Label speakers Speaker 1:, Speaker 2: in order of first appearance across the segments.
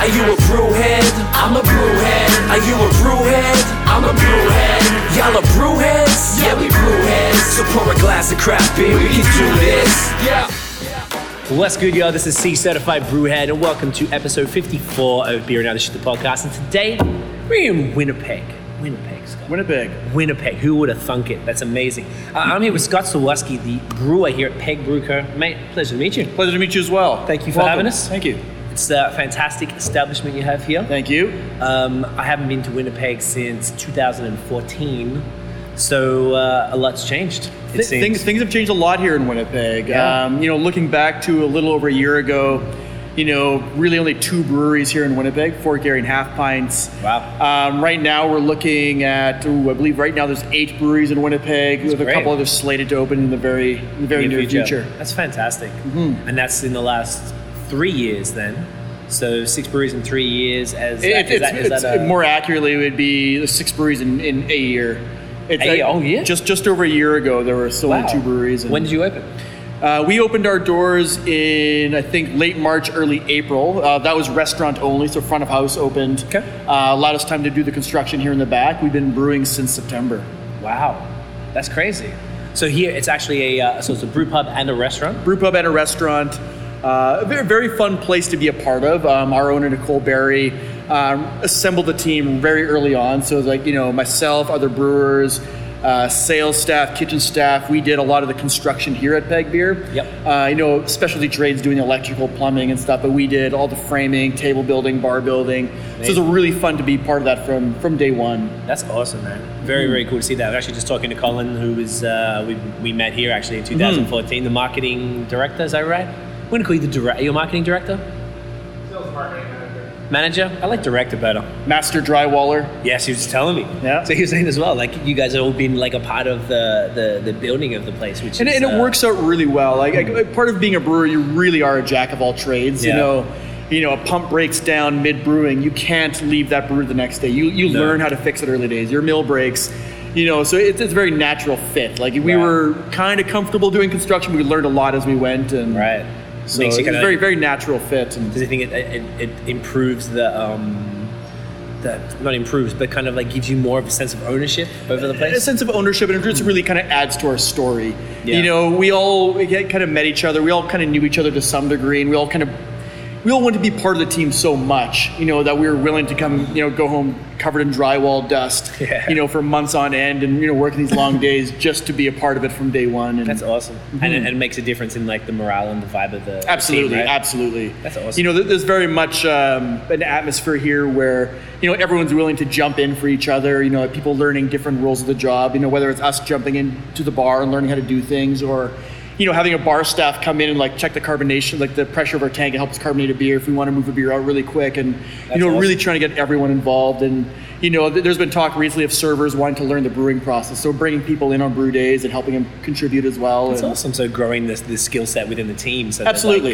Speaker 1: Are you a brewhead? I'm a brewhead. Are you a brewhead? I'm a brewhead. Y'all are brewheads? Yeah, we brewheads. So pour a glass of craft beer. We can do this. Yeah.
Speaker 2: What's good, y'all? This is C Certified Brewhead, and welcome to episode 54 of Beer and Other Shit, the podcast. And today, we're in Winnipeg. Winnipeg, Scott.
Speaker 3: Winnipeg.
Speaker 2: Winnipeg. Who would have thunk it? That's amazing. Uh, I'm here with Scott Sawalski, the brewer here at Peg Brew Co. Mate, pleasure to meet you.
Speaker 3: Pleasure to meet you as well.
Speaker 2: Thank you for having us.
Speaker 3: Thank you.
Speaker 2: It's a fantastic establishment you have here.
Speaker 3: Thank you.
Speaker 2: Um, I haven't been to Winnipeg since 2014, so uh, a lot's changed. It
Speaker 3: Th-
Speaker 2: seems.
Speaker 3: Things things have changed a lot here in Winnipeg.
Speaker 2: Yeah.
Speaker 3: Um, you know, looking back to a little over a year ago, you know, really only two breweries here in Winnipeg, Fort Garry and Half Pints.
Speaker 2: Wow.
Speaker 3: Um, right now, we're looking at, ooh, I believe right now there's eight breweries in Winnipeg, with a
Speaker 2: great.
Speaker 3: couple others slated to open in the very, in the very near, future. Mm-hmm.
Speaker 2: That's fantastic. And that's in the last three years then. So six breweries in three years as
Speaker 3: It-
Speaker 2: is
Speaker 3: it's,
Speaker 2: that, is
Speaker 3: it's-
Speaker 2: that a,
Speaker 3: more accurately, it would be the six breweries in, in a year. It's
Speaker 2: A year? Oh, yeah?
Speaker 3: Just just over a year ago, there were still
Speaker 2: wow.
Speaker 3: only two breweries. and-
Speaker 2: When did you open?
Speaker 3: Uh, we opened our doors in I think late March, early April. Uh, that was restaurant only, so front of house opened.
Speaker 2: Okay.
Speaker 3: Uh, allowed us time to do the construction here in the back. We've been brewing since September.
Speaker 2: Wow, that's crazy. So here it's actually a uh, so it's a brew pub and a restaurant.
Speaker 3: Brew pub and a restaurant. Uh, a very, very fun place to be a part of. Um, our owner Nicole Berry um, assembled the team very early on. So like you know myself, other brewers. Uh, sales staff, kitchen staff, we did a lot of the construction here at Peg Beer.
Speaker 2: Yep.
Speaker 3: Uh, you know, specialty trades doing the electrical, plumbing, and stuff, but we did all the framing, table building, bar building. So it was really fun to be part of that from from day one.
Speaker 2: That's awesome, man. Very very cool to see that. I was actually just talking to Colin, who was uh, we we met here actually
Speaker 3: Mm-hmm.
Speaker 2: in 2014. The marketing director, is that right? I'm gonna call you the director. Your marketing director,
Speaker 4: Sales marketing manager.
Speaker 2: manager. I like director better.
Speaker 3: Master drywaller.
Speaker 2: Yes, he was telling me.
Speaker 3: Yeah.
Speaker 2: So he was saying as well, like you guys have all been like a part of the the, the building of the place, which
Speaker 3: and,
Speaker 2: is,
Speaker 3: it- and it
Speaker 2: uh,
Speaker 3: works out really well. Like, like, part of being a brewer, you really are a jack of all trades.
Speaker 2: Mm. Yeah.
Speaker 3: You know, you know, a pump breaks down mid brewing, you can't leave that brewer the next day. You you
Speaker 2: No.
Speaker 3: learn how to fix it early days. Your mill breaks. You know, so it's, it's a very natural fit. Like we
Speaker 2: Right.
Speaker 3: were kind of comfortable doing construction. We learned a lot as we went, and
Speaker 2: right.
Speaker 3: So
Speaker 2: Makes
Speaker 3: it's
Speaker 2: you
Speaker 3: a
Speaker 2: kinda-
Speaker 3: very very natural fit. And
Speaker 2: Does it think it, it, it improves the um that not improves, but kind of like gives you more of a sense of ownership over the
Speaker 3: a
Speaker 2: place?
Speaker 3: sense of ownership and it just really kind of adds to our story
Speaker 2: Yeah.
Speaker 3: you know we all kind of met each other we all kind of knew each other to some degree and we all kind of we all wanted to be part of the team so much you know that we were willing to come you know go home covered in drywall dust
Speaker 2: Yeah.
Speaker 3: you know for months on end and you know working these long days just to be a part of it from day one and
Speaker 2: That's awesome, and, it, and it makes a difference in like the morale and the vibe of the the team,
Speaker 3: Mm-hmm. Absolutely,
Speaker 2: right?
Speaker 3: absolutely.
Speaker 2: That's awesome.
Speaker 3: You know, th- there's very much um, an atmosphere here where you know everyone's willing to jump in for each other. You know, people learning different rules of the job. You know, whether it's us jumping into the bar and learning how to do things, or you know, having a bar staff come in and like check the carbonation, like the pressure of our tank, it helps carbonate a beer if we want to move a beer out really quick, and
Speaker 2: That's
Speaker 3: you know, really
Speaker 2: awesome.
Speaker 3: trying to get everyone involved. And you know, th- there's been talk recently of servers wanting to learn the brewing process, so bringing people in on brew days and helping them contribute as well.
Speaker 2: That's
Speaker 3: and-
Speaker 2: awesome. So growing this the skill set within the team, so that, like,
Speaker 3: Absolutely.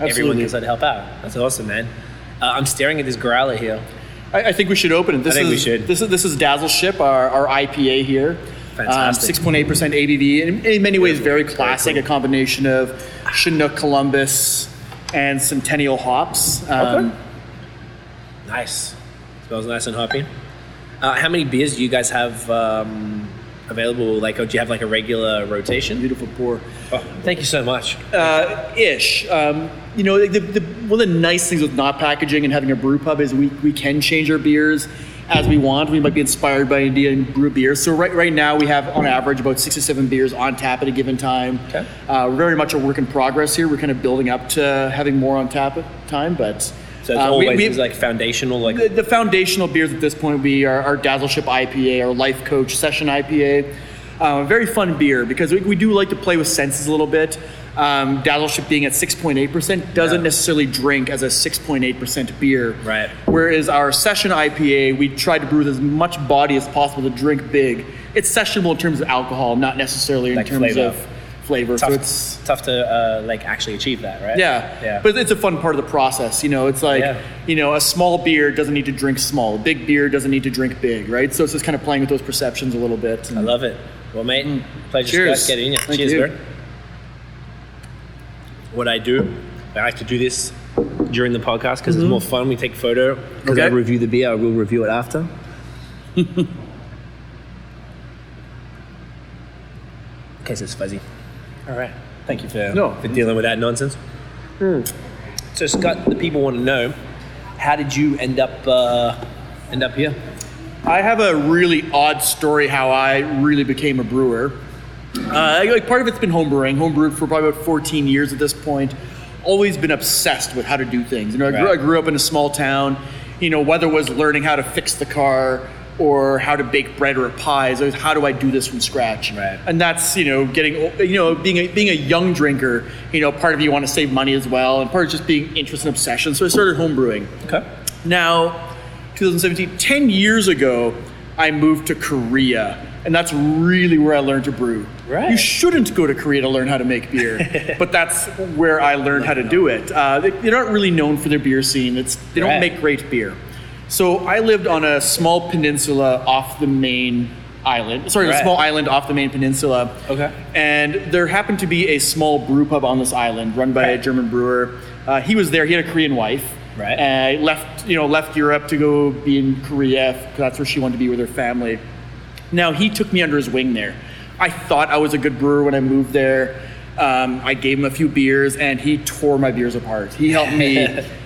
Speaker 2: everyone
Speaker 3: Absolutely.
Speaker 2: can sort of help out. That's awesome, man. Uh, I'm staring at this growler here.
Speaker 3: I, I think we should open it. This
Speaker 2: I think
Speaker 3: is,
Speaker 2: we should.
Speaker 3: This is this is Dazzle Ship, our, our IPA here. Um,
Speaker 2: Fantastic.
Speaker 3: Six point eight percent ABV, and in many ways very classic. A combination of Chinook, Columbus, and Centennial hops. Um,
Speaker 2: Nice. Smells nice and hoppy. Uh, how many beers do you guys have um, available? Like, or do you have like a regular rotation?
Speaker 3: Beautiful pour.
Speaker 2: Oh, thank you so much.
Speaker 3: uh, ish. Um, you know, the, the, one of the nice things with not packaging and having a brew pub is we, we can change our beers as we want. We might be inspired by an idea and brew beer. So right right now we have on average about six to seven beers on tap at a given time.
Speaker 2: Okay.
Speaker 3: Uh, very much a work in progress here. We're kind of building up to having more on tap at time, but
Speaker 2: So it's
Speaker 3: uh, we-
Speaker 2: always
Speaker 3: we-
Speaker 2: it's like foundational. Like,
Speaker 3: the, the foundational beers at this point would be our, our Dazzleship IPA, our Life Coach Session IPA. Uh, very fun beer because we, we do like to play with senses a little bit. Um, Dazzleship being at 6.8% doesn't
Speaker 2: Yeah.
Speaker 3: necessarily drink as a 6.8% beer.
Speaker 2: Right.
Speaker 3: Whereas our Session IPA, we try to brew with as much body as possible to drink big. It's sessionable in terms of alcohol, not necessarily in
Speaker 2: Like
Speaker 3: terms
Speaker 2: flavor.
Speaker 3: of flavor.
Speaker 2: tough,
Speaker 3: So it's
Speaker 2: tough to uh, like actually achieve that, right?
Speaker 3: yeah.
Speaker 2: Yeah.
Speaker 3: But it's a fun part of the process. You know, it's like,
Speaker 2: Yeah.
Speaker 3: you know, a small beer doesn't need to drink small. A big beer doesn't need to drink big, right? So it's just kind of playing with those perceptions a little bit.
Speaker 2: I love it. Well, mate, pleasure
Speaker 3: Cheers.
Speaker 2: Scott, getting in. ya.
Speaker 3: Thank
Speaker 2: Cheers,
Speaker 3: you.
Speaker 2: bro. What I do, I like to do this during the podcast because it's more fun. We take photo because I
Speaker 3: Okay.
Speaker 2: review the beer. I will review it after. okay, so it's fuzzy. All right. Thank you for
Speaker 3: No.
Speaker 2: for dealing with that nonsense. So Scott, the people want to know, how did you end up uh, end up here?
Speaker 3: I have a really odd story how I really became a brewer. Uh, like part of it's been homebrewing, homebrewed for probably about 14 years at this point. Always been obsessed with how to do things. You know, I grew,
Speaker 2: Right.
Speaker 3: I grew up in a small town. You know, whether it was learning how to fix the car or how to bake bread or pies, it was how do I do this from scratch?
Speaker 2: Right.
Speaker 3: And that's you know getting o- you know being a, being a young drinker. You know, part of you want to save money as well, and part of just being interest and obsession. So I started homebrewing.
Speaker 2: Okay.
Speaker 3: Now, 2017, 10 years ago, I moved to Korea, and that's really where I learned to brew.
Speaker 2: Right.
Speaker 3: You shouldn't go to Korea to learn how to make beer, but that's where I learned how to do it. Uh, they, they're not really known for their beer scene. It's they don't
Speaker 2: Right.
Speaker 3: make great beer. So I lived on a small peninsula off the main island. Sorry,
Speaker 2: Right.
Speaker 3: a small island off the main peninsula.
Speaker 2: Okay.
Speaker 3: And there happened to be a small brew pub on this island run by a German brewer. Uh, he was there. He had a Korean wife.
Speaker 2: Right.
Speaker 3: Uh, left, you know, left Europe to go be in Korea. 'cause That's where she wanted to be with her family. Now he took me under his wing there. I thought I was a good brewer when I moved there. Um, I gave him a few beers, and he tore my beers apart. He helped me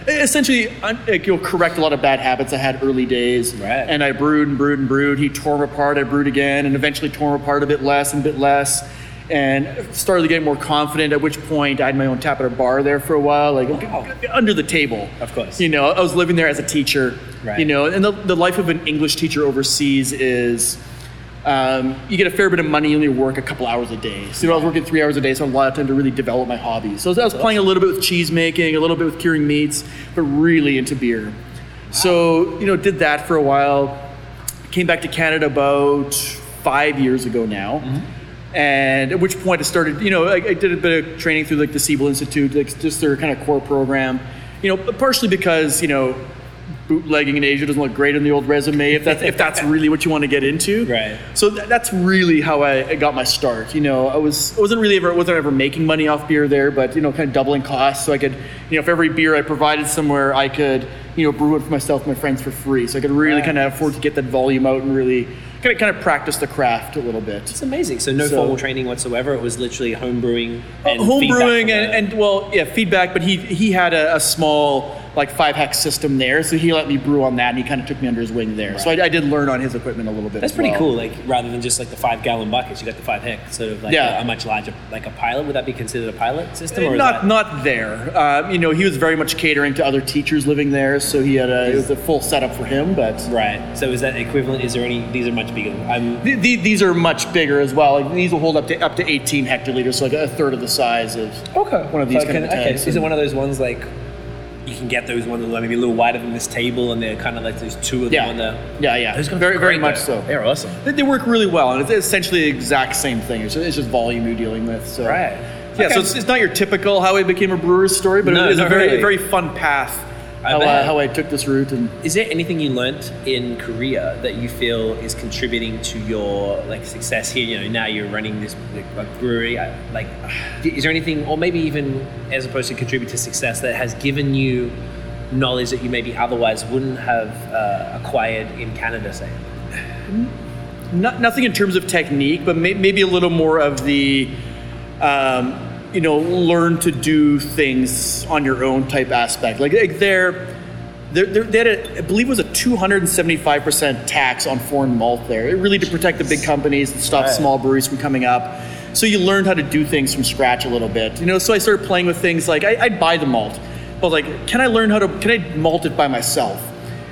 Speaker 3: essentially un- like, you know, correct a lot of bad habits I had early days.
Speaker 2: Right.
Speaker 3: And I brewed and brewed and brewed. He tore them apart. I brewed again, and eventually tore them apart a bit less and a bit less. And started getting more confident. At which point, I had my own tap at a bar there for a while, like under the table.
Speaker 2: Of course.
Speaker 3: You know, I was living there as a teacher.
Speaker 2: Right.
Speaker 3: You know, and the, the life of an English teacher overseas is um, you get a fair bit of money, you only work a couple hours a day. So you know, I was working three hours a day, so I had a lot of time to really develop my hobbies. So I was, I was playing a little bit with cheese making, a little bit with curing meats, but really into beer. So you know, did that for a while. Came back to Canada about five years ago now. And at which point I started, you know, I, I did a bit of training through like the Siebel Institute, like just their kind of core program, you know, partially because, you know, bootlegging in Asia doesn't look great on the old resume if that's, if that's really what you want to get into.
Speaker 2: Right.
Speaker 3: So th- that's really how I, I got my start. You know, I was I wasn't really ever wasn't ever making money off beer there, but you know, kind of doubling costs so I could, you know, if every beer I provided somewhere, I could, you know, brew it for myself and my friends for free. So I could really
Speaker 2: Right.
Speaker 3: kind of afford to get that volume out and really kind of kind of practice the craft a little bit.
Speaker 2: It's amazing. So no
Speaker 3: So-
Speaker 2: formal training whatsoever. It was literally home brewing and
Speaker 3: home
Speaker 2: feedback
Speaker 3: brewing
Speaker 2: from
Speaker 3: and,
Speaker 2: a-
Speaker 3: and well yeah feedback but he he had a, a small like five hex system there so he let me brew on that and he kind of took me under his wing there so I, I did learn on his equipment a little bit
Speaker 2: that's
Speaker 3: as
Speaker 2: pretty
Speaker 3: well.
Speaker 2: cool. Like rather than just like the five gallon buckets, you got the five hex sort of like
Speaker 3: Yeah.
Speaker 2: a, a much larger like a pilot. Would that be considered a pilot system? Or is
Speaker 3: not
Speaker 2: that-
Speaker 3: not there uh, you know he was very much catering to other teachers living there so he had a it was a full setup for him but
Speaker 2: right. So is that equivalent? Is there any? These are much bigger. I'm
Speaker 3: th- th- these are much bigger as well like, these will hold up to up to 18 hectoliters so like a third of the size of
Speaker 2: okay.
Speaker 3: one of these kind of
Speaker 2: okay.
Speaker 3: tanks
Speaker 2: Is it
Speaker 3: and-
Speaker 2: one of those ones like you can get those ones that are maybe a little wider than this table, and they're kind of like there's two of them
Speaker 3: yeah
Speaker 2: on the.
Speaker 3: yeah yeah
Speaker 2: Those guys are
Speaker 3: very very
Speaker 2: great,
Speaker 3: much
Speaker 2: though.
Speaker 3: so
Speaker 2: They're awesome.
Speaker 3: They, they work really well, and it's essentially the exact same thing. It's just, it's just volume you're dealing with. So.
Speaker 2: Right.
Speaker 3: Yeah,
Speaker 2: Okay.
Speaker 3: so it's, it's not your typical how I became a brewer's story, but
Speaker 2: No,
Speaker 3: it is a
Speaker 2: not
Speaker 3: very,
Speaker 2: really.
Speaker 3: very fun path
Speaker 2: I
Speaker 3: how,
Speaker 2: bet.
Speaker 3: I, how I took this route. And
Speaker 2: Is there anything you learnt in Korea that you feel is contributing to your like success here? You know, now you're running this like, brewery. I- Like, is there anything, or maybe even as opposed to contribute to success, that has given you knowledge that you maybe otherwise wouldn't have uh, acquired in Canada, say?
Speaker 3: not, nothing in terms of technique, but may, maybe a little more of the, um, you know, learn to do things on your own type aspect. Like, like they're, they're, they're, they had, a, I believe it was a 275% tax on foreign malt there, It really to protect the big companies and stop
Speaker 2: Right.
Speaker 3: small breweries from coming up. So you learned how to do things from scratch a little bit. You know, so I started playing with things like, I, I'd buy the malt, but like, can I learn how to, can I malt it by myself?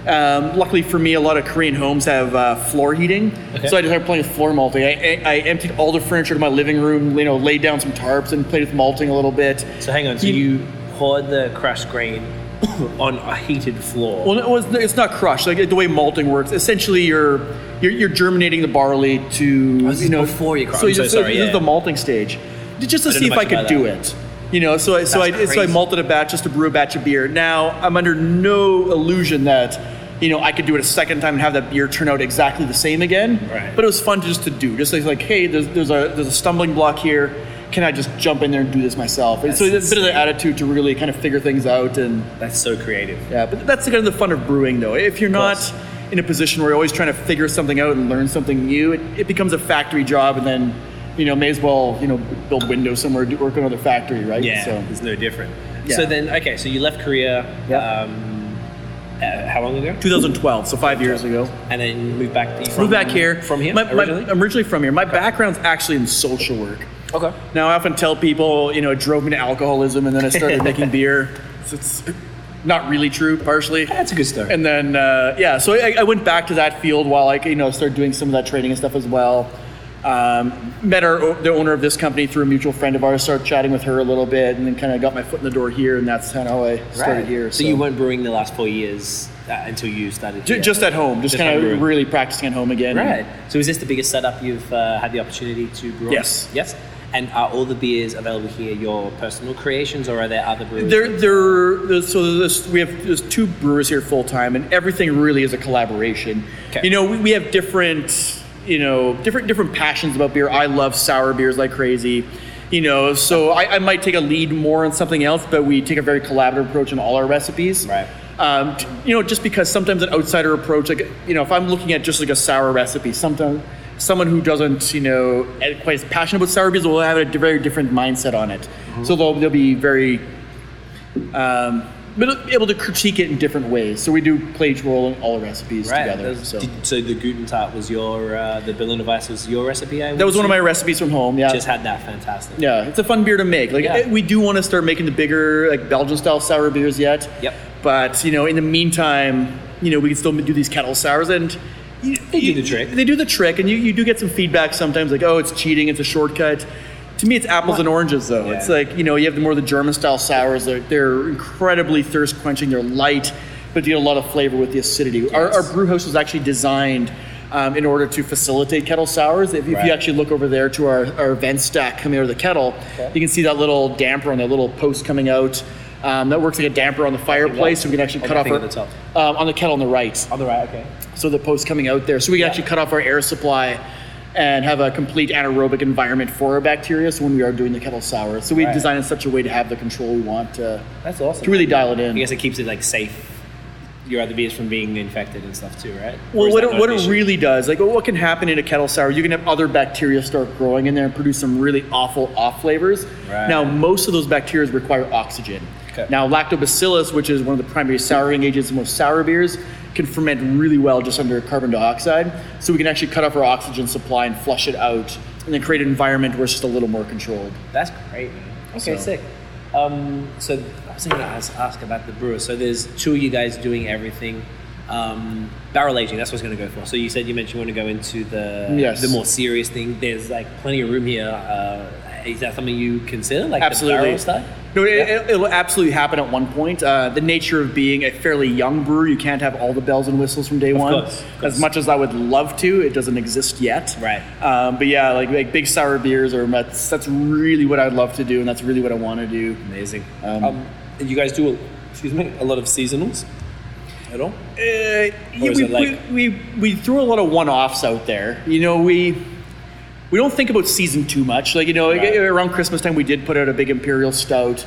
Speaker 3: Um, luckily for me, a lot of Korean homes have uh, floor heating,
Speaker 2: Okay.
Speaker 3: so I just started playing with floor malting. I, I, I emptied all the furniture in my living room, you know, laid down some tarps and played with malting a little bit.
Speaker 2: So hang on. So you poured the crushed grain on a heated floor.
Speaker 3: Well, it was, it's not crushed. Like the way malting works, essentially, you're you're, you're germinating the barley to
Speaker 2: Oh, this
Speaker 3: you
Speaker 2: is
Speaker 3: know
Speaker 2: before you crush-
Speaker 3: So,
Speaker 2: I'm
Speaker 3: you
Speaker 2: so
Speaker 3: just-
Speaker 2: sorry,
Speaker 3: This
Speaker 2: yeah.
Speaker 3: is the malting stage, J- just to
Speaker 2: I don't
Speaker 3: see
Speaker 2: know
Speaker 3: if I
Speaker 2: much
Speaker 3: could
Speaker 2: about
Speaker 3: do
Speaker 2: that.
Speaker 3: it. You know, so I, so
Speaker 2: That's
Speaker 3: I so I
Speaker 2: crazy.
Speaker 3: malted a batch just to brew a batch of beer. Now I'm under no illusion that. You know, I could do it a second time and have that beer turn out exactly the same again.
Speaker 2: Right.
Speaker 3: But it was fun just to do. Just like, hey, there's, there's a there's a stumbling block here. can I just jump in there and do this myself? And so
Speaker 2: That's
Speaker 3: it's a bit of an attitude to really kind of figure things out and
Speaker 2: That's so creative.
Speaker 3: yeah, but that's kind of the fun of brewing, though. If you're
Speaker 2: course.
Speaker 3: not in a position where you're always trying to figure something out and learn something new, it, it becomes a factory job, and then you know may as well you know build windows somewhere, do, work on another factory, right?
Speaker 2: Yeah,
Speaker 3: So,
Speaker 2: it's no different.
Speaker 3: Yeah.
Speaker 2: So then, okay, so you left Korea.
Speaker 3: Yeah.
Speaker 2: Um, uh, how long ago?
Speaker 3: 2012, so five years ago.
Speaker 2: And then moved back. To,
Speaker 3: Moved back here
Speaker 2: from here
Speaker 3: My, my-
Speaker 2: originally.
Speaker 3: I'm originally from here. My background's actually in social work.
Speaker 2: okay.
Speaker 3: Now I often tell people, you know, it drove me to alcoholism, and then I started making beer. So it's not really true, partially.
Speaker 2: That's a good story.
Speaker 3: And then, uh, yeah, so I, I went back to that field while I, you know, started doing some of that training and stuff as well. Um, met our, the owner of this company through a mutual friend of ours, started chatting with her a little bit, and then kind of got my foot in the door here, and that's kind of how I started here.
Speaker 2: So, you weren't brewing the last four years uh, until you started.
Speaker 3: Ju-
Speaker 2: here.
Speaker 3: just at home, just,
Speaker 2: Just
Speaker 3: kind
Speaker 2: home brewing.
Speaker 3: of really practicing at home again.
Speaker 2: Right. So is this the biggest setup you've uh, had the opportunity to brew? on?
Speaker 3: Yes.
Speaker 2: Yes. And are all the beers available here your personal creations, or are there other breweries?
Speaker 3: There, there. there's- So there's, we have there's two brewers here full time, and everything really is a collaboration.
Speaker 2: Okay.
Speaker 3: You know, we, we have different, you know, different different passions about beer. I love sour beers like crazy. You know, so I, I might take a lead more on something else, but we take a very collaborative approach in all our recipes.
Speaker 2: Right.
Speaker 3: Um, t- you know, just because sometimes an outsider approach, like you know, if I'm looking at just like a sour recipe, sometimes someone who doesn't, you know, eh, quite as passionate about sour beers will have a d- very different mindset on it.
Speaker 2: Mm-hmm.
Speaker 3: So they'll, they'll be very um, but able to critique it in different ways. So we do play each role in all the recipes
Speaker 2: Right.
Speaker 3: together.
Speaker 2: Those-
Speaker 3: so.
Speaker 2: did- so the Guten Tart was your uh, the Berliner Weiss was your recipe. I
Speaker 3: that was one of my
Speaker 2: assume?
Speaker 3: recipes from home. Yeah,
Speaker 2: Just had that. Fantastic.
Speaker 3: yeah, it's a fun beer to make. Like
Speaker 2: Yeah.
Speaker 3: eh, we do want to start making the bigger like Belgian style sour beers yet.
Speaker 2: Yep.
Speaker 3: But you know, in the meantime, you know, we can still do these kettle sours and. You,
Speaker 2: They do
Speaker 3: you-
Speaker 2: the trick.
Speaker 3: They do the trick, and you, you do get some feedback sometimes, like, oh, it's cheating, it's a shortcut. To me, it's apples and oranges, though.
Speaker 2: Yeah.
Speaker 3: It's like, you know, you have the more the German style sours, they're, they're incredibly thirst quenching, they're light, but you get a lot of flavor with the acidity. Our, our
Speaker 2: Yes.
Speaker 3: brew house was actually designed um, in order to facilitate kettle sours. If, if
Speaker 2: Right.
Speaker 3: you actually look over there to our, our vent stack coming out of the kettle, you can see that little damper on that little post coming out. Um, that works like a damper on the fireplace, so we can actually
Speaker 2: On
Speaker 3: cut
Speaker 2: the
Speaker 3: off
Speaker 2: thing
Speaker 3: our,
Speaker 2: at the top.
Speaker 3: Um, on the kettle on the right
Speaker 2: On the right. Okay.
Speaker 3: so the post coming out there. So we can actually cut off our air supply and have a complete anaerobic environment for our bacteria. So when we are doing the kettle sour, so we
Speaker 2: Right.
Speaker 3: design in such a way to have the control we want to,
Speaker 2: That's awesome.
Speaker 3: to really dial it
Speaker 2: I
Speaker 3: in.
Speaker 2: guess it keeps it like safe. Your other beers from being infected and stuff too, right? Or
Speaker 3: Well,
Speaker 2: is
Speaker 3: what
Speaker 2: that
Speaker 3: it,
Speaker 2: not
Speaker 3: what
Speaker 2: an
Speaker 3: it
Speaker 2: issue?
Speaker 3: really does, like what can happen in a kettle sour, you can have other bacteria start growing in there and produce some really awful off flavors.
Speaker 2: Right.
Speaker 3: Now, most of those bacteria require oxygen.
Speaker 2: Okay.
Speaker 3: Now, lactobacillus, which is one of the primary souring agents in most sour beers, can ferment really well just under carbon dioxide. So we can actually cut off our oxygen supply and flush it out and then create an environment where it's just a little more controlled.
Speaker 2: That's great, man. Okay,
Speaker 3: So-
Speaker 2: sick. Um, so I was going to ask, ask about the brewer. So there's two of you guys doing everything. Um, barrel aging, that's what I was going to go for. So you said you mentioned you want to go into the
Speaker 3: Yes.
Speaker 2: the more serious thing. There's like plenty of room here. Uh, is that something you consider, like the barrel stuff?
Speaker 3: No, it,
Speaker 2: Yeah.
Speaker 3: it, will absolutely happen at one point. Uh, the nature of being a fairly young brewer, you can't have all the bells and whistles from day one.
Speaker 2: course, of course.
Speaker 3: As much as I would love to, it doesn't exist yet.
Speaker 2: Right.
Speaker 3: Um, but yeah, like, like big sour beers, or that's that's really what I'd love to do, and that's really what I want to do.
Speaker 2: Amazing. Um,
Speaker 3: Um,
Speaker 2: you guys do, a, excuse me, a lot of seasonals at all?
Speaker 3: Uh, yeah,
Speaker 2: is
Speaker 3: we,
Speaker 2: it like-
Speaker 3: we, we we threw a lot of one-offs out there. You know, we we don't think about season too much. Like you know, like,
Speaker 2: Right.
Speaker 3: around Christmas time, we did put out a big imperial stout,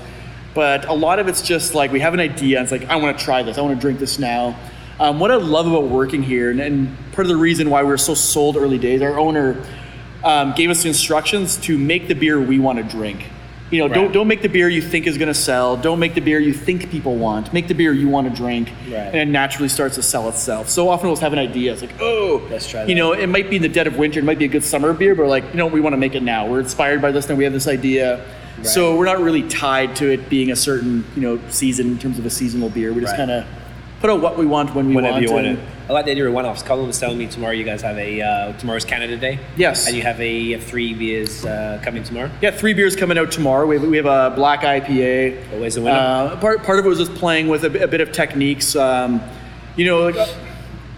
Speaker 3: but a lot of it's just like we have an idea. And it's like I want to try this. I want to drink this now. Um, what I love about working here, and, and part of the reason why we were so sold early days, our owner um, gave us the instructions to make the beer we want to drink. You know,
Speaker 2: Right.
Speaker 3: don't don't make the beer you think is going to sell. Don't make the beer you think people want. Make the beer you want to drink,
Speaker 2: Right.
Speaker 3: and it naturally starts to sell itself. So often we'll have an idea. It's like, oh,
Speaker 2: Let's try that.
Speaker 3: You know, it might be in the dead of winter. It might be a good summer beer, but we're like, you know, we want to make it now. We're inspired by this, and we have this idea. So we're not really tied to it being a certain, you know, season in terms of a seasonal beer. We just
Speaker 2: Right.
Speaker 3: kind of put out what we want when we
Speaker 2: Whenever
Speaker 3: want.
Speaker 2: you want
Speaker 3: and-
Speaker 2: it. I like the idea of one-offs. Colin was telling me tomorrow you guys have a uh, tomorrow's Canada Day.
Speaker 3: Yes.
Speaker 2: And you have a, you have three beers uh, coming tomorrow.
Speaker 3: Yeah, three beers coming out tomorrow. We have, we have a black IPA.
Speaker 2: Always a winner.
Speaker 3: Uh, part, part of it was just playing with a, bi- a bit of techniques. Um, you know, like, uh,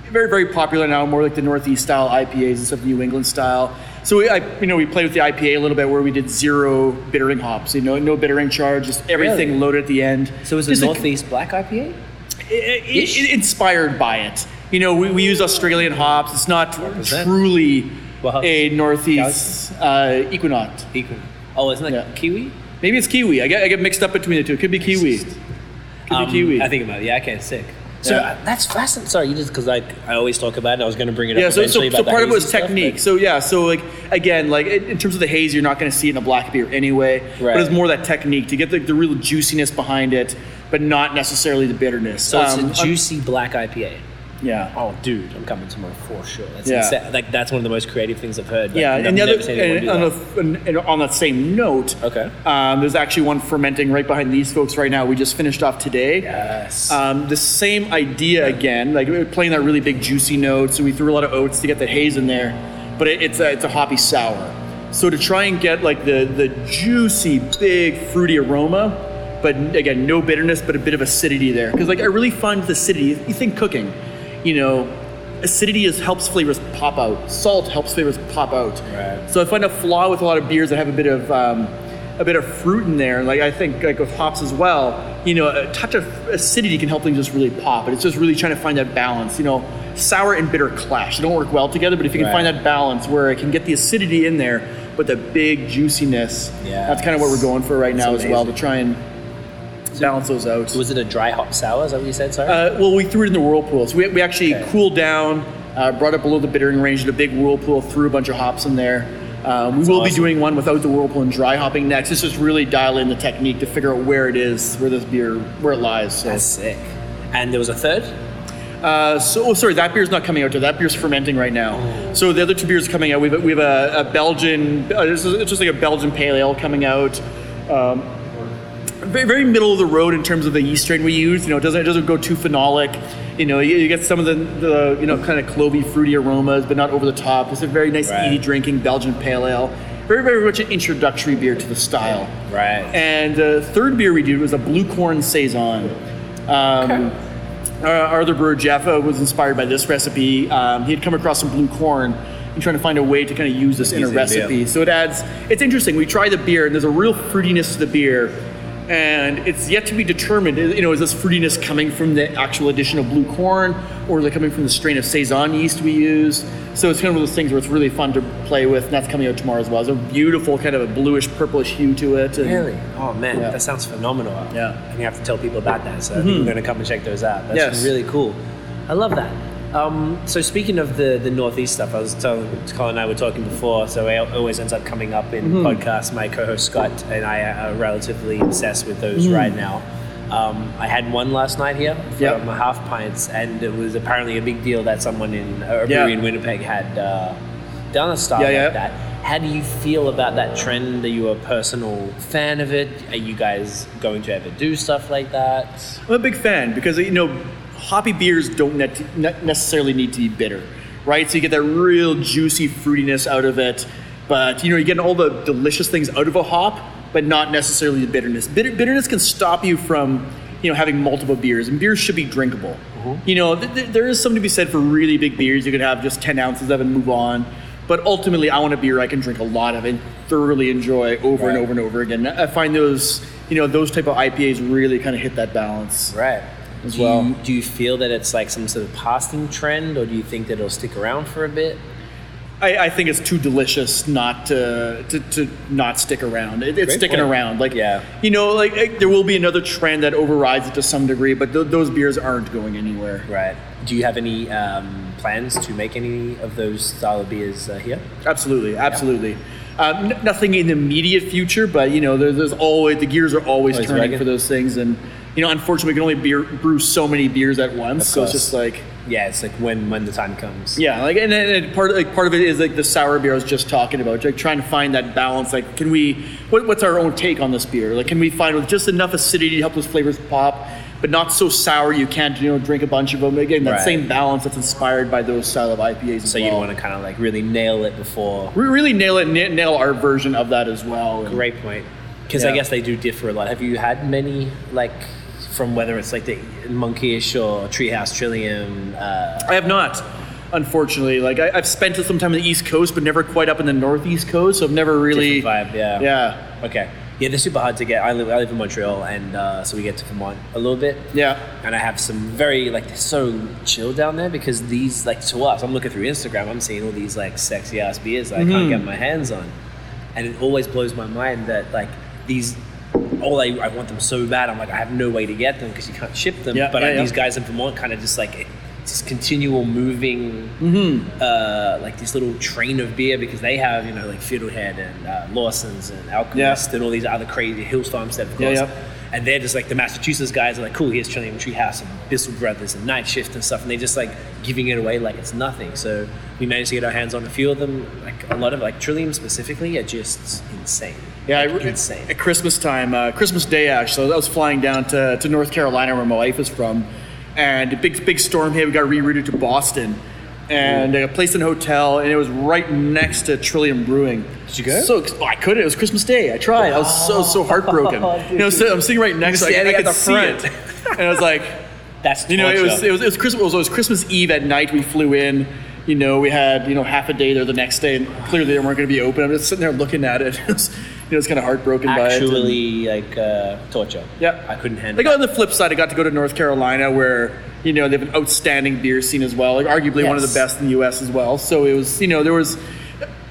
Speaker 3: very, very popular now, more like the Northeast style IPAs instead of New England style. So, we, I, you know, we played with the IPA a little bit where we did zero bittering hops, you know, no bittering charge, just everything
Speaker 2: Really?
Speaker 3: loaded at the end.
Speaker 2: So is it
Speaker 3: Just a-
Speaker 2: Northeast Black IPA?
Speaker 3: i- i- i- inspired by it. You know, we, we use Australian hops. It's not
Speaker 2: Represent.
Speaker 3: truly
Speaker 2: Well,
Speaker 3: a Northeast uh, equinox.
Speaker 2: Equal. Oh, isn't that
Speaker 3: Yeah.
Speaker 2: kiwi?
Speaker 3: Maybe it's kiwi. I get, I get mixed up between the two. It could be kiwi. Could
Speaker 2: Um,
Speaker 3: be kiwi.
Speaker 2: I think about it. Yeah, okay, sick. So
Speaker 3: Yeah.
Speaker 2: uh, that's fascinating. Sorry, you just because I, I always talk about it. I was going to bring it up.
Speaker 3: Yeah, so, so,
Speaker 2: eventually
Speaker 3: so
Speaker 2: about the
Speaker 3: part of it was
Speaker 2: hazy stuff, but-
Speaker 3: technique. so yeah, so like again, like in in terms of the haze, you're not going to see it in a black beer anyway.
Speaker 2: Right.
Speaker 3: But it's more that technique to get the, the real juiciness behind it, but not necessarily the bitterness.
Speaker 2: So it's
Speaker 3: Um,
Speaker 2: a juicy black IPA.
Speaker 3: yeah.
Speaker 2: Oh, dude, I'm coming tomorrow for sure. That's
Speaker 3: Yeah.
Speaker 2: insane. Like that's one of the most creative things I've heard. Like,
Speaker 3: yeah,
Speaker 2: I've
Speaker 3: and the
Speaker 2: never
Speaker 3: other,
Speaker 2: seen anyone
Speaker 3: and
Speaker 2: do
Speaker 3: on,
Speaker 2: that.
Speaker 3: the, and, and on that same note,
Speaker 2: Okay.
Speaker 3: um, there's actually one fermenting right behind these folks right now. We just finished off today.
Speaker 2: Yes.
Speaker 3: Um, the same idea again, like we were playing that really big juicy note. So we threw a lot of oats to get the haze in there, but it, it's a, it's a hoppy sour. So to try and get like the the juicy, big, fruity aroma, but again, no bitterness, but a bit of acidity there. Because like I really find the acidity. You think cooking, you know, acidity is helps flavors pop out. Salt helps flavors pop out.
Speaker 2: Right.
Speaker 3: So I find a flaw with a lot of beers that have a bit of um, a bit of fruit in there. Like I think like with hops as well, you know, a touch of acidity can help things just really pop. And it's just really trying to find that balance. You know, sour and bitter clash. They don't work well together, but if you can
Speaker 2: Right.
Speaker 3: find that balance where it can get the acidity in there, but the big juiciness.
Speaker 2: Yeah.
Speaker 3: That's kind of what we're going for right
Speaker 2: It's
Speaker 3: now as well to
Speaker 2: amazing.
Speaker 3: try and balance those out.
Speaker 2: was it a dry hop sour? Is that what you said? Sorry.
Speaker 3: Uh, well, we threw it in the whirlpool. So we, we actually
Speaker 2: Okay.
Speaker 3: cooled down, uh, brought it below the bittering range in a big whirlpool, threw a bunch of hops in there. Um, we will be
Speaker 2: awesome.
Speaker 3: doing one without the whirlpool and dry hopping next. It's just really dial in the technique to figure out where it is, where this beer, where it lies. So,
Speaker 2: That's sick. And there was a third.
Speaker 3: uh, so oh, sorry, that beer's not coming out there. That beer's fermenting right now. So the other two beers coming out. We have a, we have a, a Belgian. Uh, it's, just, it's just like a Belgian pale ale coming out. Um, very, very middle of the road in terms of the yeast strain we use. You know, it doesn't it doesn't go too phenolic. You know, you, you get some of the, the you know kind of clovey, fruity aromas, but not over the top. It's a very nice,
Speaker 2: Right.
Speaker 3: easy drinking Belgian pale ale. Very, very much an introductory beer to the style.
Speaker 2: Right.
Speaker 3: And the third beer we did was a blue corn saison. Um, our, our other brewer Jeff uh, was inspired by this recipe. Um, he had come across some blue corn and trying to find a way to kind of use this in a
Speaker 2: Use it, yeah.
Speaker 3: recipe. So it adds. It's interesting. We try the beer, and there's a real fruitiness to the beer, and it's yet to be determined. You know, is this fruitiness coming from the actual addition of blue corn, or is it coming from the strain of saison yeast we use? So it's kind of one of those things where it's really fun to play with, and that's coming out tomorrow as well. It's a beautiful kind of a bluish purplish hue to it. and-
Speaker 2: Oh man,
Speaker 3: Yeah.
Speaker 2: that sounds phenomenal.
Speaker 3: Yeah. Mm-hmm.
Speaker 2: And you have to tell people about that. So I think we're going to come and check those out. That's
Speaker 3: Yes.
Speaker 2: really cool. I love that. Um, so speaking of the, the northeast stuff, I was telling Colin and I were talking before. So it always ends up coming up in
Speaker 3: Mm-hmm.
Speaker 2: podcasts. My co-host Scott and I are relatively obsessed with those
Speaker 3: Mm.
Speaker 2: right now. Um, I had one last night here
Speaker 3: Yep.
Speaker 2: from half pints, and it was apparently a big deal that someone in a brewery
Speaker 3: Yeah.
Speaker 2: in Winnipeg had uh, done a style
Speaker 3: Yeah,
Speaker 2: like
Speaker 3: yeah.
Speaker 2: that. How do you feel about that trend? Are you a personal fan of it? Are you guys going to ever do stuff like that?
Speaker 3: I'm a big fan because you know hoppy beers don't net, ne- necessarily need to be bitter, right? So you get that real juicy fruitiness out of it, but you know you're getting all the delicious things out of a hop, but not necessarily the bitterness. Bitter, bitterness can stop you from you know having multiple beers, and beers should be drinkable. You know th- th- there is something to be said for really big beers. You could have just 10 ounces of and move on. But ultimately, I want a beer I can drink a lot of and thoroughly enjoy over and
Speaker 2: Right.
Speaker 3: over and over again. I find those, you know, those type of IPAs really kind of hit that balance.
Speaker 2: Right.
Speaker 3: As
Speaker 2: do
Speaker 3: well.
Speaker 2: You, do you feel that it's like some sort of passing trend, or do you think that it'll stick around for a bit?
Speaker 3: I, I think it's too delicious not to to, to not stick around. It, it's
Speaker 2: Great
Speaker 3: sticking
Speaker 2: point.
Speaker 3: around. Like
Speaker 2: Yeah.
Speaker 3: you know, like, like, there will be another trend that overrides it to some degree, but th- those beers aren't going anywhere.
Speaker 2: Right. Do you have any um, plans to make any of those style of beers uh, here?
Speaker 3: Absolutely, absolutely. Um, n- nothing in the immediate future, but you know, there, there's always the gears are always,
Speaker 2: Always
Speaker 3: turning
Speaker 2: wagging.
Speaker 3: for those things, and you know, unfortunately, we can only beer, brew so many beers at once. So it's
Speaker 2: course.
Speaker 3: just like.
Speaker 2: Yeah, it's like when when the time comes.
Speaker 3: Yeah, like and, and part like part of it is like the sour beer I was just talking about, like trying to find that balance. Like, can we? What, what's our own take on this beer? Like, can we find with just enough acidity to help those flavors pop, but not so sour you can't you know drink a bunch of them? Again, that
Speaker 2: Right.
Speaker 3: same balance that's inspired by those style of IPAs. As
Speaker 2: So you'd want to kind of like really nail it before
Speaker 3: to really nail it, na- nail our version of that as well. And-
Speaker 2: Great point. Because I
Speaker 3: Yeah.
Speaker 2: guess they do differ a lot. Have you had many like from whether it's like the monkeyish or treehouse trillium? Uh,
Speaker 3: I have not, unfortunately. Like I, I've spent some time on the East Coast, but never quite up in the Northeast Coast. So I've never really
Speaker 2: Different vibe, yeah.
Speaker 3: yeah.
Speaker 2: okay, yeah, they're super hard to get. I live I live in Montreal, and uh, so we get to Vermont a little bit.
Speaker 3: Yeah.
Speaker 2: And I have some very like they're so chill down there because
Speaker 3: Mm-hmm.
Speaker 2: these like to us, I'm looking through Instagram, I'm seeing all these like sexy ass beers that I can't get my hands on. and it always blows my mind that like these. Oh, they, I want them so bad. I'm like, I have no way to get them because you can't ship them.
Speaker 3: Yeah,
Speaker 2: but
Speaker 3: yeah,
Speaker 2: like,
Speaker 3: yeah.
Speaker 2: these guys in Vermont kind of just like it's this continual moving,
Speaker 3: Mm-hmm.
Speaker 2: uh, like this little train of beer because they have you know like Fiddlehead and uh, Lawson's and Alchemist and all these other crazy Hillstorm stuff. Of
Speaker 3: Yeah,
Speaker 2: course.
Speaker 3: yeah.
Speaker 2: And they're just like the Massachusetts guys are like, cool, here's Trillium Treehouse and Bissell Brothers and Night Shift and stuff. And they're just like giving it away like it's nothing. So we managed to get our hands on a few of them. Like a lot of like Trillium specifically are just insane.
Speaker 3: Yeah,
Speaker 2: Like,
Speaker 3: I re-
Speaker 2: insane.
Speaker 3: At Christmas time, uh, Christmas Day, actually, I was flying down to, to North Carolina, where my wife is from, and a big big storm hit. We got rerouted to Boston, and I got placed in a hotel, and it was right next to Trillium Brewing. Did
Speaker 2: you go?
Speaker 3: So ex- oh, I couldn't. It was Christmas Day. I tried. I was so so heartbroken. you know, so I'm sitting right next. to it. I,
Speaker 2: Oh, standing
Speaker 3: I
Speaker 2: at
Speaker 3: could
Speaker 2: the
Speaker 3: see
Speaker 2: front.
Speaker 3: it, and I was like,
Speaker 2: That's
Speaker 3: you know, it was
Speaker 2: torture.
Speaker 3: it was it was Christmas. It was Christmas Eve at night. We flew in. You know, we had you know half a day there the next day, and clearly they weren't going to be open. I'm just sitting there looking at it. It was, you know, it's kind of heartbroken by it. And-
Speaker 2: actually like uh, torture.
Speaker 3: Yep.
Speaker 2: I couldn't handle
Speaker 3: Like on the flip side, I got to go to North Carolina, where you know they have an outstanding beer scene as well, like arguably one of the
Speaker 2: Yes.
Speaker 3: best in the U.S. as well. So it was, you know, there was a, a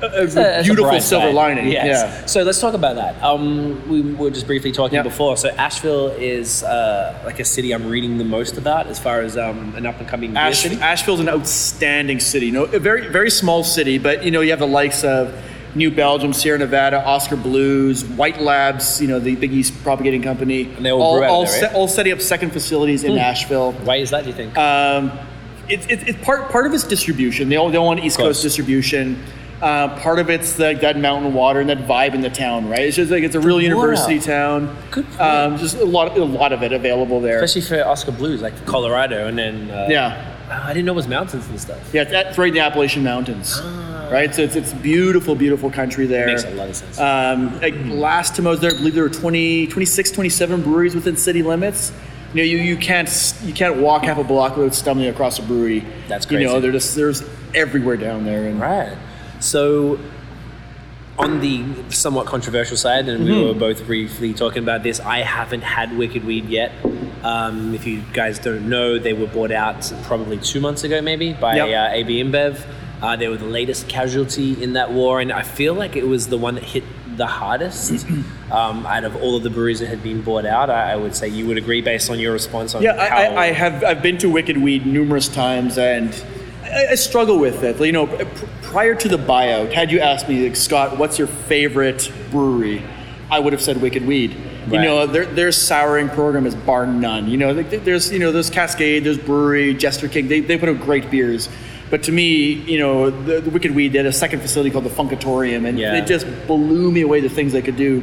Speaker 2: That's a- that's a
Speaker 3: beautiful
Speaker 2: bright
Speaker 3: silver
Speaker 2: side.
Speaker 3: lining.
Speaker 2: Yes. So let's talk about that. Um, we were just briefly talking
Speaker 3: Yeah.
Speaker 2: before. So Asheville is uh, like a city I'm reading the most about as far as um, an up and coming
Speaker 3: Ash-
Speaker 2: city.
Speaker 3: Asheville's an outstanding city. You know, a very very small city, but you know you have the likes of New Belgium, Sierra Nevada, Oscar Blues, White Labs. You know the Big East Propagating Company.
Speaker 2: And they all brew out
Speaker 3: all,
Speaker 2: there,
Speaker 3: se-
Speaker 2: right? Hmm.
Speaker 3: all setting up second facilities in Asheville.
Speaker 2: Why is that? Do you think?
Speaker 3: Um, it's it's it's part part of its distribution. They all they all want East
Speaker 2: Of course.
Speaker 3: Coast distribution. Uh, part of it's like that mountain water and that vibe in the town, right? It's just like it's a real university town.
Speaker 2: Good point.
Speaker 3: Um, just a lot a lot of it available there.
Speaker 2: Especially for Oscar Blues, like Colorado, and then uh,
Speaker 3: yeah.
Speaker 2: I didn't know it was mountains and stuff.
Speaker 3: Yeah, it's, it's right in the Appalachian Mountains, right? So it's, it's beautiful, beautiful country there.
Speaker 2: Ah. Makes a lot of sense. Mm-hmm.
Speaker 3: Um, like last time I was there, I believe there were 20, 26, 27 breweries within city limits. You know, you, you can't s- you can't walk half a block without stumbling across a brewery.
Speaker 2: That's
Speaker 3: You know,
Speaker 2: crazy.
Speaker 3: they're just there's everywhere down there, and
Speaker 2: Right. So, on the somewhat controversial side, and
Speaker 3: Mm-hmm.
Speaker 2: we were both briefly talking about this, I haven't had Wicked Weed yet. Um, if you guys don't know, they were bought out probably two months ago, maybe by
Speaker 3: Yep.
Speaker 2: uh, AB InBev. Uh, they were the latest casualty in that war, and I feel like it was the one that hit the hardest um, out of all of the breweries that had been bought out. I, I would say you would agree based on your response on
Speaker 3: yeah,
Speaker 2: how
Speaker 3: I, I, I have I've been to Wicked Weed numerous times, and I, I struggle with it. You know, pr- prior to the buyout, had you asked me, like, Scott, what's your favorite brewery? I would have said Wicked Weed. You
Speaker 2: Right.
Speaker 3: know, their their souring program is bar none. You know, like, th- there's you know there's Cascade, there's Brewery, Jester King. They they put out great beers. But to me, you know, the, the Wicked Weed, they had a second facility called the Funkatorium, and
Speaker 2: Yeah.
Speaker 3: it just blew me away the things they could do.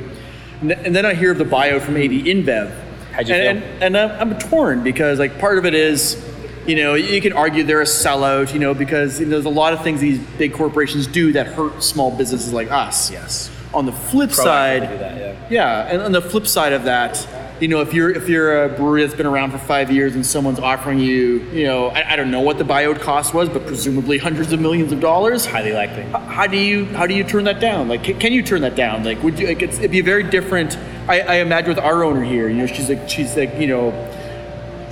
Speaker 3: And, th- and then I hear of the buyout from AB InBev.
Speaker 2: How'd you
Speaker 3: and,
Speaker 2: feel?
Speaker 3: And, and I'm, I'm torn because like part of it is, you know, you can argue they're a sellout, you know, because you know, there's a lot of things these big corporations do that hurt small businesses like us.
Speaker 2: Yes.
Speaker 3: On the flip
Speaker 2: Proactively
Speaker 3: side,
Speaker 2: do that, yeah.
Speaker 3: and on the flip side of that, you know, if you're if you're a brewery that's been around for five years and someone's offering you, you know, I, I don't know what the buyout cost was, but presumably hundreds of millions of dollars
Speaker 2: highly likely.
Speaker 3: how do you how do you turn that down? Like, can, can you turn that down? Like, would you? Like, it's, it'd be very different. I, I imagine with our owner here, you know, she's like she's like you know,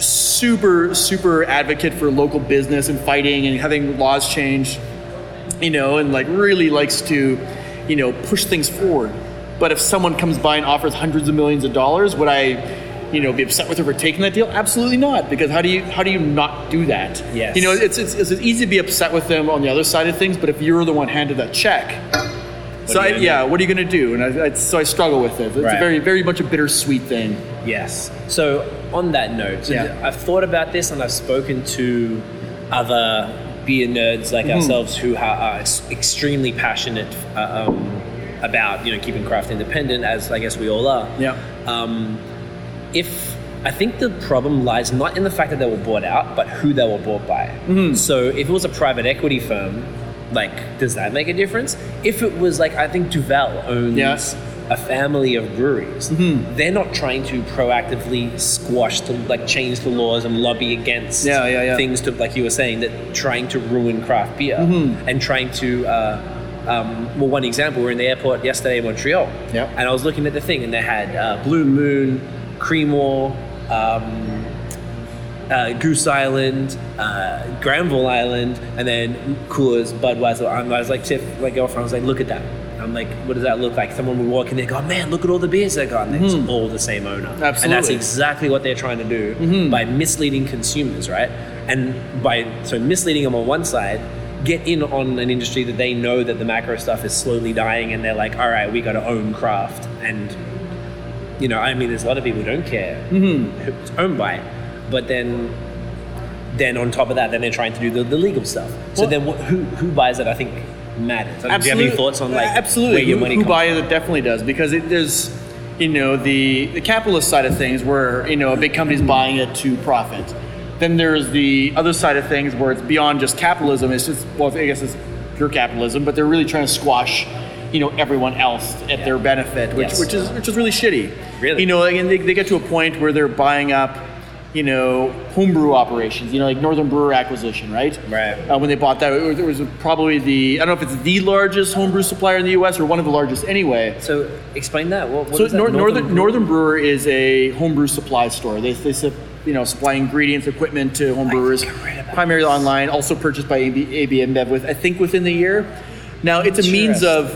Speaker 3: super super advocate for local business and fighting and having laws changed, you know, and like really likes to, you know, push things forward. But if someone comes by and offers hundreds of millions of dollars, would I? You know, be upset with her for taking that deal? Absolutely not. Because how do you how do you not do that?
Speaker 2: Yes.
Speaker 3: You know, it's, it's, it's easy to be upset with them on the other side of things, but if you're the one handed that check, so
Speaker 2: are you
Speaker 3: I,
Speaker 2: gonna
Speaker 3: yeah, what are you going to do? And I, I, so I struggle with it. It's
Speaker 2: Right.
Speaker 3: a very, very much a bittersweet thing.
Speaker 2: Yes. So on that note, so
Speaker 3: Yeah.
Speaker 2: th- I've thought about this and I've spoken to other beer nerds
Speaker 3: Mm-hmm.
Speaker 2: like ourselves who ha- are ex- extremely passionate uh, um, about you know keeping craft independent, as I guess we all are.
Speaker 3: Yeah.
Speaker 2: Um, if I think the problem lies not in the fact that they were bought out, but who they were bought by.
Speaker 3: Mm-hmm.
Speaker 2: So if it was a private equity firm, like does that make a difference? If it was like I think Duvel owns
Speaker 3: Yeah. Mm-hmm.
Speaker 2: a family of breweries, they're not trying to proactively squash the like change the laws and lobby against
Speaker 3: Yeah, yeah, yeah.
Speaker 2: things to like you were saying that trying to ruin craft beer and trying to. Uh, um, well, one example, we were in the airport yesterday in Montreal,
Speaker 3: Yeah.
Speaker 2: and I was looking at the thing, and they had uh, Blue Moon, Creemore, um, uh, Goose Island, uh, Granville Island, and then Coors, Budweiser. And I was like, Tiff, my girlfriend, I was like, look at that. I'm like, what does that look like? Someone would walk in there, go, man, look at all the beers they got, and it's all the same owner. and that's
Speaker 3: Absolutely.
Speaker 2: exactly what they're trying to do by misleading consumers, right? And by so misleading them on one side, get in on an industry that they know that the macro stuff is slowly dying, and they're like, all right, we got to own craft and you know, I mean, there's a lot of people who don't care who it's owned by, it. but then, then on top of that, then they're trying to do the, the legal stuff. So
Speaker 3: Well-
Speaker 2: then, what, who who buys it? I think matters. I mean, Do you have any
Speaker 3: Absolute-
Speaker 2: thoughts on like
Speaker 3: absolutely
Speaker 2: where your
Speaker 3: who,
Speaker 2: money
Speaker 3: who
Speaker 2: comes?
Speaker 3: buys it definitely does because it, there's you know the the capitalist side of things where you know a big company's buying it to profit then there's the other side of things where it's beyond just capitalism it's just well i guess it's pure capitalism but they're really trying to squash you know everyone else at their benefit which
Speaker 2: Yes.
Speaker 3: which is which is really shitty
Speaker 2: Really.
Speaker 3: you know and they, they get to a point where they're buying up you know homebrew operations you know like northern brewer acquisition right
Speaker 2: Right.
Speaker 3: uh, when they bought that. It was, it was probably the I don't know if it's the largest homebrew supplier in the U.S. or one of the largest anyway.
Speaker 2: So explain that. What, what
Speaker 3: so
Speaker 2: is that?
Speaker 3: Nor- Northern
Speaker 2: Brew-
Speaker 3: Northern Brewer is a homebrew supply store. They they sup- you know supply ingredients, equipment to home brewers,
Speaker 2: I read about
Speaker 3: primarily online. Also purchased by AB, AB InBev with I think within the year. Now it's a means of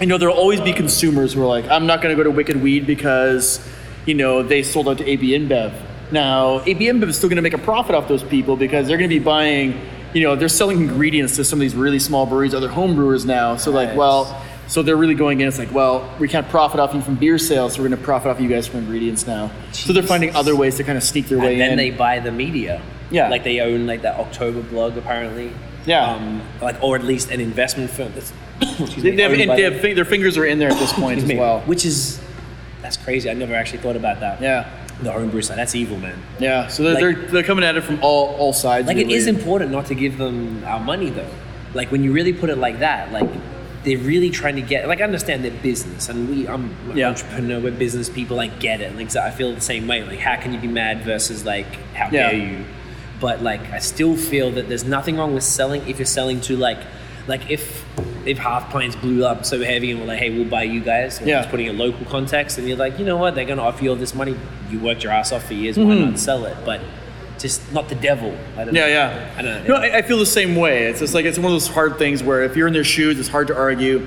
Speaker 3: you know there'll always be consumers who are like I'm not going to go to Wicked Weed because you know they sold out to AB InBev. Now AB InBev is still going to make a profit off those people because they're going to be buying. You know they're selling ingredients to some of these really small breweries, other home brewers now. So like,
Speaker 2: Right.
Speaker 3: well, so they're really going in. It's like, well, we can't profit off you from beer sales, so we're going to profit off you guys from ingredients now. So they're finding
Speaker 2: Jesus.
Speaker 3: other ways to kind of sneak their way
Speaker 2: and then
Speaker 3: in.
Speaker 2: they buy the media.
Speaker 3: Yeah.
Speaker 2: like they own like that October blog apparently.
Speaker 3: Yeah.
Speaker 2: um, like or at least an investment firm. That's, excuse
Speaker 3: they,
Speaker 2: me,
Speaker 3: they have,
Speaker 2: owned by
Speaker 3: and they
Speaker 2: them.
Speaker 3: have fi- their fingers are in there at this point as
Speaker 2: Excuse me.
Speaker 3: well.
Speaker 2: which is that's crazy. I never actually thought about that.
Speaker 3: Yeah,
Speaker 2: the homebrew side. That's evil, man.
Speaker 3: yeah. So they're,
Speaker 2: Like-
Speaker 3: they're they're coming at it from all all sides.
Speaker 2: Like it
Speaker 3: really.
Speaker 2: is important not to give them our money though. Like when you really put it like that, like they're really trying to get. Like I understand their business, and we, I'm an
Speaker 3: Yeah.
Speaker 2: entrepreneur, we're business people. I get it. Like so I feel the same way. Like how can you be mad versus like how
Speaker 3: Yeah.
Speaker 2: dare you? But like I still feel that there's nothing wrong with selling if you're selling to like, like if if half pints blew up so heavy and we're like, hey, we'll buy you guys. and
Speaker 3: Yeah.
Speaker 2: Just putting a local context, and you're like, you know what? They're gonna offer you all this money. You worked your ass off for years. Why
Speaker 3: Mm-hmm.
Speaker 2: not sell it? But just not the devil. I don't
Speaker 3: Yeah,
Speaker 2: know.
Speaker 3: yeah.
Speaker 2: I don't
Speaker 3: No,
Speaker 2: know.
Speaker 3: I, I feel the same way. It's just like it's one of those hard things where if you're in their shoes, it's hard to argue.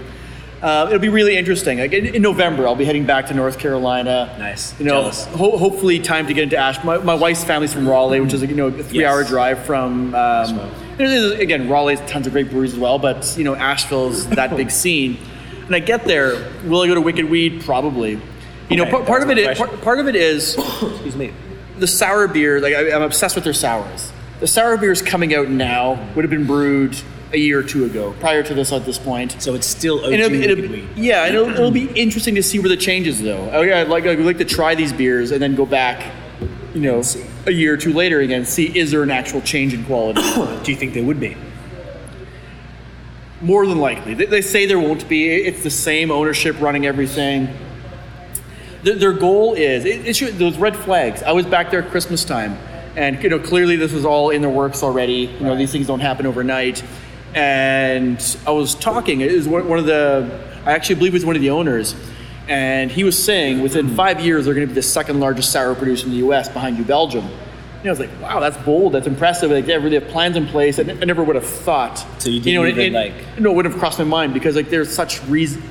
Speaker 3: Uh, it'll be really interesting. Like in, in November, I'll be heading back to North Carolina.
Speaker 2: Nice.
Speaker 3: You know,
Speaker 2: Jealous.
Speaker 3: ho- hopefully time to get into Ash. My, my wife's family's from Raleigh, which is you know a three-hour
Speaker 2: Yes.
Speaker 3: drive from. Um, it is- again, Raleigh's tons of great breweries as well, but you know Asheville's that big scene. And I get there, will I go to Wicked Weed? Probably. You know,
Speaker 2: Okay,
Speaker 3: part, part
Speaker 2: that
Speaker 3: of
Speaker 2: was
Speaker 3: it.
Speaker 2: my
Speaker 3: Is, part,
Speaker 2: question.
Speaker 3: part of it is
Speaker 2: Excuse me.
Speaker 3: the sour beer, like I, I'm obsessed with their sours. The sour beers coming out now would have been brewed a year or two ago, prior to this at this point.
Speaker 2: So it's still OG
Speaker 3: And it'll, be- it'll
Speaker 2: wicked
Speaker 3: be-
Speaker 2: weed.
Speaker 3: yeah, and it'll, it'll be interesting to see where the changes though. I, I'd like I'd like to try these beers and then go back, you know, a year or two later again, and see is there an actual change in quality.
Speaker 2: Do you think there would be?
Speaker 3: More than likely. They, they say there won't be. It's the same ownership running everything. Their, their goal is it, it should, those red flags. I was back there at Christmas time, and you know clearly this was all in the works already. You know these things don't happen overnight. And I was talking. It was one, one of the. I actually believe it was one of the owners, and he was saying within five years they're going to be the second largest sour producer in the U.S. behind New Belgium. And I was like, wow, that's bold. That's impressive. Like they really have plans in place. I, n- I never would have thought.
Speaker 2: So you
Speaker 3: know,
Speaker 2: didn't
Speaker 3: and-
Speaker 2: even,
Speaker 3: and-
Speaker 2: like-
Speaker 3: no, it would have crossed my mind because like there's such reason.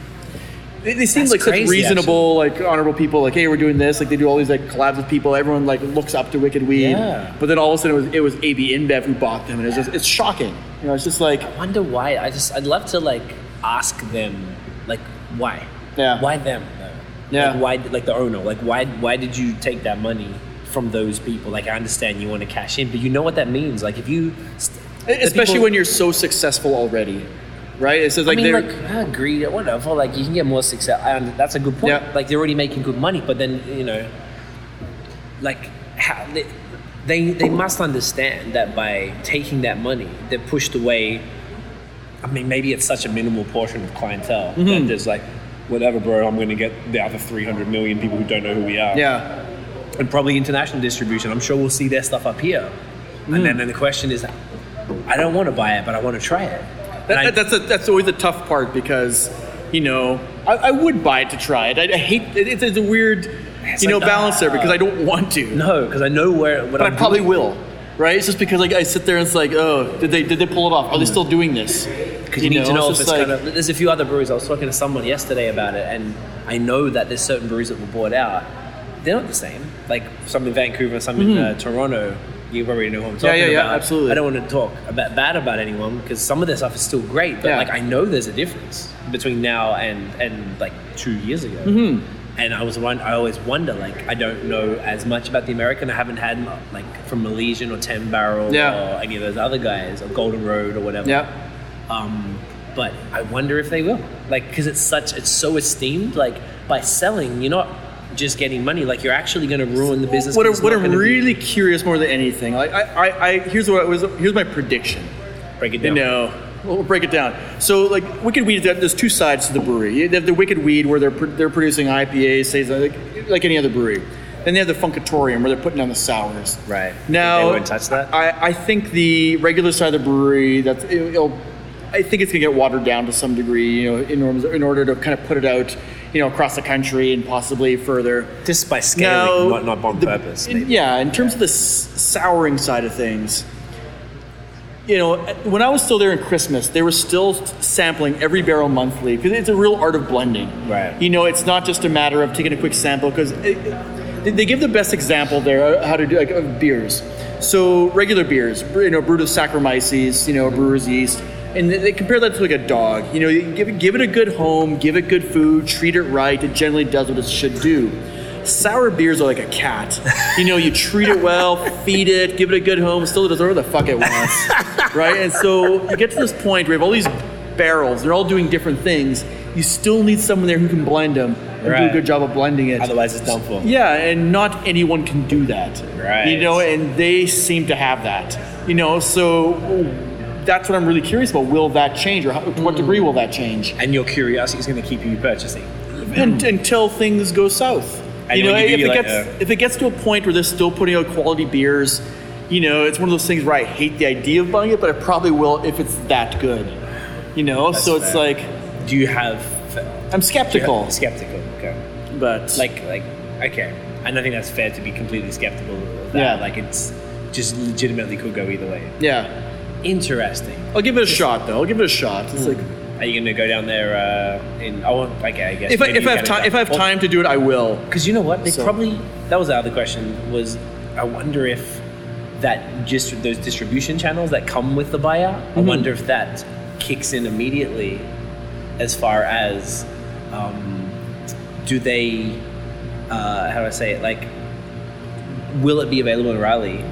Speaker 3: They, they seem
Speaker 2: That's
Speaker 3: like
Speaker 2: crazy,
Speaker 3: such reasonable, like honorable people. Like, hey, we're doing this. Like, they do all these like collabs with people. Everyone like looks up to Wicked Weed.
Speaker 2: Yeah.
Speaker 3: But then all of a sudden, it was it was AB InBev who bought them, and it's just it's shocking. You know, it's just like
Speaker 2: I wonder why. I just I'd love to like ask them like why.
Speaker 3: Yeah.
Speaker 2: Why them? though?
Speaker 3: Yeah.
Speaker 2: Like why like the owner? Like why why did you take that money from those people? Like I understand you want to cash in, but you know what that means. Like if you st- the
Speaker 3: especially
Speaker 2: people-
Speaker 3: when you're so successful already, right? It's just
Speaker 2: I
Speaker 3: like
Speaker 2: mean,
Speaker 3: they're
Speaker 2: like I agree, whatever. Like you can get more success. I, under- that's a good point.
Speaker 3: Yeah.
Speaker 2: Like they're already making good money, but then you know, like how they, they they must understand that by taking that money, they're pushed away. I mean, maybe it's such a minimal portion of clientele
Speaker 3: Mm-hmm.
Speaker 2: that there's like, whatever, bro. I'm going to get the other 300 million people who don't know who we are
Speaker 3: yeah,
Speaker 2: and probably international distribution. I'm sure we'll see their stuff up here.
Speaker 3: Mm.
Speaker 2: And then, then the question is, I don't want to buy it, but I want to try it. And
Speaker 3: that,
Speaker 2: I-
Speaker 3: that's a, that's always a tough part because you know I, I would buy it to try it. I, I hate it, it's, it's a weird
Speaker 2: It's
Speaker 3: you know
Speaker 2: like,
Speaker 3: balance there
Speaker 2: ah.
Speaker 3: because I don't want to,
Speaker 2: no, because I know where. What
Speaker 3: but
Speaker 2: I'm
Speaker 3: I probably
Speaker 2: doing.
Speaker 3: will. right? It's just because like I sit there and it's like, oh, did they did they pull it off? Are they still doing this?
Speaker 2: Hmm. because you, need to know if
Speaker 3: just
Speaker 2: it's
Speaker 3: like-
Speaker 2: kind of. There's a few other breweries. I was talking to someone yesterday about it, and I know that there's certain breweries that were bought out. They're not the same. Like some in Vancouver, some in uh, Toronto. You probably know who I'm talking
Speaker 3: yeah, yeah,
Speaker 2: about.
Speaker 3: absolutely.
Speaker 2: I don't want to talk about, bad about anyone because some of their stuff is still great, but
Speaker 3: Yeah.
Speaker 2: like I know there's a difference between now and and like two years ago. And I was one. I always wonder. Like I don't know as much about the American. I haven't had like from Malaysian or Ten Barrel
Speaker 3: Yeah.
Speaker 2: or any of those other guys or Golden Road or whatever.
Speaker 3: Yep.
Speaker 2: Um, but I wonder if they will, like, because it's such, it's so esteemed. Like by selling, you're not just getting money. Like you're actually going to ruin the business.
Speaker 3: What,
Speaker 2: 'cause
Speaker 3: I'm-
Speaker 2: it's
Speaker 3: what
Speaker 2: not
Speaker 3: I'm
Speaker 2: gonna be-
Speaker 3: really curious more than anything, like I, I, I here's what I was here's my prediction.
Speaker 2: break it
Speaker 3: You
Speaker 2: down.
Speaker 3: know, we'll break it down. So like Wicked Weed, there- there's two sides to the brewery. You have the Wicked Weed where they're pr- they're producing IPAs, say like, like any other brewery. Then they have the Funkatorium where they're putting down the sours.
Speaker 2: Right.
Speaker 3: Now
Speaker 2: they won't touch that.
Speaker 3: I, I think the regular side of the brewery that's it, it'll I think it's gonna get watered down to some degree, you know, in, order- in order to kind of put it out, you know, across the country and possibly further.
Speaker 2: just by scaling, not, not on
Speaker 3: the-
Speaker 2: purpose.
Speaker 3: in- yeah, in terms of the s- souring side of things, you know, when I was still there in Christmas, they were still sampling every barrel monthly because it's a real art of blending.
Speaker 2: Right.
Speaker 3: You know, it's not just a matter of taking a quick sample because they give the best example there of how to do like of beers. So regular beers, bre- you know, brewed with Saccharomyces, you know, brewer's yeast. And they- they compare that to like a dog. You know, you give it, give it a good home, give it good food, treat it right. It generally does what it should do sour beers are like a cat. You know, you treat it well, feed it, give it a good home, still it does whatever the fuck it wants. right? And so you get to this point where you have all these barrels, they're all doing different things. You still need someone there who can blend them and do
Speaker 2: Right.
Speaker 3: a good job of blending it.
Speaker 2: Otherwise, it's done for.
Speaker 3: Yeah, and not anyone can do that.
Speaker 2: Right.
Speaker 3: You know, and they seem to have that. You know, so that's what I'm really curious about. Will that change, or how, to what degree will that change?
Speaker 2: And your curiosity is going to keep you purchasing.
Speaker 3: Un until things go south.
Speaker 2: And
Speaker 3: you know,
Speaker 2: when you do,
Speaker 3: if, it
Speaker 2: you're like,
Speaker 3: gets,
Speaker 2: uh,
Speaker 3: if it gets to a point where they're still putting out quality beers, you know, it's one of those things where I hate the idea of buying it, but I probably will if it's that good. You know, so it's
Speaker 2: fair.
Speaker 3: like
Speaker 2: Do you have
Speaker 3: I'm skeptical,
Speaker 2: Skeptical. Okay.
Speaker 3: but like
Speaker 2: like like okay and i think that's fair to be completely skeptical of that
Speaker 3: Yeah.
Speaker 2: like it's just legitimately could go either way
Speaker 3: yeah,
Speaker 2: interesting
Speaker 3: I'll give it a shot though. I'll give it a shot. It's like
Speaker 2: are you gonna go down there uh in i want okay i guess
Speaker 3: if I, if I have time if I have time to do it, I will.
Speaker 2: because you know what they
Speaker 3: So-
Speaker 2: probably that was the other question was i wonder if that just those distribution channels that come with the buyout
Speaker 3: Mm-hmm.
Speaker 2: i wonder if that kicks in immediately as far as um, do they uh, how do i say it like will it be available in raleigh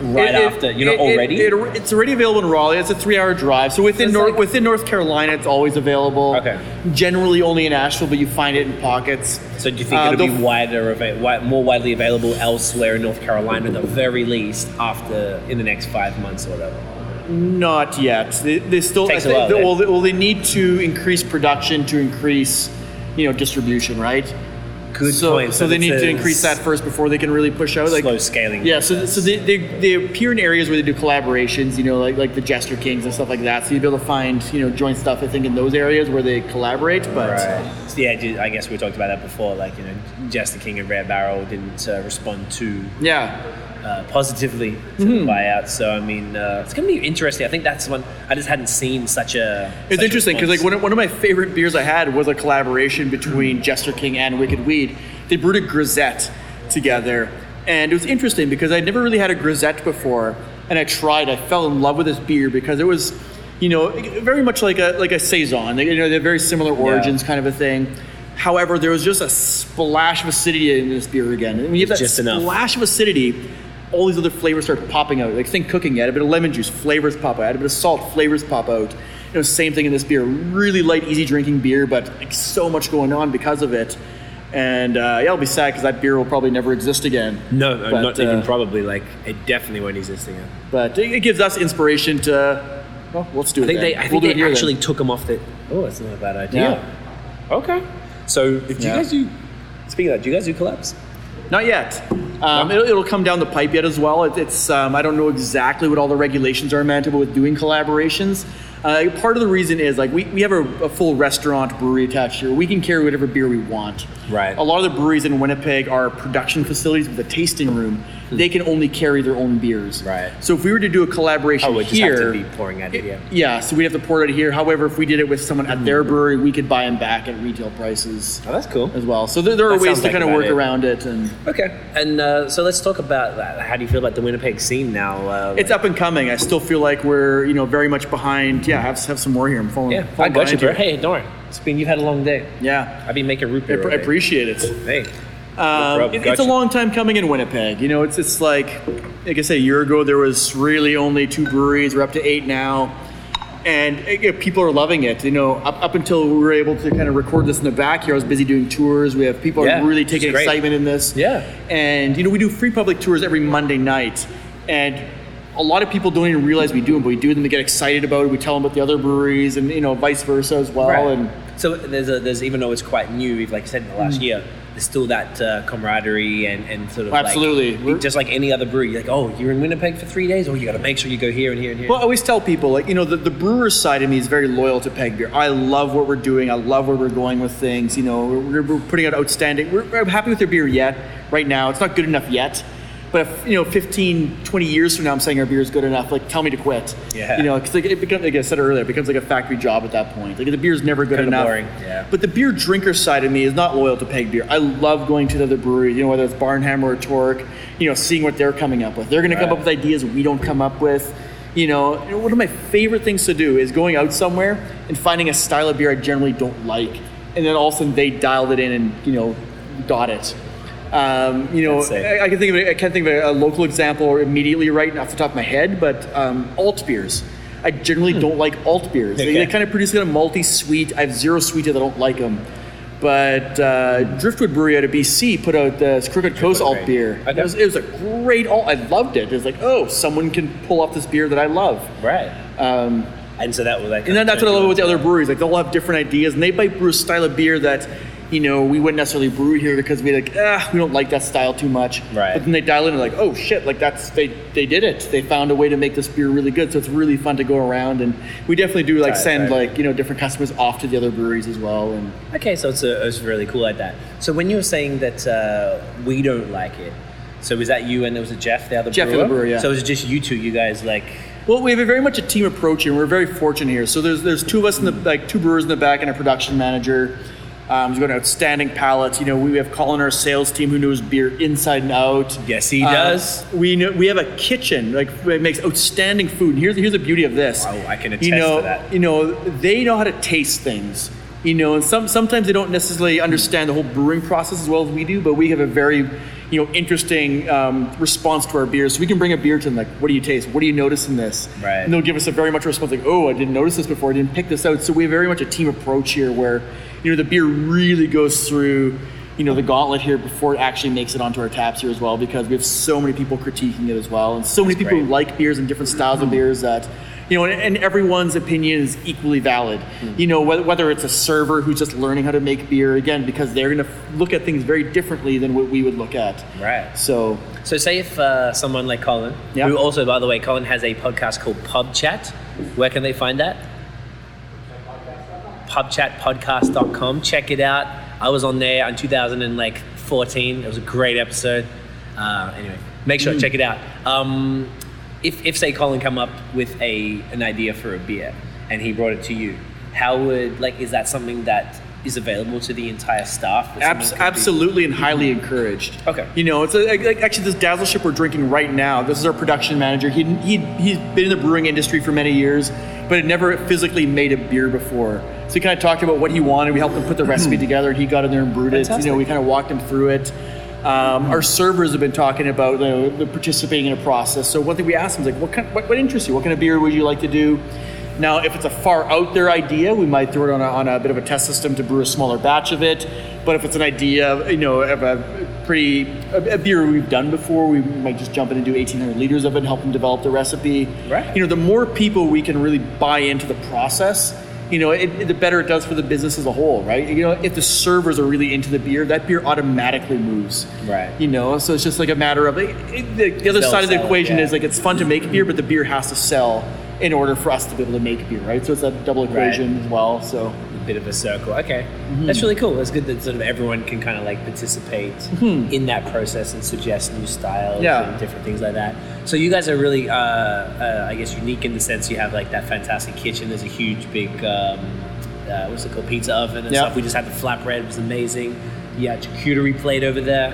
Speaker 2: right
Speaker 3: It- it-
Speaker 2: after you know
Speaker 3: it- it-
Speaker 2: already
Speaker 3: it- it's already available in Raleigh. It's a three-hour drive, so within
Speaker 2: it's
Speaker 3: North,
Speaker 2: like-
Speaker 3: within North Carolina, it's always available.
Speaker 2: Okay.
Speaker 3: Generally, only in Asheville, but you find it in pockets.
Speaker 2: so do you think
Speaker 3: Uh,
Speaker 2: it'll
Speaker 3: they'll-
Speaker 2: be wider, ava- wi- more widely available elsewhere in North Carolina, at the very least, after in the next five months or whatever?
Speaker 3: Not yet. They, they still
Speaker 2: Takes
Speaker 3: I
Speaker 2: a
Speaker 3: think-
Speaker 2: while, eh?
Speaker 3: well, they, well, they need to increase production to increase, you know, distribution, right?
Speaker 2: Good
Speaker 3: so,
Speaker 2: point.
Speaker 3: So, they need
Speaker 2: this
Speaker 3: to
Speaker 2: is
Speaker 3: increase that first before they can really push out. Like,
Speaker 2: slow scaling.
Speaker 3: yeah. So, so they, they, they appear in areas where they do collaborations, you know, like like the Jester Kings and stuff like that. So you'd be able to find you know joint stuff. I think in those areas where they collaborate, but.
Speaker 2: Right. So, yeah, ju- I guess we talked about that before. Like, you know, Jester King and Rare Barrel didn't uh, respond too
Speaker 3: Yeah,
Speaker 2: uh, positively to
Speaker 3: Mm-hmm.
Speaker 2: the buyout. So, I mean, uh, it's going to be interesting. I think that's one I just hadn't seen such a.
Speaker 3: it's
Speaker 2: such a
Speaker 3: interesting because like
Speaker 2: response.
Speaker 3: one of, one of my favorite beers I had was a collaboration between Jester King and Wicked Weed. They brewed a grisette together, and it was interesting because I'd never really had a grisette before, and I tried. I fell in love with this beer because it was, you know, very much like a like a saison. They, you know, they're very similar origins, kind of a thing. However, there was just a splash of acidity in this beer again. And when you have that
Speaker 2: Just enough.
Speaker 3: splash of acidity, all these other flavors start popping out. Like think cooking, add a bit of lemon juice, flavors pop out. Add a bit of salt, flavors pop out. You know, same thing in this beer. Really light, easy drinking beer, but like so much going on because of it. And uh, yeah, I'll be sad because that beer will probably never exist again.
Speaker 2: No, no,
Speaker 3: But,
Speaker 2: not even
Speaker 3: uh,
Speaker 2: probably. Like, it definitely won't exist again.
Speaker 3: But it it gives us inspiration to. Well, let's do it.
Speaker 2: I think
Speaker 3: then.
Speaker 2: they, I
Speaker 3: We'll
Speaker 2: think
Speaker 3: do it
Speaker 2: they
Speaker 3: here then.
Speaker 2: actually took them off the. Oh, that's not a bad
Speaker 3: Yeah.
Speaker 2: idea. Okay. So, if
Speaker 3: Yeah.
Speaker 2: you guys do. Speaking of that, do you guys do collabs?
Speaker 3: Not yet. Um, it'll, it'll come down the pipe yet as well. It, it's um, I don't know exactly what all the regulations are in Manitoba with doing collaborations. Uh, part of the reason is like we, we have a, a full restaurant brewery attached here. We can carry whatever beer we want.
Speaker 2: Right.
Speaker 3: A lot of the breweries in Winnipeg are production facilities with a tasting room. they can only carry their own beers.
Speaker 2: Hmm. Right.
Speaker 3: So if we were to do a collaboration
Speaker 2: Oh, we just
Speaker 3: here,
Speaker 2: have to be pouring out of here.
Speaker 3: yeah, so we'd have to pour it out here. However, if we did it with someone at their brewery, we could buy them back at retail prices
Speaker 2: Hmm. Oh, that's cool.
Speaker 3: as well. So there, there are
Speaker 2: That
Speaker 3: ways
Speaker 2: sounds
Speaker 3: to
Speaker 2: like
Speaker 3: kind of
Speaker 2: about
Speaker 3: work
Speaker 2: it.
Speaker 3: around it, and
Speaker 2: Okay, and uh, so let's talk about that. How do you feel about the Winnipeg scene now? Uh,
Speaker 3: it's up and coming. I still feel like we're you know very much behind. Yeah, have have some more here. I'm following.
Speaker 2: yeah, I
Speaker 3: following
Speaker 2: got you,
Speaker 3: behind
Speaker 2: bro. Hey, don't worry. It's been you've had a long day.
Speaker 3: Yeah,
Speaker 2: I've been making root
Speaker 3: I,
Speaker 2: beer.
Speaker 3: pr- I
Speaker 2: all day.
Speaker 3: appreciate it.
Speaker 2: Hey,
Speaker 3: Um,
Speaker 2: problem.
Speaker 3: it- it's a
Speaker 2: Gotcha.
Speaker 3: long time coming in Winnipeg. You know, it's it's like like I said, a year ago there was really only two breweries. We're up to eight now, and eh, eh, people are loving it. You know, up, up until we were able to kind of record this in the back here, I was busy doing tours. We have people
Speaker 2: Yeah,
Speaker 3: are really
Speaker 2: it's
Speaker 3: taking
Speaker 2: great.
Speaker 3: excitement in this.
Speaker 2: Yeah.
Speaker 3: and you know we do free public tours every Monday night, and. A lot of people don't even realize we do them, but we do them. They get excited about it. We tell them about the other breweries, and you know, vice versa as well.
Speaker 2: Right.
Speaker 3: And
Speaker 2: so there's a there's even though it's quite new, we've, like I said in the last
Speaker 3: Mm.
Speaker 2: year, there's still that uh, camaraderie and, and sort of
Speaker 3: Absolutely.
Speaker 2: like,
Speaker 3: We're-
Speaker 2: just like any other brewery. Like oh, you're in Winnipeg for three days. Oh, you got to make sure you go here and here and here.
Speaker 3: Well, I always tell people, like, you know, the, the brewer's side of me is very loyal to Peg Beer. I love what we're doing. I love where we're going with things. You know, we're, we're putting out outstanding. We're, we're happy with their beer yet, right now. It's not good enough yet. But if, you know, 15, 20 years from now, I'm saying our beer is good enough, like, tell me to quit.
Speaker 2: Yeah.
Speaker 3: You know, because like, it becomes, like I said earlier, it becomes like a factory job at that point. Like, the beer's never good
Speaker 2: Kinda
Speaker 3: enough.
Speaker 2: boring, yeah.
Speaker 3: But the beer drinker side of me is not loyal to Peg Beer. I love going to the other breweries, you know, whether it's Barnhammer or Torque, you know, seeing what they're coming up with. They're going to come
Speaker 2: Right.
Speaker 3: up with ideas we don't come up with. You know, And one of my favorite things to do is going out somewhere and finding a style of beer I generally don't like, and then all of a sudden they dialed it in and you know, got it. Um, you know,
Speaker 2: That's it.
Speaker 3: I, I can think of it, I can't think of a, a local example immediately right off the top of my head, but um, alt beers. I generally don't like alt beers. They- They,
Speaker 2: Hmm. Okay.
Speaker 3: kind of produce kind of malty sweet. I have zero sweet that I don't like them. But uh, Driftwood Brewery out of BC put out this Crooked Coast alt
Speaker 2: Great.
Speaker 3: beer.
Speaker 2: Okay.
Speaker 3: It, was, it was a great alt. I loved it. It was like, oh, someone can pull off this beer that I love.
Speaker 2: right.
Speaker 3: Um,
Speaker 2: And so that was like.
Speaker 3: and then that's what I love about the other breweries. Like they'll have different ideas, and they might brew a style of beer that, you know, we wouldn't necessarily brew here because we like, ah, we don't like that style too much.
Speaker 2: Right.
Speaker 3: But then they dial in and like, oh shit, like that's they they did it. They found a way to make this beer really good. So it's really fun to go around, and we definitely do like
Speaker 2: Right,
Speaker 3: send
Speaker 2: right.
Speaker 3: like you know different customers off to the other breweries as well. And
Speaker 2: Okay, so it's, a, it's really cool like that. So when you were saying that uh, we don't like it, so was that you and there was a Jeff, the other
Speaker 3: Jeff, the
Speaker 2: brewer?
Speaker 3: brewer, yeah.
Speaker 2: So it was just you two, you guys like.
Speaker 3: Well, we have a very much a team approach here. and We're very fortunate here. So there's there's two of us in the like two brewers in the back and a production manager. Um, he's got an outstanding palate. You know, we have Colin, our sales team, who knows beer inside and out.
Speaker 2: Yes, he
Speaker 3: Uh,
Speaker 2: does.
Speaker 3: We know we have a kitchen like that makes outstanding food. And here's here's the beauty of this.
Speaker 2: Wow, I can
Speaker 3: you
Speaker 2: attest to
Speaker 3: know,
Speaker 2: that.
Speaker 3: You know, they know how to taste things. You know, and some sometimes they don't necessarily understand the whole brewing process as well as we do. But we have a very you know interesting um, response to our beers. So we can bring a beer to them like, what do you taste? What do you notice in this?
Speaker 2: Right.
Speaker 3: And they'll give us a very much response like, oh, I didn't notice this before. I didn't pick this out. So we have very much a team approach here, where you know the beer really goes through, you know, the gauntlet here before it actually makes it onto our taps here as well, because we have so many people critiquing it as well, and so many people
Speaker 2: great.
Speaker 3: who
Speaker 2: Mm-hmm.
Speaker 3: like beers and different styles of beers that. You know, and, and everyone's opinion is equally valid.
Speaker 2: Mm-hmm.
Speaker 3: You know, whether, whether it's a server who's just learning how to make beer again because they're going to look at things very differently than what we would look at.
Speaker 2: Right.
Speaker 3: So
Speaker 2: So say if uh, someone like Colin,
Speaker 3: Yeah.
Speaker 2: who also, by the way, Colin has a podcast called Pub Chat. Where can they find that? Pubchatpodcast.com. Check it out. I was on there in 2014. It was a great episode. Uh, anyway, make sure to check it out. Um, if, if say Colin come up with a an idea for a beer and he brought it to you, how would like is that something that is available to the entire staff? that someone
Speaker 3: Abs-
Speaker 2: could do?
Speaker 3: absolutely and highly encouraged.
Speaker 2: Okay.
Speaker 3: You know, it's a, like, actually this dazzle ship we're drinking right now. This is our production manager. He he he's been in the brewing industry for many years, but had never physically made a beer before. So he kind of talked about what he wanted. We helped him put the
Speaker 2: Hmm.
Speaker 3: recipe together. He got in there and brewed it. You know, we kind of walked him through it. Um, our servers have been talking about you know, the participating in a process. So one thing we asked them is like, what kind, what, what interests you? What kind of beer would you like to do? Now, if it's a far out there idea, we might throw it on a, on a bit of a test system to brew a smaller batch of it. But if it's an idea, you know, of a pretty a, a beer we've done before, we might just jump in and do 1,800 liters of it and help them develop the recipe.
Speaker 2: Right.
Speaker 3: You know, the more people we can really buy into the process, you know, it, it- the better it does for the business as a whole, right? You know, if the servers are really into the beer, that beer automatically moves.
Speaker 2: Right.
Speaker 3: You know, so it's just like a matter of it, it- the, the other
Speaker 2: They'll
Speaker 3: side of the
Speaker 2: sell it,
Speaker 3: equation
Speaker 2: yeah.
Speaker 3: is like it's fun to make beer, but the beer has to sell in order for us to be able to make beer, right? So it's a double equation as well. So
Speaker 2: bit of a circle. Okay,
Speaker 3: Mm-hmm.
Speaker 2: that's really cool. That's good that sort of everyone can kind of like participate in that process and suggest new styles
Speaker 3: Mm-hmm. Yeah.
Speaker 2: and different things like that. So you guys are really, uh, uh, I guess, unique in the sense you have like that fantastic kitchen. There's a huge big, um, uh, what's it called, pizza oven and
Speaker 3: Yeah.
Speaker 2: stuff. We just had the flatbread; it was amazing. You had charcuterie plate over there.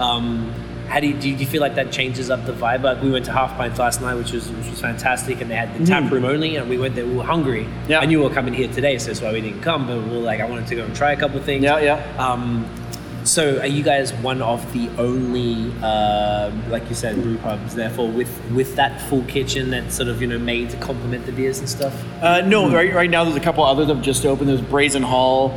Speaker 2: Um, how do you, do you feel like that changes up the vibe? Like we went to Half Pints last night, which was which was fantastic, and they had the tap room only, and we went there. We were hungry.
Speaker 3: Mm-hmm. Yeah.
Speaker 2: I knew we were coming here today, so that's why we didn't come. But we were like, I wanted to go and try a couple things.
Speaker 3: Yeah, yeah.
Speaker 2: Um, so are you guys one of the only, um like you said, brew pubs? Therefore, with with that full kitchen that's sort of you know made to complement the beers and stuff.
Speaker 3: Uh,
Speaker 2: Hmm.
Speaker 3: no, right, right now there's a couple others that have just opened. There's Brazen Hall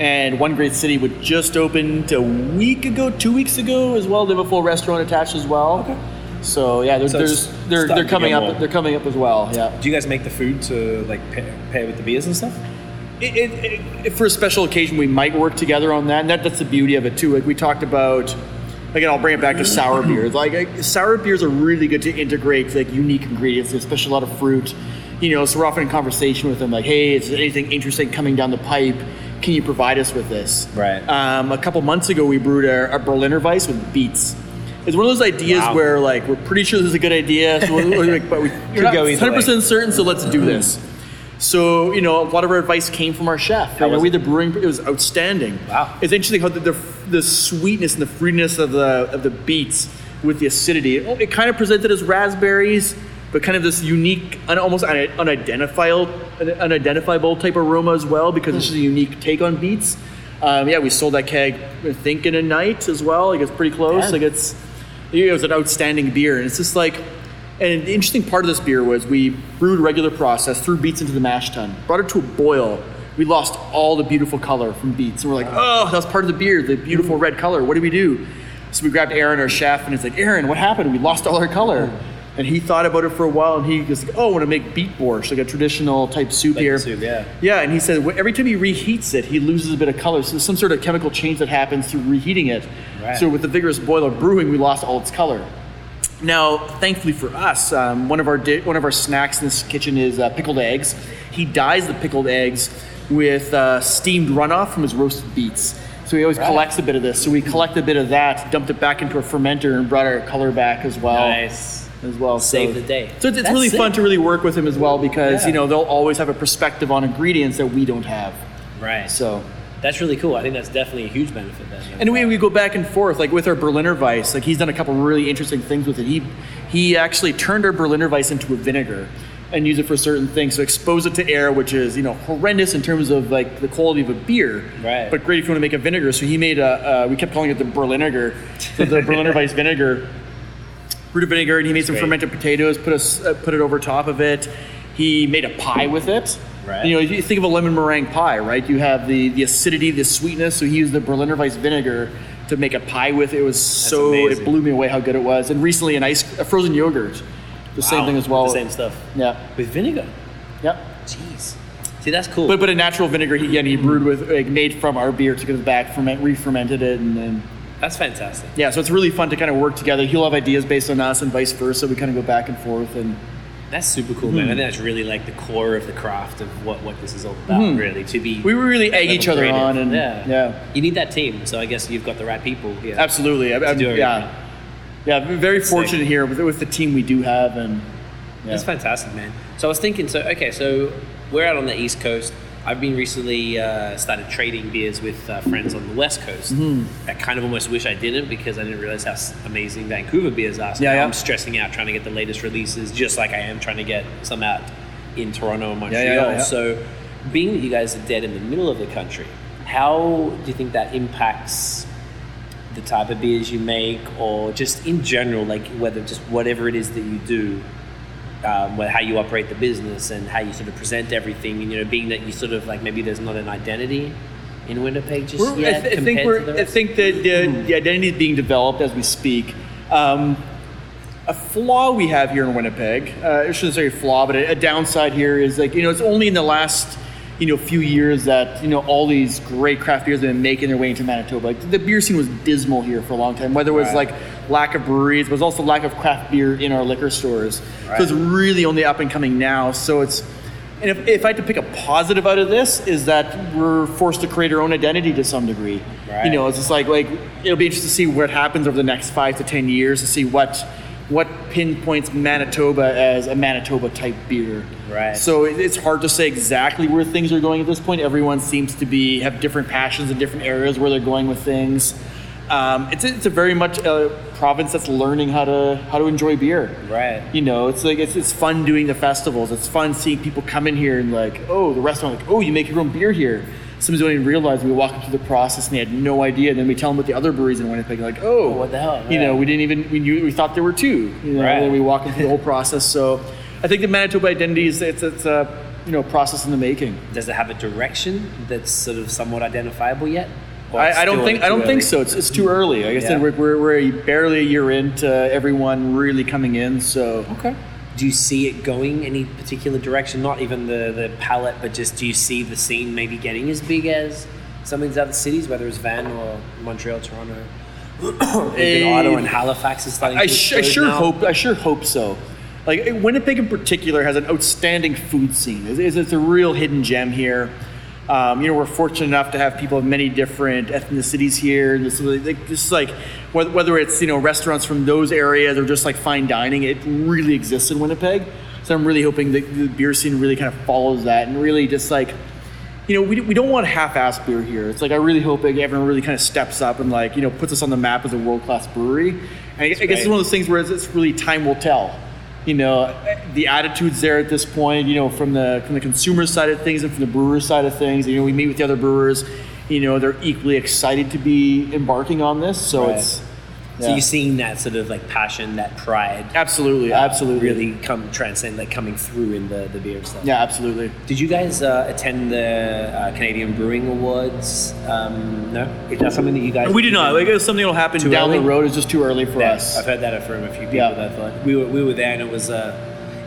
Speaker 3: and One Great City, which just opened a week ago, two weeks ago as well. They have a full restaurant attached as well. Okay. So yeah, there's,
Speaker 2: So it's
Speaker 3: there's, they're,
Speaker 2: starting
Speaker 3: they're
Speaker 2: to
Speaker 3: coming
Speaker 2: get
Speaker 3: up.
Speaker 2: more.
Speaker 3: They're coming up as well. Yeah.
Speaker 2: Do you guys make the food to like pair, pair with the beers and stuff?
Speaker 3: It, it, it, for a special occasion, we might work together on that. And that, that's the beauty of it too. Like we talked about. Again, I'll bring it back to sour beers. Like uh, sour beers are really good to integrate like unique ingredients, especially a lot of fruit. You know, so we're often in conversation with them, like, "Hey, is there anything interesting coming down the pipe? Can you provide us with this?"
Speaker 2: Right.
Speaker 3: Um, a couple months ago, we brewed our, our Berliner Weiss with beets. It's one of those ideas
Speaker 2: Wow.
Speaker 3: where, like, we're pretty sure this is a good idea, so we're, we're like, but we,
Speaker 2: Could
Speaker 3: we're not
Speaker 2: go either
Speaker 3: 100% certain, so let's do this. So, you know, a lot of our advice came from our chef. You know,
Speaker 2: was
Speaker 3: we had the brewing, it was outstanding.
Speaker 2: Wow.
Speaker 3: It's interesting how the, the, the sweetness and the fruitiness of the, of the beets with the acidity, it, it kind of presented as raspberries, but kind of this unique, un, almost un, unidentifiable, un- unidentifiable type aroma as well, because it's just a
Speaker 2: Hmm.
Speaker 3: unique take on beets. Um, yeah, we sold that keg, I think, in a night as well. Like, it's pretty close.
Speaker 2: Yeah.
Speaker 3: Like, it's, it was an outstanding beer. And it's just like, and the interesting part of this beer was we brewed regular process, threw beets into the mash tun, brought it to a boil. We lost all the beautiful color from beets. And we're like, oh, that's part of the beer, the beautiful red color. What do we do? So we grabbed Aaron, our chef, and it's like, Aaron, what happened? We lost all our color. And he thought about it for a while and he goes, oh, I want to make beet borscht, like a traditional type soup
Speaker 2: Like
Speaker 3: here.
Speaker 2: soup, yeah.
Speaker 3: Yeah, and he said wh- every time he reheats it, he loses a bit of color. So there's some sort of chemical change that happens through reheating it.
Speaker 2: Right.
Speaker 3: So with the vigorous boil of brewing, we lost all its color. Now, thankfully for us, um, one of our di- one of our snacks in this kitchen is uh, pickled eggs. He dyes the pickled eggs with uh, steamed runoff from his roasted beets. So he always collects a bit of this. So we collected a bit of that, dumped it back into a fermenter, and brought our color back as well
Speaker 2: Nice.
Speaker 3: as well.
Speaker 2: Save
Speaker 3: so,
Speaker 2: the day.
Speaker 3: Oh. So it's, it's
Speaker 2: That's
Speaker 3: really
Speaker 2: sick.
Speaker 3: fun to really work with him as well because
Speaker 2: Yeah.
Speaker 3: you know they'll always have a perspective on ingredients that we don't have.
Speaker 2: Right.
Speaker 3: So
Speaker 2: That's really cool. I think that's definitely a huge benefit. Then.
Speaker 3: and we, we go back and forth like with our Berliner Weiss. Like he's done a couple really interesting things with it. He he actually turned our Berliner Weiss into a vinegar and use it for certain things. So expose it to air, which is you know horrendous in terms of like the quality of a beer.
Speaker 2: Right.
Speaker 3: But great if you want to make a vinegar. So he made a uh, we kept calling it the Berliner, so the Berliner Weiss vinegar. root of vinegar, and he made some
Speaker 2: Great.
Speaker 3: fermented potatoes. Put us uh, put it over top of it. He made a pie with it.
Speaker 2: Right.
Speaker 3: You know, you think of a lemon meringue pie, right? You have the the acidity, the sweetness. So he used the Berliner Weiss vinegar to make a pie with. It was so
Speaker 2: amazing.
Speaker 3: it blew me away how good it was. And recently, an ice a frozen yogurt, the same
Speaker 2: Wow.
Speaker 3: thing as well.
Speaker 2: The same stuff
Speaker 3: Yeah.
Speaker 2: with vinegar.
Speaker 3: Yep.
Speaker 2: Jeez. See, that's cool.
Speaker 3: But but a natural vinegar he again he brewed with like made from our beer, took it back, ferment, re-fermented it, and then
Speaker 2: that's fantastic.
Speaker 3: yeah. So it's really fun to kind of work together. He'll have ideas based on us, and vice versa. We kind of go back and forth and.
Speaker 2: That's super cool,
Speaker 3: Hmm.
Speaker 2: man. I think that's really like the core of the craft of what, what this is all about, really. To be
Speaker 3: Hmm. We really egg
Speaker 2: level
Speaker 3: each other
Speaker 2: creative.
Speaker 3: on, and
Speaker 2: yeah.
Speaker 3: yeah,
Speaker 2: You need that team, so I guess you've got the right people here.
Speaker 3: absolutely. I, I'm-
Speaker 2: do everything.
Speaker 3: yeah, yeah. I'm Very fortunate here with, with the team we do have, and yeah.
Speaker 2: That's fantastic, man. So I was thinking, so okay, so we're out on the East Coast. I've been recently uh, started trading beers with uh, friends on the West Coast.
Speaker 3: Mm-hmm.
Speaker 2: I kind of almost wish I didn't because I didn't realize how s- amazing Vancouver beers are. So
Speaker 3: Yeah,
Speaker 2: now
Speaker 3: yeah.
Speaker 2: I'm stressing out trying to get the latest releases, just like I am trying to get some out in Toronto and
Speaker 3: yeah,
Speaker 2: Montreal.
Speaker 3: yeah, yeah.
Speaker 2: So, being that you guys are dead in the middle of the country, how do you think that impacts the type of beers you make, or just in general, like whether just whatever it is that you do, um, with how you operate the business and how you sort of present everything, and you know, being that you sort of like maybe there's not an identity in Winnipeg just
Speaker 3: We're-
Speaker 2: yet
Speaker 3: I, th- I
Speaker 2: compared
Speaker 3: think
Speaker 2: to
Speaker 3: we're.
Speaker 2: the
Speaker 3: I
Speaker 2: rest? Hmm.
Speaker 3: think that the, the identity is being developed as we speak. Um, a flaw we have here in Winnipeg, uh, I shouldn't say a flaw, but a, a downside here is like you know it's only in the last you know few years that you know all these great craft beers have been making their way into Manitoba. Like, the beer scene was dismal here for a long time. Whether it was
Speaker 2: Right.
Speaker 3: like lack of breweries, but it was also lack of craft beer in our liquor stores. So it's really only up and coming now. So it's And if, if I had to pick a positive out of this, is that we're forced to create our own identity to some degree.
Speaker 2: Right.
Speaker 3: You know, it's just like like it'll be interesting to see what happens over the next five to ten years to see what what pinpoints Manitoba as a Manitoba type beer.
Speaker 2: Right.
Speaker 3: So it, it's hard to say exactly where things are going at this point. Everyone seems to be have different passions in different areas where they're going with things. Um, it's, a, it's a very much a province that's learning how to how to enjoy beer.
Speaker 2: Right.
Speaker 3: You know, it's like it's, it's fun doing the festivals. It's fun seeing people come in here and like, oh, the restaurant, like, oh, you make your own beer here. Sometimes we don't even realize we walk through the process and they had no idea. And then we tell them what the other breweries in Winnipeg, like, oh,
Speaker 2: What the hell,
Speaker 3: You know,
Speaker 2: right.
Speaker 3: we didn't even we knew we thought there were two. You know,
Speaker 2: Right.
Speaker 3: and then we walk through the whole process. So, I think the Manitoba identity is it's it's a you know process in the making.
Speaker 2: Does it have a direction that's sort of somewhat identifiable yet? Or it's
Speaker 3: I, I don't
Speaker 2: still
Speaker 3: think I don't
Speaker 2: too
Speaker 3: think
Speaker 2: early?
Speaker 3: so. It's, it's too early. Like I
Speaker 2: Yeah.
Speaker 3: said, we're, we're, we're barely a year into everyone really coming in. So
Speaker 2: Okay. Do you see it going any particular direction? Not even the, the palette, but just do you see the scene maybe getting as big as some of these other cities, whether it's Van or Montreal, Toronto, even
Speaker 3: Eh,
Speaker 2: Ottawa and Halifax is starting
Speaker 3: I,
Speaker 2: to
Speaker 3: sh- I
Speaker 2: explode
Speaker 3: sure
Speaker 2: now?
Speaker 3: hope I sure hope so. Like Winnipeg in particular has an outstanding food scene. It's, it's- it's a real hidden gem here. Um, you know, we're fortunate enough to have people of many different ethnicities here. And this, is like, this is like whether, whether it's you know restaurants from those areas or just like fine dining, it really exists in Winnipeg. So I'm really hoping that the beer scene really kind of follows that and really just like you know, we, we don't want half-ass beer here. It's like I really hope like, everyone really kind of steps up and like you know puts us on the map as a world-class brewery. And I, I guess it's
Speaker 2: right.
Speaker 3: one of those things where it's, it's really time will tell. You know, the attitudes there at this point. You know, from the from the consumer side of things and from the brewer side of things. You know, we meet with the other brewers. You know, they're equally excited to be embarking on this. So
Speaker 2: Right.
Speaker 3: it's
Speaker 2: So
Speaker 3: yeah.
Speaker 2: you're seeing that sort of like passion, that pride,
Speaker 3: absolutely, absolutely,
Speaker 2: really come transcend, like coming through in the, the beer stuff.
Speaker 3: yeah, absolutely.
Speaker 2: Did you guys uh, attend the uh, Canadian Brewing Awards? Um, no, is that something that you guys?
Speaker 3: it was something that'll happen
Speaker 2: Too
Speaker 3: down
Speaker 2: early?
Speaker 3: the road. It's just too early for
Speaker 2: That-
Speaker 3: us.
Speaker 2: I've heard that from a few people.
Speaker 3: Yeah.
Speaker 2: That thought we were we were there, and it was uh,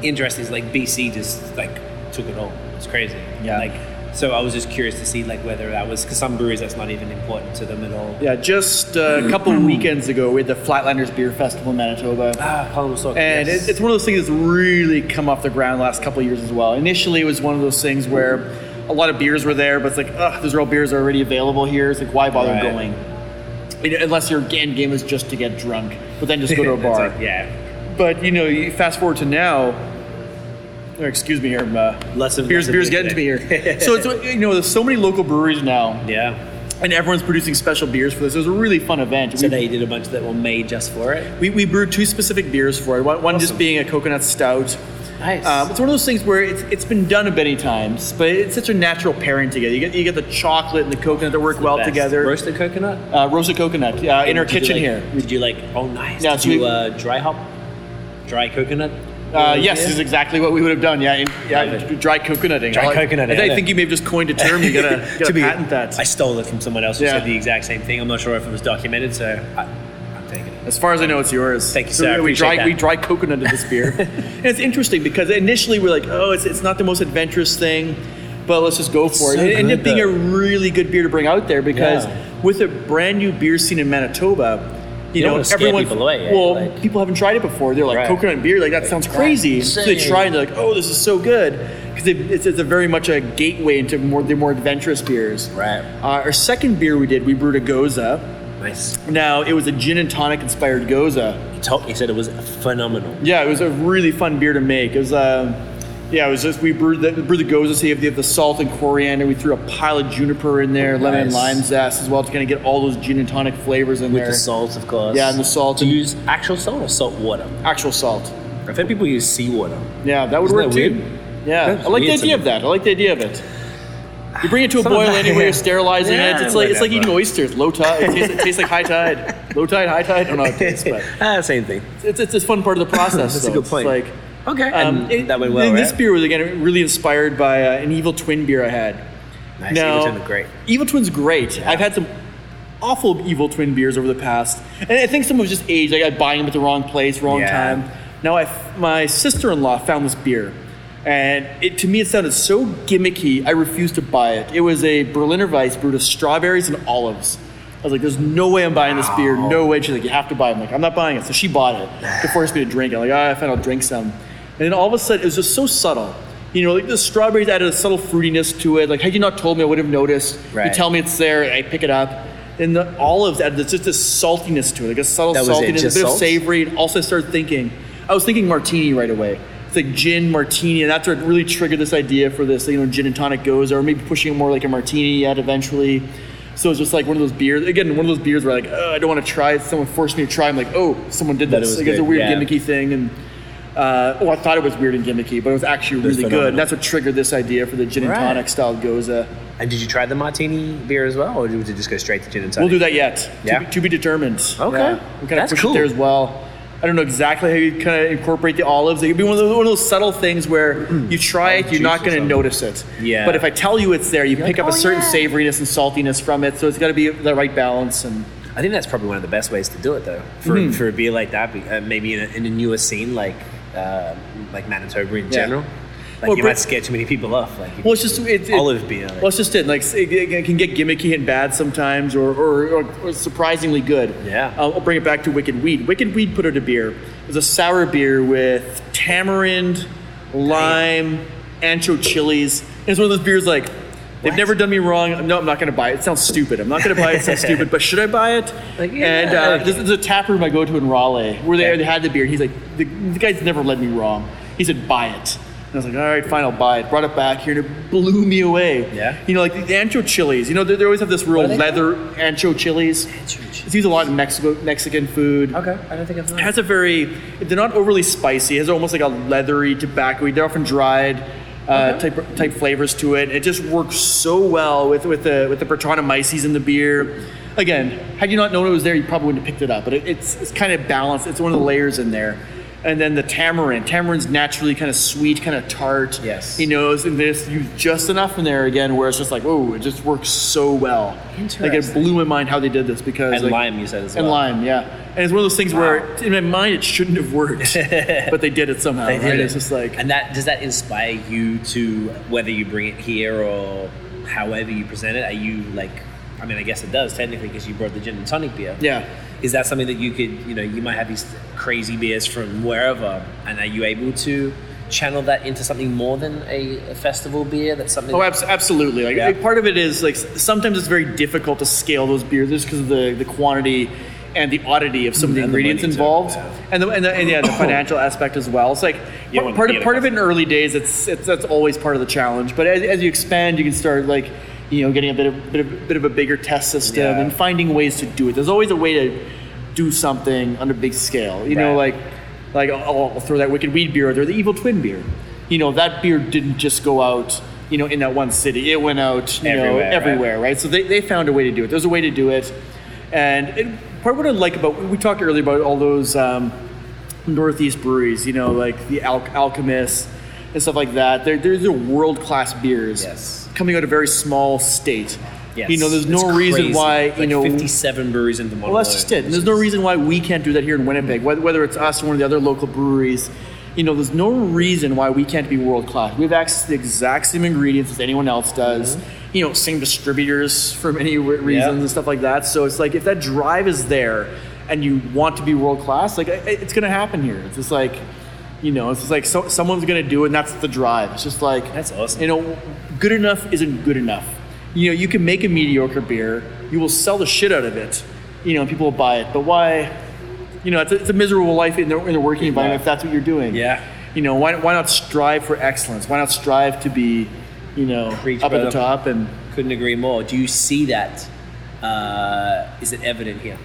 Speaker 2: interesting. It's like BC just like took it all. It's crazy.
Speaker 3: Yeah.
Speaker 2: Like so, I was just curious to see like whether that was because some breweries that's not even important to them at all.
Speaker 3: Yeah, just uh, a couple weekends ago, we had the Flatlanders Beer Festival in Manitoba.
Speaker 2: Ah, Colin was talking.
Speaker 3: And
Speaker 2: yes.
Speaker 3: it, it's one of those things that's really come off the ground the last couple of years as well. Initially, it was one of those things where a lot of beers were there, but it's like, ugh, those are all beers that are already available here. It's like, why bother
Speaker 2: Right.
Speaker 3: going? You know, unless your end game is just to get drunk, but then just go to a
Speaker 2: It's
Speaker 3: bar.
Speaker 2: like, yeah.
Speaker 3: But, you know, you fast forward to now, or excuse me here,
Speaker 2: um,
Speaker 3: I'm, uh,
Speaker 2: Lots of-
Speaker 3: beer's,
Speaker 2: lots of
Speaker 3: beer's
Speaker 2: beer
Speaker 3: getting to me
Speaker 2: today.
Speaker 3: here. so, it's, you know, there's so many local breweries now,
Speaker 2: Yeah.
Speaker 3: and everyone's producing special beers for this. It was a really fun event.
Speaker 2: So
Speaker 3: We-
Speaker 2: they did a bunch that were made just for it.
Speaker 3: we, we brewed two specific beers for it. One, one just being a coconut stout.
Speaker 2: Nice.
Speaker 3: Um, it's one of those things where it's, it's been done many times, but it's such a natural pairing together. You get you get the chocolate and the coconut that work well
Speaker 2: Best.
Speaker 3: together.
Speaker 2: Roasted coconut.
Speaker 3: uh, roasted coconut uh, in our
Speaker 2: Did you,
Speaker 3: kitchen
Speaker 2: like-
Speaker 3: here.
Speaker 2: Did you like? Oh, nice.
Speaker 3: Yeah,
Speaker 2: did
Speaker 3: so
Speaker 2: you
Speaker 3: we-
Speaker 2: uh, dry hop, dry coconut?
Speaker 3: Uh, yes,
Speaker 2: Yeah.
Speaker 3: this is exactly what we would have done. Yeah, in, yeah
Speaker 2: Love
Speaker 3: dry coconutting.
Speaker 2: Dry
Speaker 3: I like-
Speaker 2: coconutting,
Speaker 3: I, think- I
Speaker 2: yeah.
Speaker 3: think you may have just coined a term. You gotta, gotta
Speaker 2: To be-
Speaker 3: patent that.
Speaker 2: I stole it from someone else who
Speaker 3: Yeah.
Speaker 2: said the exact same thing. I'm not sure if it was documented, so I, I'm taking it.
Speaker 3: As far as I know, it's yours.
Speaker 2: Thank you,
Speaker 3: So
Speaker 2: sir. I
Speaker 3: we- We
Speaker 2: appreciate
Speaker 3: dry
Speaker 2: that.
Speaker 3: we dry coconutted this beer, and it's interesting because initially we're like, oh, it's, it's not the most adventurous thing, but let's just go for
Speaker 2: so
Speaker 3: it. It
Speaker 2: good,
Speaker 3: ended up being
Speaker 2: though.
Speaker 3: a really good beer to bring out there because
Speaker 2: Yeah.
Speaker 3: with a brand new beer scene in Manitoba.
Speaker 2: You
Speaker 3: You,
Speaker 2: don't
Speaker 3: know,
Speaker 2: wanna scare
Speaker 3: everyone.
Speaker 2: people away, eh?
Speaker 3: well,
Speaker 2: Like-
Speaker 3: people haven't tried it before. They're like
Speaker 2: Right.
Speaker 3: coconut and beer, like that sounds crazy. So they
Speaker 2: insane.
Speaker 3: try and they're like, oh, this is so good because it's, it's a very much a gateway into more the more adventurous beers.
Speaker 2: Right.
Speaker 3: Uh, our second beer we did, we brewed a goza.
Speaker 2: Nice.
Speaker 3: Now it was a gin and tonic inspired goza.
Speaker 2: You, told, you said it was phenomenal.
Speaker 3: Yeah, it was a really fun beer to make. It was, um, yeah, it was just we brewed the, brewed the goza. So you have, you have the salt and coriander. We threw a pile of juniper in there, lemon and
Speaker 2: Nice.
Speaker 3: lime zest as well to kind of get all those gin and tonic flavors in
Speaker 2: With
Speaker 3: there.
Speaker 2: the salt, of course.
Speaker 3: Yeah, and the salt
Speaker 2: Do you
Speaker 3: and-
Speaker 2: use actual salt or salt water?
Speaker 3: Actual salt.
Speaker 2: I've heard people use seawater.
Speaker 3: Yeah, that would
Speaker 2: Isn't
Speaker 3: work
Speaker 2: that
Speaker 3: too.
Speaker 2: weird?
Speaker 3: Yeah,
Speaker 2: That's
Speaker 3: I like the
Speaker 2: weird to
Speaker 3: idea
Speaker 2: me.
Speaker 3: of that. I like the idea of it. You bring it to a
Speaker 2: Some
Speaker 3: boil
Speaker 2: of that-
Speaker 3: anyway, you're sterilizing
Speaker 2: Yeah,
Speaker 3: it. It's like it's like eating
Speaker 2: whatever.
Speaker 3: oysters. Low tide. It tastes, it tastes like high tide. Low tide, high tide. I don't know how it tastes, but
Speaker 2: ah, same thing.
Speaker 3: it's it's, it's a fun part of the process.
Speaker 2: That's a
Speaker 3: though.
Speaker 2: good
Speaker 3: It's
Speaker 2: point.
Speaker 3: like
Speaker 2: Okay.
Speaker 3: Um,
Speaker 2: and
Speaker 3: it-
Speaker 2: that went well,
Speaker 3: then
Speaker 2: right?
Speaker 3: This beer was again really inspired by uh, an Evil Twin beer I had.
Speaker 2: Nice,
Speaker 3: Now,
Speaker 2: Evil Twin are great.
Speaker 3: Evil Twin's great. I've had some awful Evil Twin beers over the past, and I think some of it was just age. Like I got buying them at the wrong place, wrong
Speaker 2: Yeah.
Speaker 3: time. Now I f my sister-in-law found this beer, and it to me it sounded so gimmicky. I refused to buy it. It was a Berliner Weiss brewed with strawberries and olives. I was like, "There's no way I'm buying this beer. No way." She's like, "You have to buy." it. I'm like, "I'm not buying it." So she bought it to force me to drink it. I'm like, "Ah, I found I'll drink some." And then all of a sudden, it was just so subtle. You know, like the strawberries added a subtle fruitiness to it. Like had you not told me, I would have noticed. You
Speaker 2: Right.
Speaker 3: tell me it's there, I pick it up. And the olives added it's just this saltiness to it, like a subtle
Speaker 2: That was it,
Speaker 3: saltiness,
Speaker 2: just
Speaker 3: a bit of
Speaker 2: salt?
Speaker 3: savory. And also, I started thinking, I was thinking martini right away. It's like gin martini, and that's what really triggered this idea for this, you know, gin and tonic goes, or maybe pushing it more like a martini yet eventually. So it's just like one of those beers. Again, one of those beers where like, oh, I don't want to try it. Someone forced me to try. I'm like, oh, someone did
Speaker 2: But it
Speaker 3: this.
Speaker 2: was
Speaker 3: Like, it's a
Speaker 2: good,
Speaker 3: weird
Speaker 2: yeah.
Speaker 3: gimmicky thing, and uh, oh, I thought it was weird and gimmicky, but it was actually
Speaker 2: was
Speaker 3: really good.
Speaker 2: phenomenal.
Speaker 3: And that's what triggered this idea for the gin and
Speaker 2: Right.
Speaker 3: tonic style goza.
Speaker 2: And did you try the martini beer as well, or did it just go straight to gin and
Speaker 3: We'll
Speaker 2: tonic?
Speaker 3: do that yet. To
Speaker 2: Yeah.
Speaker 3: be- To, be determined.
Speaker 2: Okay.
Speaker 3: Yeah. We kind of
Speaker 2: That's
Speaker 3: push
Speaker 2: cool.
Speaker 3: it there as well. I don't know exactly how you kind of incorporate the olives. It could be one of those, one of those subtle things where you try it, you're not
Speaker 2: Mm. juice or
Speaker 3: going to
Speaker 2: something.
Speaker 3: notice it.
Speaker 2: Yeah.
Speaker 3: But if I tell you it's there, you pick
Speaker 2: like,
Speaker 3: up a
Speaker 2: "Oh,
Speaker 3: certain
Speaker 2: yeah."
Speaker 3: savoriness and saltiness from it. So it's got to be the right balance. And
Speaker 2: I think that's probably one of the best ways to do it, though, for,
Speaker 3: Mm-hmm.
Speaker 2: for a beer like that. be- Uh, maybe in a, in a newer scene like uh, like Manitoba in general, like
Speaker 3: Well,
Speaker 2: you
Speaker 3: Brit-
Speaker 2: might scare too many people off. Like, if
Speaker 3: well,
Speaker 2: you-
Speaker 3: it's just it, it-
Speaker 2: Olive beer.
Speaker 3: Well, it's just it. Like it, it can get gimmicky and bad sometimes, or or, or, or surprisingly good.
Speaker 2: Yeah.
Speaker 3: I'll, I'll bring it back to Wicked Weed. Wicked Weed put out a beer. It was a sour beer with tamarind, lime, ancho chilies. And it's one of those beers like they've
Speaker 2: What?
Speaker 3: never done me wrong. No, I'm not going to buy it. It sounds stupid. I'm not going to buy it. It sounds stupid. But should I buy it?
Speaker 2: Like,
Speaker 3: and
Speaker 2: yeah,
Speaker 3: uh,
Speaker 2: okay.
Speaker 3: this is a tap room I go to in Raleigh where they
Speaker 2: Okay.
Speaker 3: they had the beer. He's like, the, the guy's never led me wrong. He said, buy it. And I was like, all right, fine, I'll buy it. Brought it back here and it blew me away.
Speaker 2: Yeah?
Speaker 3: You know, like the ancho chilies. You know, they, they always have this real
Speaker 2: What are they
Speaker 3: leather ancho chilies. It's used a lot in Mexico, Mexican food.
Speaker 2: okay, I don't think I've
Speaker 3: It has a very, they're not overly spicy. It has almost like a leathery, tobacco They're often dried uh, type, type flavors to it. It just works so well with, with the with the Brettanomyces in the beer. Again, had you not known it was there, you probably wouldn't have picked it up. But it, it's, it's kind of balanced. It's one of the layers in there. And then the tamarind. Tamarind's naturally kind of sweet, kind of tart.
Speaker 2: Yes.
Speaker 3: You know, and there's you just enough in there again where it's just like, oh, it just works so well. Like it
Speaker 2: Interesting.
Speaker 3: blew my mind how they did this because
Speaker 2: And
Speaker 3: like,
Speaker 2: lime, you said as well.
Speaker 3: and lime, yeah. And it's one of those things where, in my mind, it shouldn't have worked, but they did it somehow.
Speaker 2: They did
Speaker 3: right?
Speaker 2: it.
Speaker 3: It's just like,
Speaker 2: and that does that inspire you to whether you bring it here or however you present it? Are you like, I mean, I guess it does technically because you brought the gin and tonic beer.
Speaker 3: yeah.
Speaker 2: Is that something that you could, you know, you might have these crazy beers from wherever, and are you able to channel that into something more than a, a festival beer? That's something.
Speaker 3: Oh, abs- absolutely. Like,
Speaker 2: Yeah.
Speaker 3: like, part of it is like s- sometimes it's very difficult to scale those beers just because of the, the quantity and the oddity of some of the
Speaker 2: And the
Speaker 3: ingredients
Speaker 2: money, too.
Speaker 3: involved,
Speaker 2: Yeah.
Speaker 3: and the, and the and yeah, the financial aspect as well. It's like
Speaker 2: You don't
Speaker 3: par-
Speaker 2: want
Speaker 3: part
Speaker 2: to be
Speaker 3: of
Speaker 2: at a
Speaker 3: part of it in early days. It's it's that's always part of the challenge. But as, as you expand, you can start like you know getting a bit of bit of, bit of a bigger test system
Speaker 2: Yeah.
Speaker 3: and finding ways to do it. There's always a way to do something on a big scale. You know,
Speaker 2: Right.
Speaker 3: like like oh, I'll, I'll throw that Wicked Weed beer out there, the Evil Twin beer. You know, that beer didn't just go out, you know, in that one city. It went out, you know,
Speaker 2: Everywhere, right.
Speaker 3: everywhere, right? So they, they found a way to do it. There's a way to do it. And it, part of what I like about, we talked earlier about all those um, Northeast breweries, you know, like the Al- Alchemist and stuff like that. They're, they're, they're world class beers
Speaker 2: Yes.
Speaker 3: coming out of a very small state.
Speaker 2: Yes.
Speaker 3: You know, there's
Speaker 2: It's
Speaker 3: no reason
Speaker 2: crazy.
Speaker 3: why, you
Speaker 2: Like
Speaker 3: know,
Speaker 2: 57 breweries in Vermont.
Speaker 3: well, that's just it. And there's no reason why we can't do that here in Winnipeg, whether whether it's us or one of the other local breweries. You know, there's no reason why we can't be world class. We have access to the exact same ingredients as anyone else does. You know, same distributors for many re- reasons
Speaker 2: Yeah.
Speaker 3: and stuff like that. So it's like if that drive is there and you want to be world class, like i- it's going to happen here. It's just like, you know, it's just like so, someone's going to do it, and that's the drive. It's just like
Speaker 2: That's awesome.
Speaker 3: You know, good enough isn't good enough. You know, you can make a mediocre beer, you will sell the shit out of it, you know, and people will buy it. But why, you know, it's a, it's a miserable life in the, in the working environment if that's what you're doing.
Speaker 2: Yeah.
Speaker 3: You know, why, why not strive for excellence? Why not strive to be, you know,
Speaker 2: Preach,
Speaker 3: up at the
Speaker 2: brother.
Speaker 3: top? And
Speaker 2: Couldn't agree more. Do you see that? Uh, is it evident here?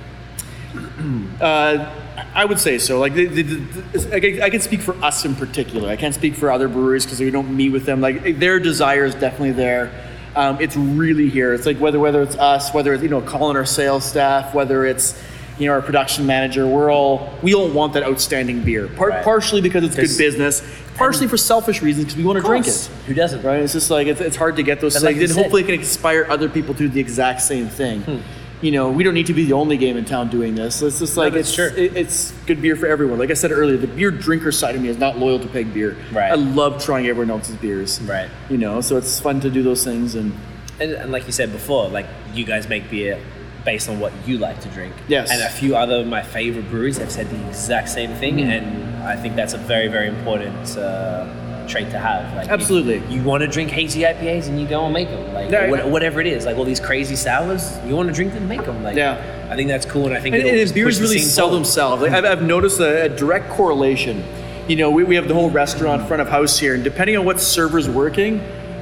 Speaker 3: uh, I would say so. Like, the, the, the, I, can, I can speak for us in particular. I can't speak for other breweries because we don't meet with them. Like, their desire is definitely there. Um, it's really here. It's like whether whether it's us, whether it's you know calling our sales staff, whether it's you know our production manager. We're all we all want that outstanding beer. Par-
Speaker 2: Right.
Speaker 3: Partially because it's good
Speaker 2: Because-
Speaker 3: business. Partially for selfish reasons because we want to drink
Speaker 2: course.
Speaker 3: it.
Speaker 2: Who doesn't?
Speaker 3: Right? It's just like it's, it's hard to get those
Speaker 2: And like
Speaker 3: things. Hmm.
Speaker 2: you
Speaker 3: and
Speaker 2: said-
Speaker 3: hopefully it can inspire other people to do the exact same thing. You know, we don't need to be the only game in town doing this. It's just like
Speaker 2: that's
Speaker 3: it's
Speaker 2: true.
Speaker 3: it- it's good beer for everyone. Like I said earlier, the beer drinker side of me is not loyal to Peg Beer.
Speaker 2: Right.
Speaker 3: I love trying everyone else's beers.
Speaker 2: Right.
Speaker 3: You know, so it's fun to do those things and
Speaker 2: And, and like you said before, like you guys make beer based on what you like to drink.
Speaker 3: Yes.
Speaker 2: And a few other of my
Speaker 3: Mm.
Speaker 2: favorite breweries have said the exact same thing, and I think that's a very, very important uh, trait to have. Like,
Speaker 3: Absolutely.
Speaker 2: if you want to drink hazy IPAs and you go and make them. Like
Speaker 3: Yeah,
Speaker 2: wha-
Speaker 3: yeah.
Speaker 2: whatever it is, like all these crazy sours, you want to drink them, make them. Like
Speaker 3: Yeah.
Speaker 2: I think that's cool, and I think
Speaker 3: And,
Speaker 2: it'll
Speaker 3: and
Speaker 2: just
Speaker 3: beers
Speaker 2: push the
Speaker 3: really
Speaker 2: scene
Speaker 3: sell
Speaker 2: forward.
Speaker 3: themselves. Like, I've, I've noticed a, a direct correlation. You know, we, we have the whole restaurant front of house here, and depending on what server's working,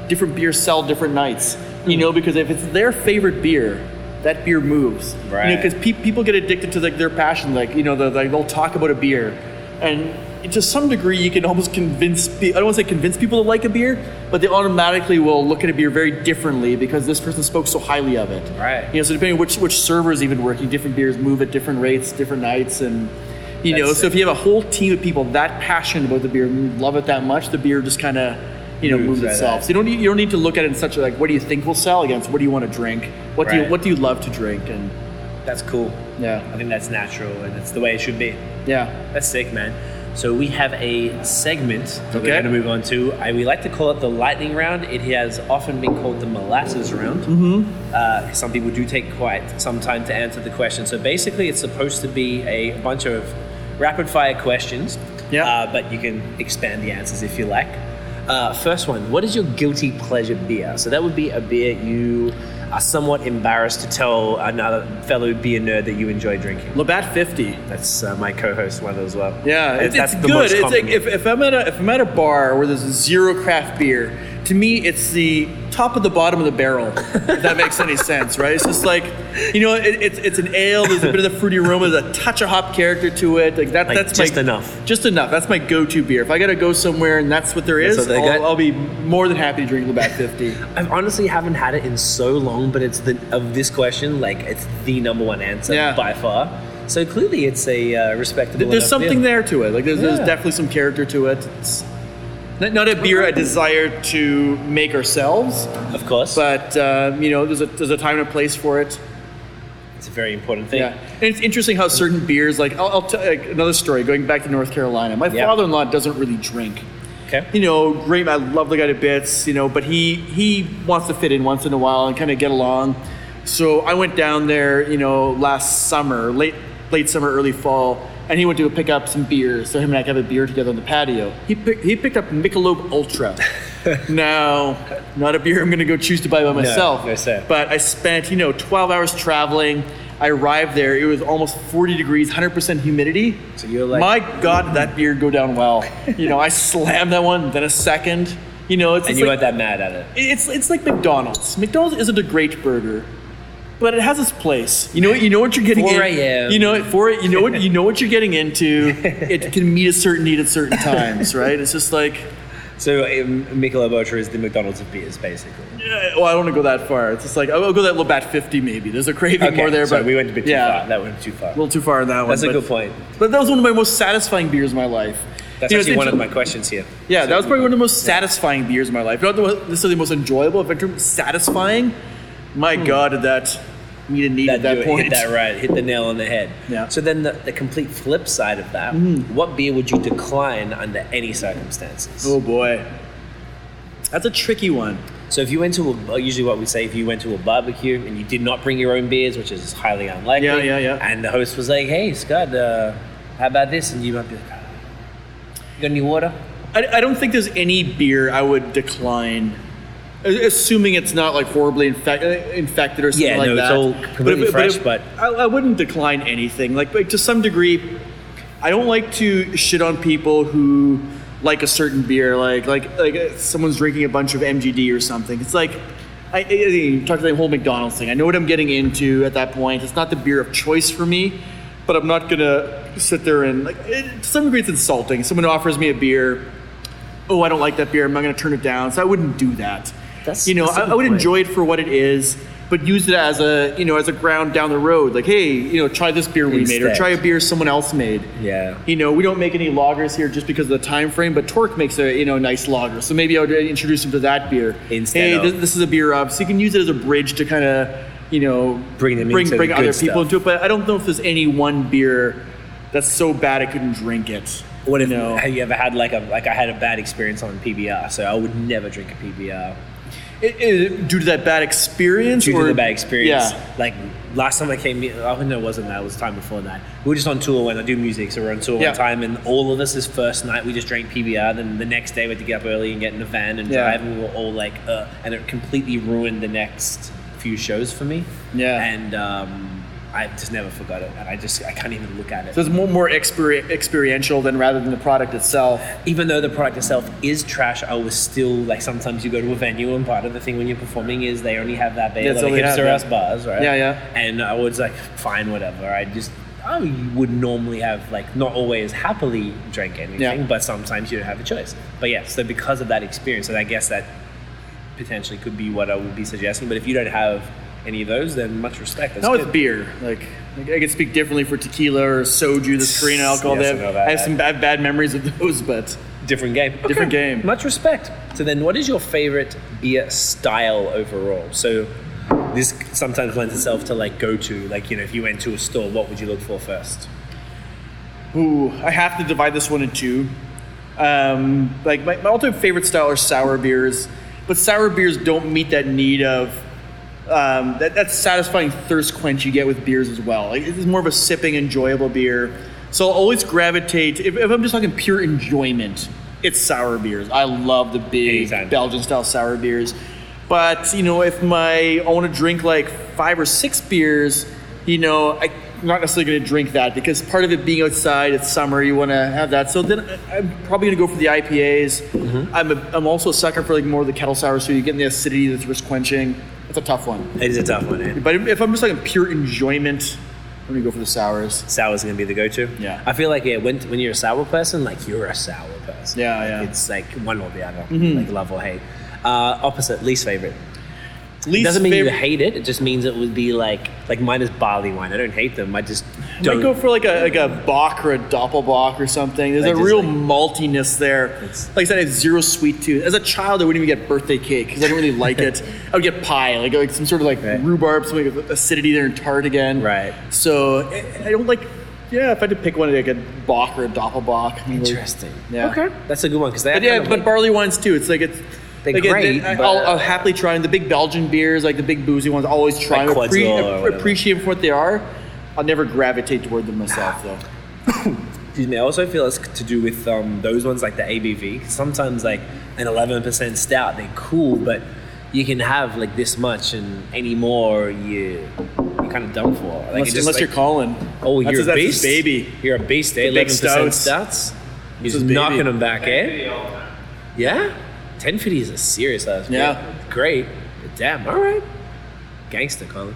Speaker 3: different beers sell different nights. You know, because if it's their favorite beer, that beer moves. You
Speaker 2: Right.
Speaker 3: know, because pe- people get addicted to like their passion. Like, you know, the, like, they'll talk about a beer, and to some degree, you can almost convince. Pe- I don't want to say convince people to like a beer, but they automatically will look at a beer very differently because this person spoke so highly of it.
Speaker 2: Right.
Speaker 3: You know, so depending on which which server is even working, different beers move at different rates, different nights, and you know.
Speaker 2: That's
Speaker 3: So if you have a whole team of people that passionate about the beer, and love it that much, the beer just kind of you know
Speaker 2: Moves
Speaker 3: moves,
Speaker 2: right
Speaker 3: itself.
Speaker 2: out.
Speaker 3: So you don't need, you don't need to look at it in such a like what do you think will sell against what do you want to drink, what do
Speaker 2: Right.
Speaker 3: you what do you love to drink, and
Speaker 2: That's cool. I
Speaker 3: yeah,
Speaker 2: think that's natural, and that's the way it should be.
Speaker 3: yeah,
Speaker 2: That's sick, man. So we have a segment that we're
Speaker 3: Okay.
Speaker 2: going to move on to. I, we like to call it the lightning round. It has often been called the molasses round. Mm-hmm. Uh, some people do take quite some time to answer the question. So basically, it's supposed to be a bunch of rapid fire questions.
Speaker 3: Yeah.
Speaker 2: Uh, but you can expand the answers if you like. Uh, first one: What is your guilty pleasure beer? So that would be a beer you are somewhat embarrassed to tell another fellow beer nerd that you enjoy drinking.
Speaker 3: Labatt fifty.
Speaker 2: That's uh, my co-host one as well.
Speaker 3: Yeah,
Speaker 2: That-
Speaker 3: it's, it's good. It's like
Speaker 2: common.
Speaker 3: if, if I'm at a if I'm at a bar where there's zero craft beer, to me it's the top of the bottom of the barrel. if that makes any sense, right? It's just like you know, it, it's it's an ale. There's a bit of the fruity aroma. There's a touch of hop character to it. Like that.
Speaker 2: Like,
Speaker 3: that's
Speaker 2: just
Speaker 3: my,
Speaker 2: enough.
Speaker 3: Just enough. That's my go-to beer. If I gotta go somewhere and that's what there
Speaker 2: That's what
Speaker 3: is,
Speaker 2: they
Speaker 3: I'll,
Speaker 2: got?
Speaker 3: I'll be more than happy to drink Labatt 50.
Speaker 2: I honestly haven't had it in so long, but it's the of this question, like it's the number one answer
Speaker 3: Yeah.
Speaker 2: by far. So clearly, it's a uh, respectable.
Speaker 3: There's
Speaker 2: enough
Speaker 3: something
Speaker 2: beer.
Speaker 3: there to it. Like there's, there's
Speaker 2: Yeah.
Speaker 3: definitely some character to it. It's not, not a beer I desire to make ourselves.
Speaker 2: of course.
Speaker 3: but um, you know there's a there's a time and a place for it
Speaker 2: it's a very important thing.
Speaker 3: yeah and it's interesting how certain beers like i'll, I'll tell like, another story going back to north carolina my
Speaker 2: Yeah.
Speaker 3: father-in-law doesn't really drink
Speaker 2: Okay.
Speaker 3: you know great i love the guy to bits you know but he he wants to fit in once in a while and kind of get along so i went down there you know last summer late late summer early fall and he went to pick up some beers so him and i could have a beer together on the patio he, pick, he picked up michelob ultra no not a beer i'm going to go choose to buy by myself
Speaker 2: no, sir.
Speaker 3: but I spent, you know, 12 hours traveling. I arrived there. It was almost 40 degrees, 100% humidity.
Speaker 2: So you're like-
Speaker 3: my God, did that beer go down well. you know, I slammed that one, then a second. You know, it's,
Speaker 2: And
Speaker 3: it's
Speaker 2: you
Speaker 3: like,
Speaker 2: weren't that mad at it.
Speaker 3: it's it's like McDonald's. McDonald's isn't a great burger, but it has its place. You know what you know what you're getting.
Speaker 2: 4
Speaker 3: in-
Speaker 2: a.m..
Speaker 3: You know it for it. You know what you know what you're getting into. It can meet a certain need at certain times, right? It's just like.
Speaker 2: So um, Michelob Ultra is the McDonald's of beers, basically.
Speaker 3: Yeah, well, I don't want to go that far. It's just like I'll I'll go that little bat fifty maybe. There's a craving more there,
Speaker 2: so
Speaker 3: but
Speaker 2: we went a bit too
Speaker 3: yeah.
Speaker 2: far. That went too far.
Speaker 3: A little too far in that one.
Speaker 2: That's a
Speaker 3: but-
Speaker 2: good point.
Speaker 3: But that was one of my most satisfying beers in my life.
Speaker 2: That's
Speaker 3: You know,
Speaker 2: actually
Speaker 3: it's
Speaker 2: one of my
Speaker 3: inter-
Speaker 2: questions here.
Speaker 3: Yeah,
Speaker 2: So-
Speaker 3: that was probably one of the most satisfying beers in my life. Not the one- necessarily the most enjoyable, but in terms of satisfying, my god, did that meet a need at
Speaker 2: do
Speaker 3: that
Speaker 2: it,
Speaker 3: point.
Speaker 2: Hit Hmm. that right. Hit the nail on the head.
Speaker 3: Yeah. Mm.
Speaker 2: So then the, the complete flip side of that, what beer would you decline under any circumstances?
Speaker 3: Oh boy, that's a tricky one.
Speaker 2: So if you went to a, usually what we say, if you went to a barbecue and you did not bring your own beers, which is highly unlikely.
Speaker 3: Yeah, yeah, yeah.
Speaker 2: And the host was like, hey, Scott, uh, how about this? And you might be like, "Ah, you got any water?
Speaker 3: I, I don't think there's any beer I would decline. a- Assuming it's not like horribly infect, infected or something
Speaker 2: Yeah,
Speaker 3: like
Speaker 2: no, it's
Speaker 3: that.
Speaker 2: all completely fresh, but-
Speaker 3: I, I wouldn't decline anything. Like, but to some degree, I don't like to shit on people who like a certain beer. Like, like, like uh, someone's drinking a bunch of MGD or something. It's like, I, I, I you talk to the whole McDonald's thing. I know what I'm getting into at that point. It's not the beer of choice for me, but I'm not gonna sit there and like. It, to some degree, it's insulting. Someone offers me a beer oh, I don't like that beer. I'm not going to turn it down. So I wouldn't do that.
Speaker 2: That's-
Speaker 3: you know,
Speaker 2: that's a
Speaker 3: I,
Speaker 2: good
Speaker 3: I would
Speaker 2: point.
Speaker 3: enjoy it for what it is, but use it as a you know as a ground down the road. Like, hey, you know, try this beer we made, or
Speaker 2: Instead.
Speaker 3: try a beer someone else made.
Speaker 2: Yeah.
Speaker 3: You know, we don't make any lagers here just because of the time frame, but Torque makes a you know nice lager, so maybe I would introduce them to that beer.
Speaker 2: Instead
Speaker 3: hey,
Speaker 2: of-
Speaker 3: this, this is a beer up, so you can use it as a bridge to kind of you know
Speaker 2: Bring them
Speaker 3: bring,
Speaker 2: into the
Speaker 3: bring
Speaker 2: good
Speaker 3: other
Speaker 2: stuff.
Speaker 3: people into it. But I don't know if there's any one beer that's so bad I couldn't drink it.
Speaker 2: What if,
Speaker 3: you know?
Speaker 2: have you ever had like a, like I had a bad experience on PBR, so I would never drink a PBR.
Speaker 3: It, it, due to that bad experience,
Speaker 2: due
Speaker 3: or-
Speaker 2: to the bad experience.
Speaker 3: Yeah,
Speaker 2: Like last time I came, here- oh no, it wasn't that. It was the time before that. We were just on tour when I do music, so we're on tour
Speaker 3: Yeah.
Speaker 2: one time, and all of us this first night we just drank PBR. Then the next day we had to get up early and get in a van and
Speaker 3: Yeah.
Speaker 2: drive, and we were all like, uh, and it completely ruined the next few shows for me.
Speaker 3: Yeah.
Speaker 2: and um, I just never forgot it, and I just I can't even look at it.
Speaker 3: so it's more more exper- experiential than rather than the product itself.
Speaker 2: even though the product itself is trash, I was still like sometimes you go to a venue and part of the thing when you're performing is they only have that beer,
Speaker 3: That's
Speaker 2: like
Speaker 3: all they have,
Speaker 2: hipster
Speaker 3: yeah.
Speaker 2: ass bars, right?
Speaker 3: Yeah, yeah.
Speaker 2: And I was like, fine, whatever. I just I would normally have like not always happily drank anything,
Speaker 3: Yeah.
Speaker 2: but sometimes you don't have a choice. But yeah, so because of that experience, and I guess that potentially could be what I would be suggesting. But if you don't have any of those, then much respect. That's
Speaker 3: Not
Speaker 2: good.
Speaker 3: with beer. Like, like, I could speak differently for tequila or soju, the Korean alcohol.
Speaker 2: Yes, I
Speaker 3: they
Speaker 2: know
Speaker 3: have,
Speaker 2: that.
Speaker 3: I have some bad, bad memories of those, but
Speaker 2: Different game.
Speaker 3: Different game.
Speaker 2: Much respect. So then, what is your favorite beer style overall? So this sometimes lends itself to like go to, like you know, if you went to a store, what would you look for first?
Speaker 3: ooh, I have to divide this one in two. Um, like my, my all-time favorite style are sour beers, but sour beers don't meet that need of um, that, that satisfying thirst quench you get with beers as well. Like, it's more of a sipping, enjoyable beer. So I'll always gravitate if, if I'm just talking pure enjoyment. It's sour beers. I love the big
Speaker 2: Anytime.
Speaker 3: Belgian style sour beers. But you know, if my I want to drink like five or six beers, you know, I, am not necessarily going to drink that because part of it being outside, it's summer, you want to have that. So then I- I'm probably going to go for the IPAs.
Speaker 2: Mm-hmm.
Speaker 3: I'm, a, I'm also a sucker for like more of the kettle sour, so you're getting the acidity, the thirst quenching. That's a tough one.
Speaker 2: It is a tough one. Eh?
Speaker 3: But if I'm just like a pure enjoyment, I'm gonna go for the sours.
Speaker 2: Sour is going to be the go-to.
Speaker 3: Yeah.
Speaker 2: I feel like yeah, when when you're a sour person, like you're a sour person.
Speaker 3: Yeah,
Speaker 2: Like,
Speaker 3: yeah. Mm-hmm.
Speaker 2: It's like one or the other, like love or hate. Uh, opposite, least favorite.
Speaker 3: Least
Speaker 2: doesn't mean
Speaker 3: favorite-
Speaker 2: you hate it. It just means it would be like like mine is barley wine. I don't hate them. I just
Speaker 3: I
Speaker 2: don't
Speaker 3: go for like a like a Bach or a Doppelbock or something. There's
Speaker 2: I
Speaker 3: a
Speaker 2: just
Speaker 3: real
Speaker 2: like-
Speaker 3: maltiness there.
Speaker 2: It's-
Speaker 3: Like I said, I have zero sweet tooth. As a child, I wouldn't even get birthday cake because I didn't really like it. I would get pie, like like some sort of like
Speaker 2: Right.
Speaker 3: rhubarb, some like acidity there and tart again.
Speaker 2: Right.
Speaker 3: So I, I don't like. Yeah, if I had to pick one, like a Bach or a Doppelbock. I mean, like-
Speaker 2: Interesting.
Speaker 3: Yeah.
Speaker 2: Okay. That's a good one because they.
Speaker 3: But yeah, but barley wines too. It's like it's.
Speaker 2: They're
Speaker 3: like, it-
Speaker 2: great,
Speaker 3: I-
Speaker 2: but- uh,
Speaker 3: I'll, I'll happily try them. The big Belgian beers, like the big boozy ones, I always try
Speaker 2: Like
Speaker 3: them. Appre-
Speaker 2: Quetzal or whatever.
Speaker 3: appreciate them for what they are. I'll never gravitate toward them myself, though.
Speaker 2: Excuse me. I also feel it's to do with um, those ones like the ABV. Sometimes like an eleven percent stout, they're cool, but you can have like this much and any more, you you're kind of done for. Like,
Speaker 3: unless
Speaker 2: it just,
Speaker 3: unless
Speaker 2: like,
Speaker 3: you're calling.
Speaker 2: oh, you're
Speaker 3: that's,
Speaker 2: a
Speaker 3: that's
Speaker 2: beast,
Speaker 3: baby.
Speaker 2: You're a beast. eh?
Speaker 3: big
Speaker 2: Eleven percent
Speaker 3: stouts.
Speaker 2: stouts. You're
Speaker 3: This
Speaker 2: just
Speaker 3: is baby.
Speaker 2: knocking them back, eh?
Speaker 4: Video all the time.
Speaker 2: Yeah. Ten fifty is a serious ass. beer.
Speaker 3: Yeah.
Speaker 2: Great. Damn. All right. Gangster, Colin.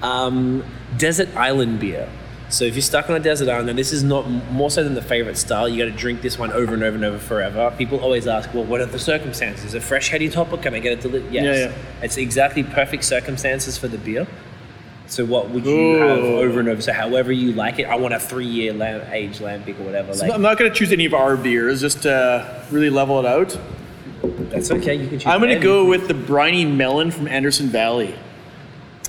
Speaker 2: Um, desert island beer. So if you're stuck on a desert island, and this is not more so than the favorite style, you got to drink this one over and over and over forever. People always ask, well, what are the circumstances? Is it fresh heady topper? Can I get it delivered? Yes.
Speaker 3: Yeah, yeah.
Speaker 2: It's exactly perfect circumstances for the beer. So what would you have
Speaker 3: Ooh.
Speaker 2: over and over? So however you like it, I want a three-year lamb, age lambic or whatever.
Speaker 3: So
Speaker 2: like,
Speaker 3: I'm not going to choose any of our beers just to really level it out.
Speaker 2: that's okay. You can choose.
Speaker 3: I'm going to
Speaker 2: any.
Speaker 3: go with the briny melon from Anderson Valley.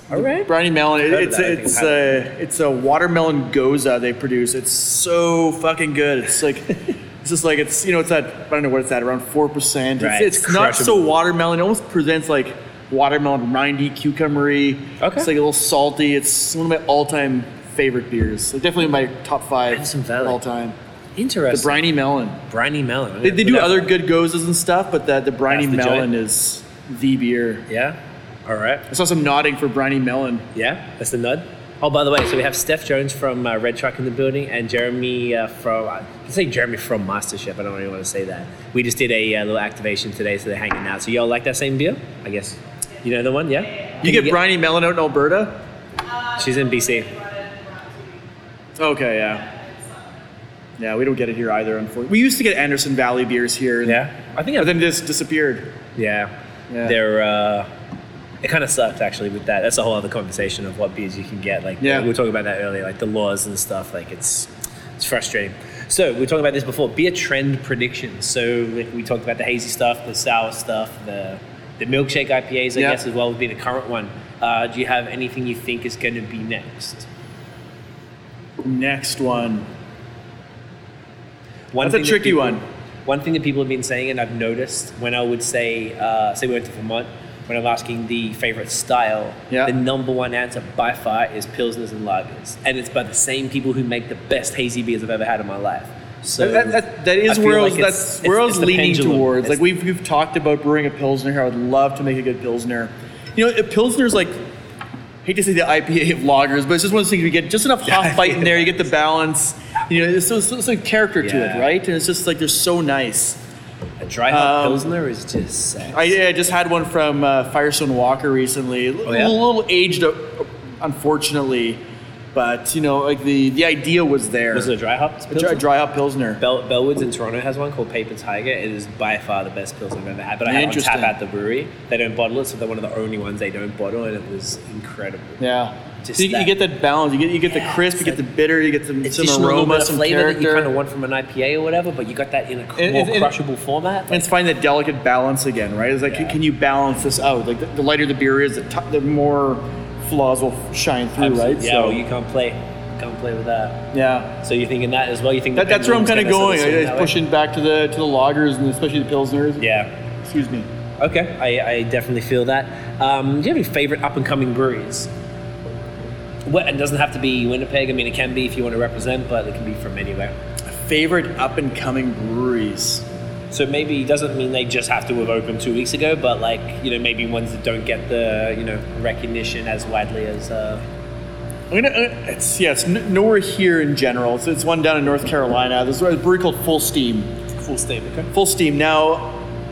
Speaker 2: All right.
Speaker 3: Briny melon. It,
Speaker 2: heard of
Speaker 3: it's
Speaker 2: that, I
Speaker 3: a,
Speaker 2: think
Speaker 3: it's
Speaker 2: I've had
Speaker 3: a it's a watermelon goza they produce. It's so fucking good. It's like it's just like it's you know it's at I don't know what it's at around four percent.
Speaker 2: Right,
Speaker 3: It's, it's
Speaker 2: it's
Speaker 3: not so
Speaker 2: crushable.
Speaker 3: watermelon. It almost presents like watermelon rindy cucumbery.
Speaker 2: Okay.
Speaker 3: It's like a little salty. It's one of my all time favorite beers. So definitely my top five
Speaker 2: Anderson Valley.
Speaker 3: all time. The
Speaker 2: Interesting.
Speaker 3: briny melon.
Speaker 2: briny melon.
Speaker 3: They, they do other good gozas and stuff, but the, the briny
Speaker 2: That's the joint.
Speaker 3: melon is the beer.
Speaker 2: Yeah. All right.
Speaker 3: I saw some nodding for briny melon.
Speaker 2: Yeah. That's the nod. Oh, by the way, so we have Steph Jones from uh, Red Truck in the building, and Jeremy uh, from I can say Jeremy from MasterChef. I don't really want to say that. We just did a uh, little activation today, so they're hanging out. So y'all like that same beer? I guess. You know the one, yeah.
Speaker 3: You get briny melon out in Alberta?
Speaker 2: She's in BC.
Speaker 3: Okay, yeah. Yeah, we don't get it here either, unfortunately. We used to get Anderson Valley beers here. and-
Speaker 2: Yeah. I think.
Speaker 3: But
Speaker 2: I've,
Speaker 3: then this disappeared.
Speaker 2: yeah.
Speaker 3: Yeah.
Speaker 2: They're. Uh, it kind of sucked actually with that. That's a whole other conversation of what beers you can get. Like
Speaker 3: Yeah.
Speaker 2: we were talking about that earlier, like the laws and stuff. Like it's it's frustrating. So we were talking about this before. Beer trend predictions. So like, we talked about the hazy stuff, the sour stuff, the the milkshake IPAs, I
Speaker 3: Yeah.
Speaker 2: guess, as well would be the current one. Uh, do you have anything you think is going to be next?
Speaker 3: Next one.
Speaker 2: One
Speaker 3: That's a
Speaker 2: thing that
Speaker 3: tricky
Speaker 2: people-
Speaker 3: one.
Speaker 2: One thing that people have been saying, and I've noticed when I would say, uh, say we went to Vermont,
Speaker 5: when I'm asking the favorite style,
Speaker 3: Yeah.
Speaker 5: the number one answer by far is pilsners and lagers, and it's by the same people who make the best hazy beers I've ever had in my life. So
Speaker 3: That, that, that
Speaker 5: I
Speaker 3: is
Speaker 5: feel
Speaker 3: where I
Speaker 5: like
Speaker 3: was-
Speaker 5: it's-
Speaker 3: that's
Speaker 5: it's-
Speaker 3: where I
Speaker 5: it's
Speaker 3: was
Speaker 5: the
Speaker 3: leaning
Speaker 5: pendulum.
Speaker 3: towards.
Speaker 5: It's-
Speaker 3: Like we've we've talked about brewing a pilsner here. I would love to make a good pilsner. You know, a pilsner's like hate to say the IPA of lagers, but it's just one of those things you get just enough hop bite in there. You get the balance. You know, there's so, so, so character to
Speaker 5: Yeah.
Speaker 3: it, right? And it's just like they're so nice.
Speaker 5: a dry hop
Speaker 3: Um,
Speaker 5: pilsner is just sex.
Speaker 3: I, I just had one from uh, Firestone Walker recently. A
Speaker 5: Oh, yeah?
Speaker 3: little, little aged, uh, unfortunately, but you know, like the the idea was there.
Speaker 5: was it a dry hop?
Speaker 3: A dry, dry hop pilsner?
Speaker 5: Bell, Bellwoods in Toronto has one called Paper Tiger. It is by far the best pills I've ever had. But I had it on
Speaker 3: Interesting.
Speaker 5: tap at the brewery. They don't bottle it, so they're one of the only ones they don't bottle, and it was incredible.
Speaker 3: Yeah.
Speaker 5: Just
Speaker 3: So you, you
Speaker 5: that-
Speaker 3: get that balance. You get you get the
Speaker 5: Yeah,
Speaker 3: crisp. You
Speaker 5: it's
Speaker 3: get the
Speaker 5: like
Speaker 3: bitter. You get some,
Speaker 5: It's
Speaker 3: some
Speaker 5: additional little
Speaker 3: aroma,
Speaker 5: bit of
Speaker 3: some
Speaker 5: flavor that you
Speaker 3: character.
Speaker 5: kind of want from an IPA or whatever, but you got that in a cr-
Speaker 3: And-
Speaker 5: more
Speaker 3: and- and-
Speaker 5: crushable format.
Speaker 3: and it's find that delicate balance again, right? It's like,
Speaker 5: Yeah.
Speaker 3: can you balance this out? Like the, the lighter the beer is, the, t- the more flaws will shine through, right?
Speaker 5: Yeah, well, you can't play, can't play with
Speaker 2: uh,
Speaker 5: that.
Speaker 3: yeah.
Speaker 5: So you're thinking that as well. You think the
Speaker 3: That, that's where I'm kind of going.
Speaker 5: pendulum's gonna sort
Speaker 3: It's
Speaker 5: swing
Speaker 3: pushing
Speaker 5: that way?
Speaker 3: back to the to the loggers and especially the pilsners.
Speaker 5: Yeah.
Speaker 3: Excuse me.
Speaker 5: Okay, I, I definitely feel that. Um, do you have any favorite up and coming breweries? What, it doesn't have to be Winnipeg. I mean, it can be if you want to represent, but it can be from anywhere.
Speaker 3: Favorite up and coming breweries.
Speaker 5: So maybe it doesn't mean they just have to have opened two weeks ago, but like you know, maybe ones that don't get the you know recognition as widely as. Uh,
Speaker 3: I'm gonna. Uh, it's yeah. It's n- nowhere here in general. It's, it's one down in North Carolina. There's a brewery called Full Steam.
Speaker 5: Full statement. Okay.
Speaker 3: Full Steam. Now,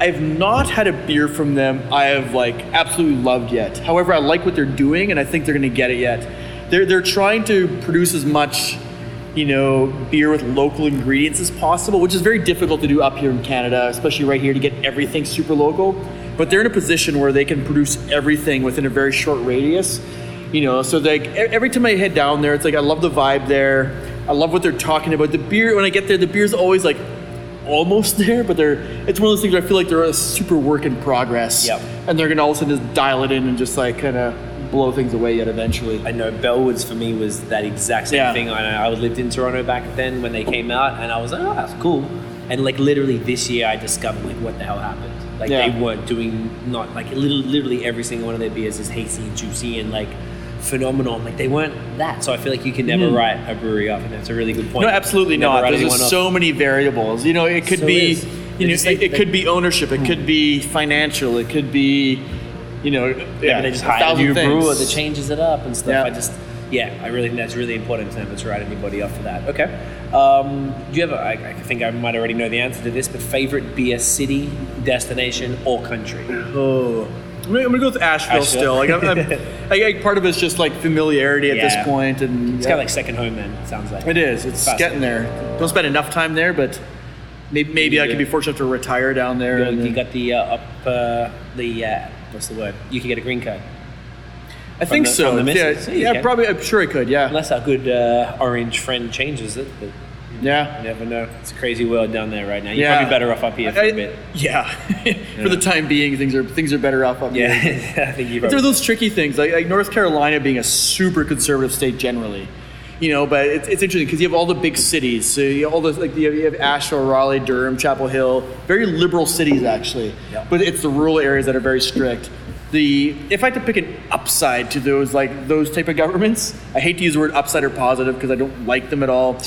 Speaker 3: I've not had a beer from them I have like absolutely loved yet. However, I like what they're doing, and I think they're going to get it yet. They're they're trying to produce as much, you know, beer with local ingredients as possible, which is very difficult to do up here in Canada, especially right here to get everything super local. But they're in a position where they can produce everything within a very short radius you know so like e- every time i head down there it's like i love the vibe there i love what they're talking about the beer when i get there the beer's always like almost there but they're it's one of those things where i feel like they're a super work in progress
Speaker 5: Yep.
Speaker 3: and they're gonna all of a sudden just dial it in and just like kind of blow things away yet eventually
Speaker 5: I know Bellwoods for me was that exact same
Speaker 3: Yeah.
Speaker 5: thing. I, I lived in Toronto back then when they came out, and I was like, oh, that's cool. And like literally this year, I discovered like what the hell happened. Like
Speaker 3: Yeah.
Speaker 5: they weren't doing not like little, literally every single one of their beers is hazy and juicy and like phenomenal. Like they weren't that. So I feel like you can never write a brewery off, and that's a really good point.
Speaker 3: Hmm. no absolutely
Speaker 5: You never
Speaker 3: not
Speaker 5: write
Speaker 3: there's
Speaker 5: anyone
Speaker 3: just
Speaker 5: off.
Speaker 3: so many variables you know it could
Speaker 5: So
Speaker 3: be
Speaker 5: is.
Speaker 3: you
Speaker 5: It's
Speaker 3: know
Speaker 5: just like
Speaker 3: it, it
Speaker 5: they-
Speaker 3: could be ownership it could be financial it could be you know yeah,
Speaker 5: Maybe they just
Speaker 3: a
Speaker 5: hire a
Speaker 3: thousand
Speaker 5: new
Speaker 3: things.
Speaker 5: brewer that changes it up and stuff.
Speaker 3: Yeah.
Speaker 5: I just, yeah, I really think that's really important to never to write anybody off for that. Okay. Um, do you have a, I, I think I might already know the answer to this, but favorite beer city, destination, or country?
Speaker 3: Oh, I'm gonna, I'm gonna go with Asheville,
Speaker 5: Asheville.
Speaker 3: still. Like, I'm, I'm, I, I, part of it's just like familiarity at
Speaker 5: Yeah.
Speaker 3: this point, and
Speaker 5: It's kind of like second home, then, it sounds like.
Speaker 3: it is. It's
Speaker 5: Fascinating.
Speaker 3: getting there. Don't spend enough time there, but maybe, maybe I
Speaker 5: Yeah.
Speaker 3: could be fortunate to retire down there.
Speaker 5: You,
Speaker 3: and
Speaker 5: you
Speaker 3: then-
Speaker 5: got the uh, up, uh, the, uh, what's the word? You can get a green card.
Speaker 3: I think
Speaker 5: the-
Speaker 3: so.
Speaker 5: from the
Speaker 3: yeah,
Speaker 5: missus. Yeah, you
Speaker 3: yeah,
Speaker 5: can.
Speaker 3: probably. I'm sure I could. Yeah,
Speaker 5: Unless our good uh, orange friend changes it, but
Speaker 3: yeah.
Speaker 5: you never know. It's a crazy world down there right now. You're
Speaker 3: Yeah.
Speaker 5: probably better off up here for
Speaker 3: I-
Speaker 5: a bit.
Speaker 3: yeah. For the time being, things are things are better off up
Speaker 5: Yeah,
Speaker 3: here.
Speaker 5: I think you
Speaker 3: But
Speaker 5: probably.
Speaker 3: there are those tricky things, like, like North Carolina being a super conservative state generally, you know. But it's, it's interesting because you have all the big cities, so you have all those like you have, you have Asheville, Raleigh, Durham, Chapel Hill, very liberal cities actually.
Speaker 5: Yeah.
Speaker 3: But it's the rural areas that are very strict. The if I had to pick an upside to those like those type of governments, I hate to use the word upside or positive because I don't like them at all.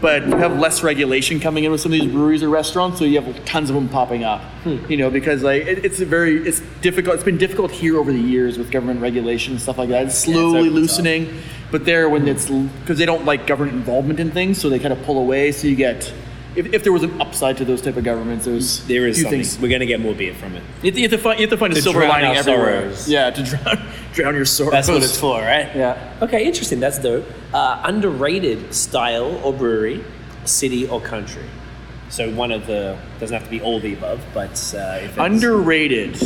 Speaker 3: But you have less regulation coming in with some of these breweries or restaurants, so you have tons of them popping up. You know, because like it, it's a very it's difficult. It's been difficult here over the years with government regulation and stuff like that. It's slowly
Speaker 5: opened up.
Speaker 3: loosening, but there when it's because they don't like government involvement in things, so they kind of pull away. So you get if, if there was an upside to those type of governments, there's
Speaker 5: There is
Speaker 3: few
Speaker 5: something.
Speaker 3: things.
Speaker 5: We're going to get more beer from it.
Speaker 3: You have to, you have to find, you have to find a
Speaker 5: To
Speaker 3: silver
Speaker 5: drown
Speaker 3: lining
Speaker 5: our
Speaker 3: everywhere.
Speaker 5: sorrows.
Speaker 3: Yeah, to drown, drown your sorrows.
Speaker 5: That's what it's for, right?
Speaker 3: Yeah.
Speaker 5: Okay, interesting. That's dope. Uh, underrated style or brewery, city or country. So one of the doesn't have to be all the above, but uh, if it's,
Speaker 3: Underrated.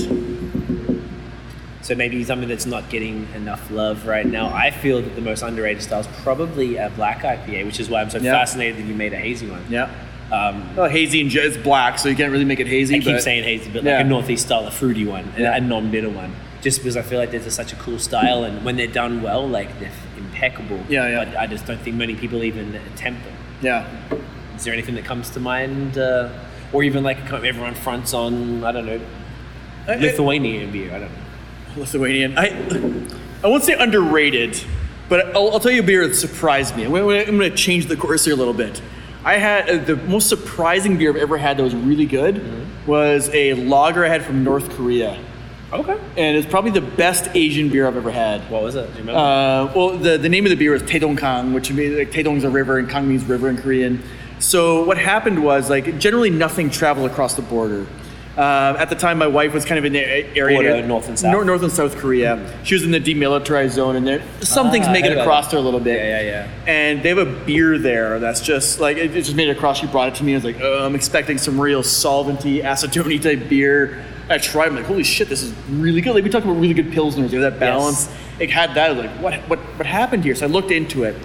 Speaker 5: So maybe something that's not getting enough love right now. I feel that the most underrated style is probably a black IPA, which is why I'm so
Speaker 3: Yeah.
Speaker 5: fascinated that you made a hazy one.
Speaker 3: Yeah.
Speaker 5: Um,
Speaker 3: Well, hazy and j- it's black, so you can't really make it hazy.
Speaker 5: I keep
Speaker 3: but
Speaker 5: saying hazy, but
Speaker 3: Yeah.
Speaker 5: like a northeast style, a fruity one, and
Speaker 3: Yeah.
Speaker 5: a non-bitter one, just because I feel like there's such a cool style, and when they're done well, like they're impeccable.
Speaker 3: Yeah, yeah.
Speaker 5: But I just don't think many people even attempt them.
Speaker 3: Yeah.
Speaker 5: Is there anything that comes to mind, uh, or even like kind of everyone fronts on? I don't know,
Speaker 3: I- I-
Speaker 5: Lithuanian beer. I don't know.
Speaker 3: Lithuanian. I I won't say underrated, but I'll, I'll tell you a beer that surprised me. I'm gonna, I'm gonna change the course here a little bit. I had uh, the most surprising beer I've ever had that was really good was a lager I had from North Korea,
Speaker 5: Okay.
Speaker 3: and it's probably the best Asian beer I've ever had.
Speaker 5: What was it? Do you remember?
Speaker 3: Uh, well, the, the name of the beer is Taedong Kang, which means like Taedong is a river and Kang means river in Korean. So what happened was like generally nothing traveled across the border. Um, at the time, my wife was kind of in the a- area
Speaker 5: Border, North and South.
Speaker 3: Nor- North and South Korea. She was in the demilitarized zone, and there some
Speaker 5: Ah,
Speaker 3: things
Speaker 5: I
Speaker 3: make it
Speaker 5: heard about
Speaker 3: across
Speaker 5: that.
Speaker 3: there a little bit.
Speaker 5: Yeah, yeah, yeah.
Speaker 3: And they have a beer there that's just like it, it just made it across. She brought it to me. I was like, oh, I'm expecting some real solventy, acetone type beer. I tried. I'm like, holy shit, this is really good. Like we talked about really good pilsners. They have that balance
Speaker 5: Yes.
Speaker 3: it had that. I was like, what, what, what happened here? So I looked into it.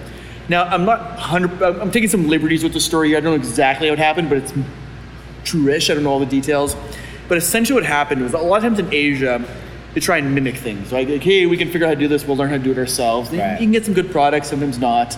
Speaker 3: Now I'm not hundred. I'm I'm taking some liberties with the story. I don't know exactly what happened, but it's true-ish. I don't know all the details. But essentially, what happened was a lot of times in Asia, they try and mimic things. Like, like hey, we can figure out how to do this. We'll learn how to do it ourselves. You-
Speaker 5: Right.
Speaker 3: You can get some good products. Sometimes not.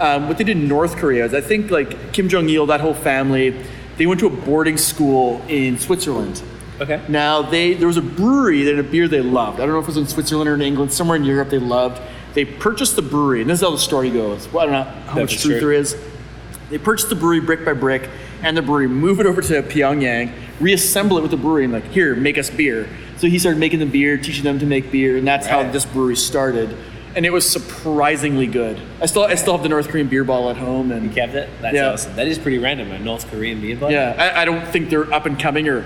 Speaker 3: Um, what they did in North Korea is, I think, like Kim Jong Il, that whole family, they went to a boarding school in Switzerland.
Speaker 5: okay.
Speaker 3: Now they there was a brewery that had a beer they loved. I don't know if it was in Switzerland or in England, somewhere in Europe they loved. They purchased the brewery, and this is how the story goes. Well, I don't know how
Speaker 5: That's
Speaker 3: much
Speaker 5: true.
Speaker 3: truth there is. They purchased the brewery brick by brick, and the brewery move it over to Pyongyang, reassemble it with the brewery, and like here, make us beer. So he started making the beer, teaching them to make beer, and that's how
Speaker 5: Right.
Speaker 3: this brewery started. And it was surprisingly good. I still I still have the North Korean beer bottle at home, and
Speaker 5: You kept it? That's
Speaker 3: Yeah.
Speaker 5: awesome. That is pretty random. A North Korean beer bottle?
Speaker 3: yeah, I, I don't think they're up and coming or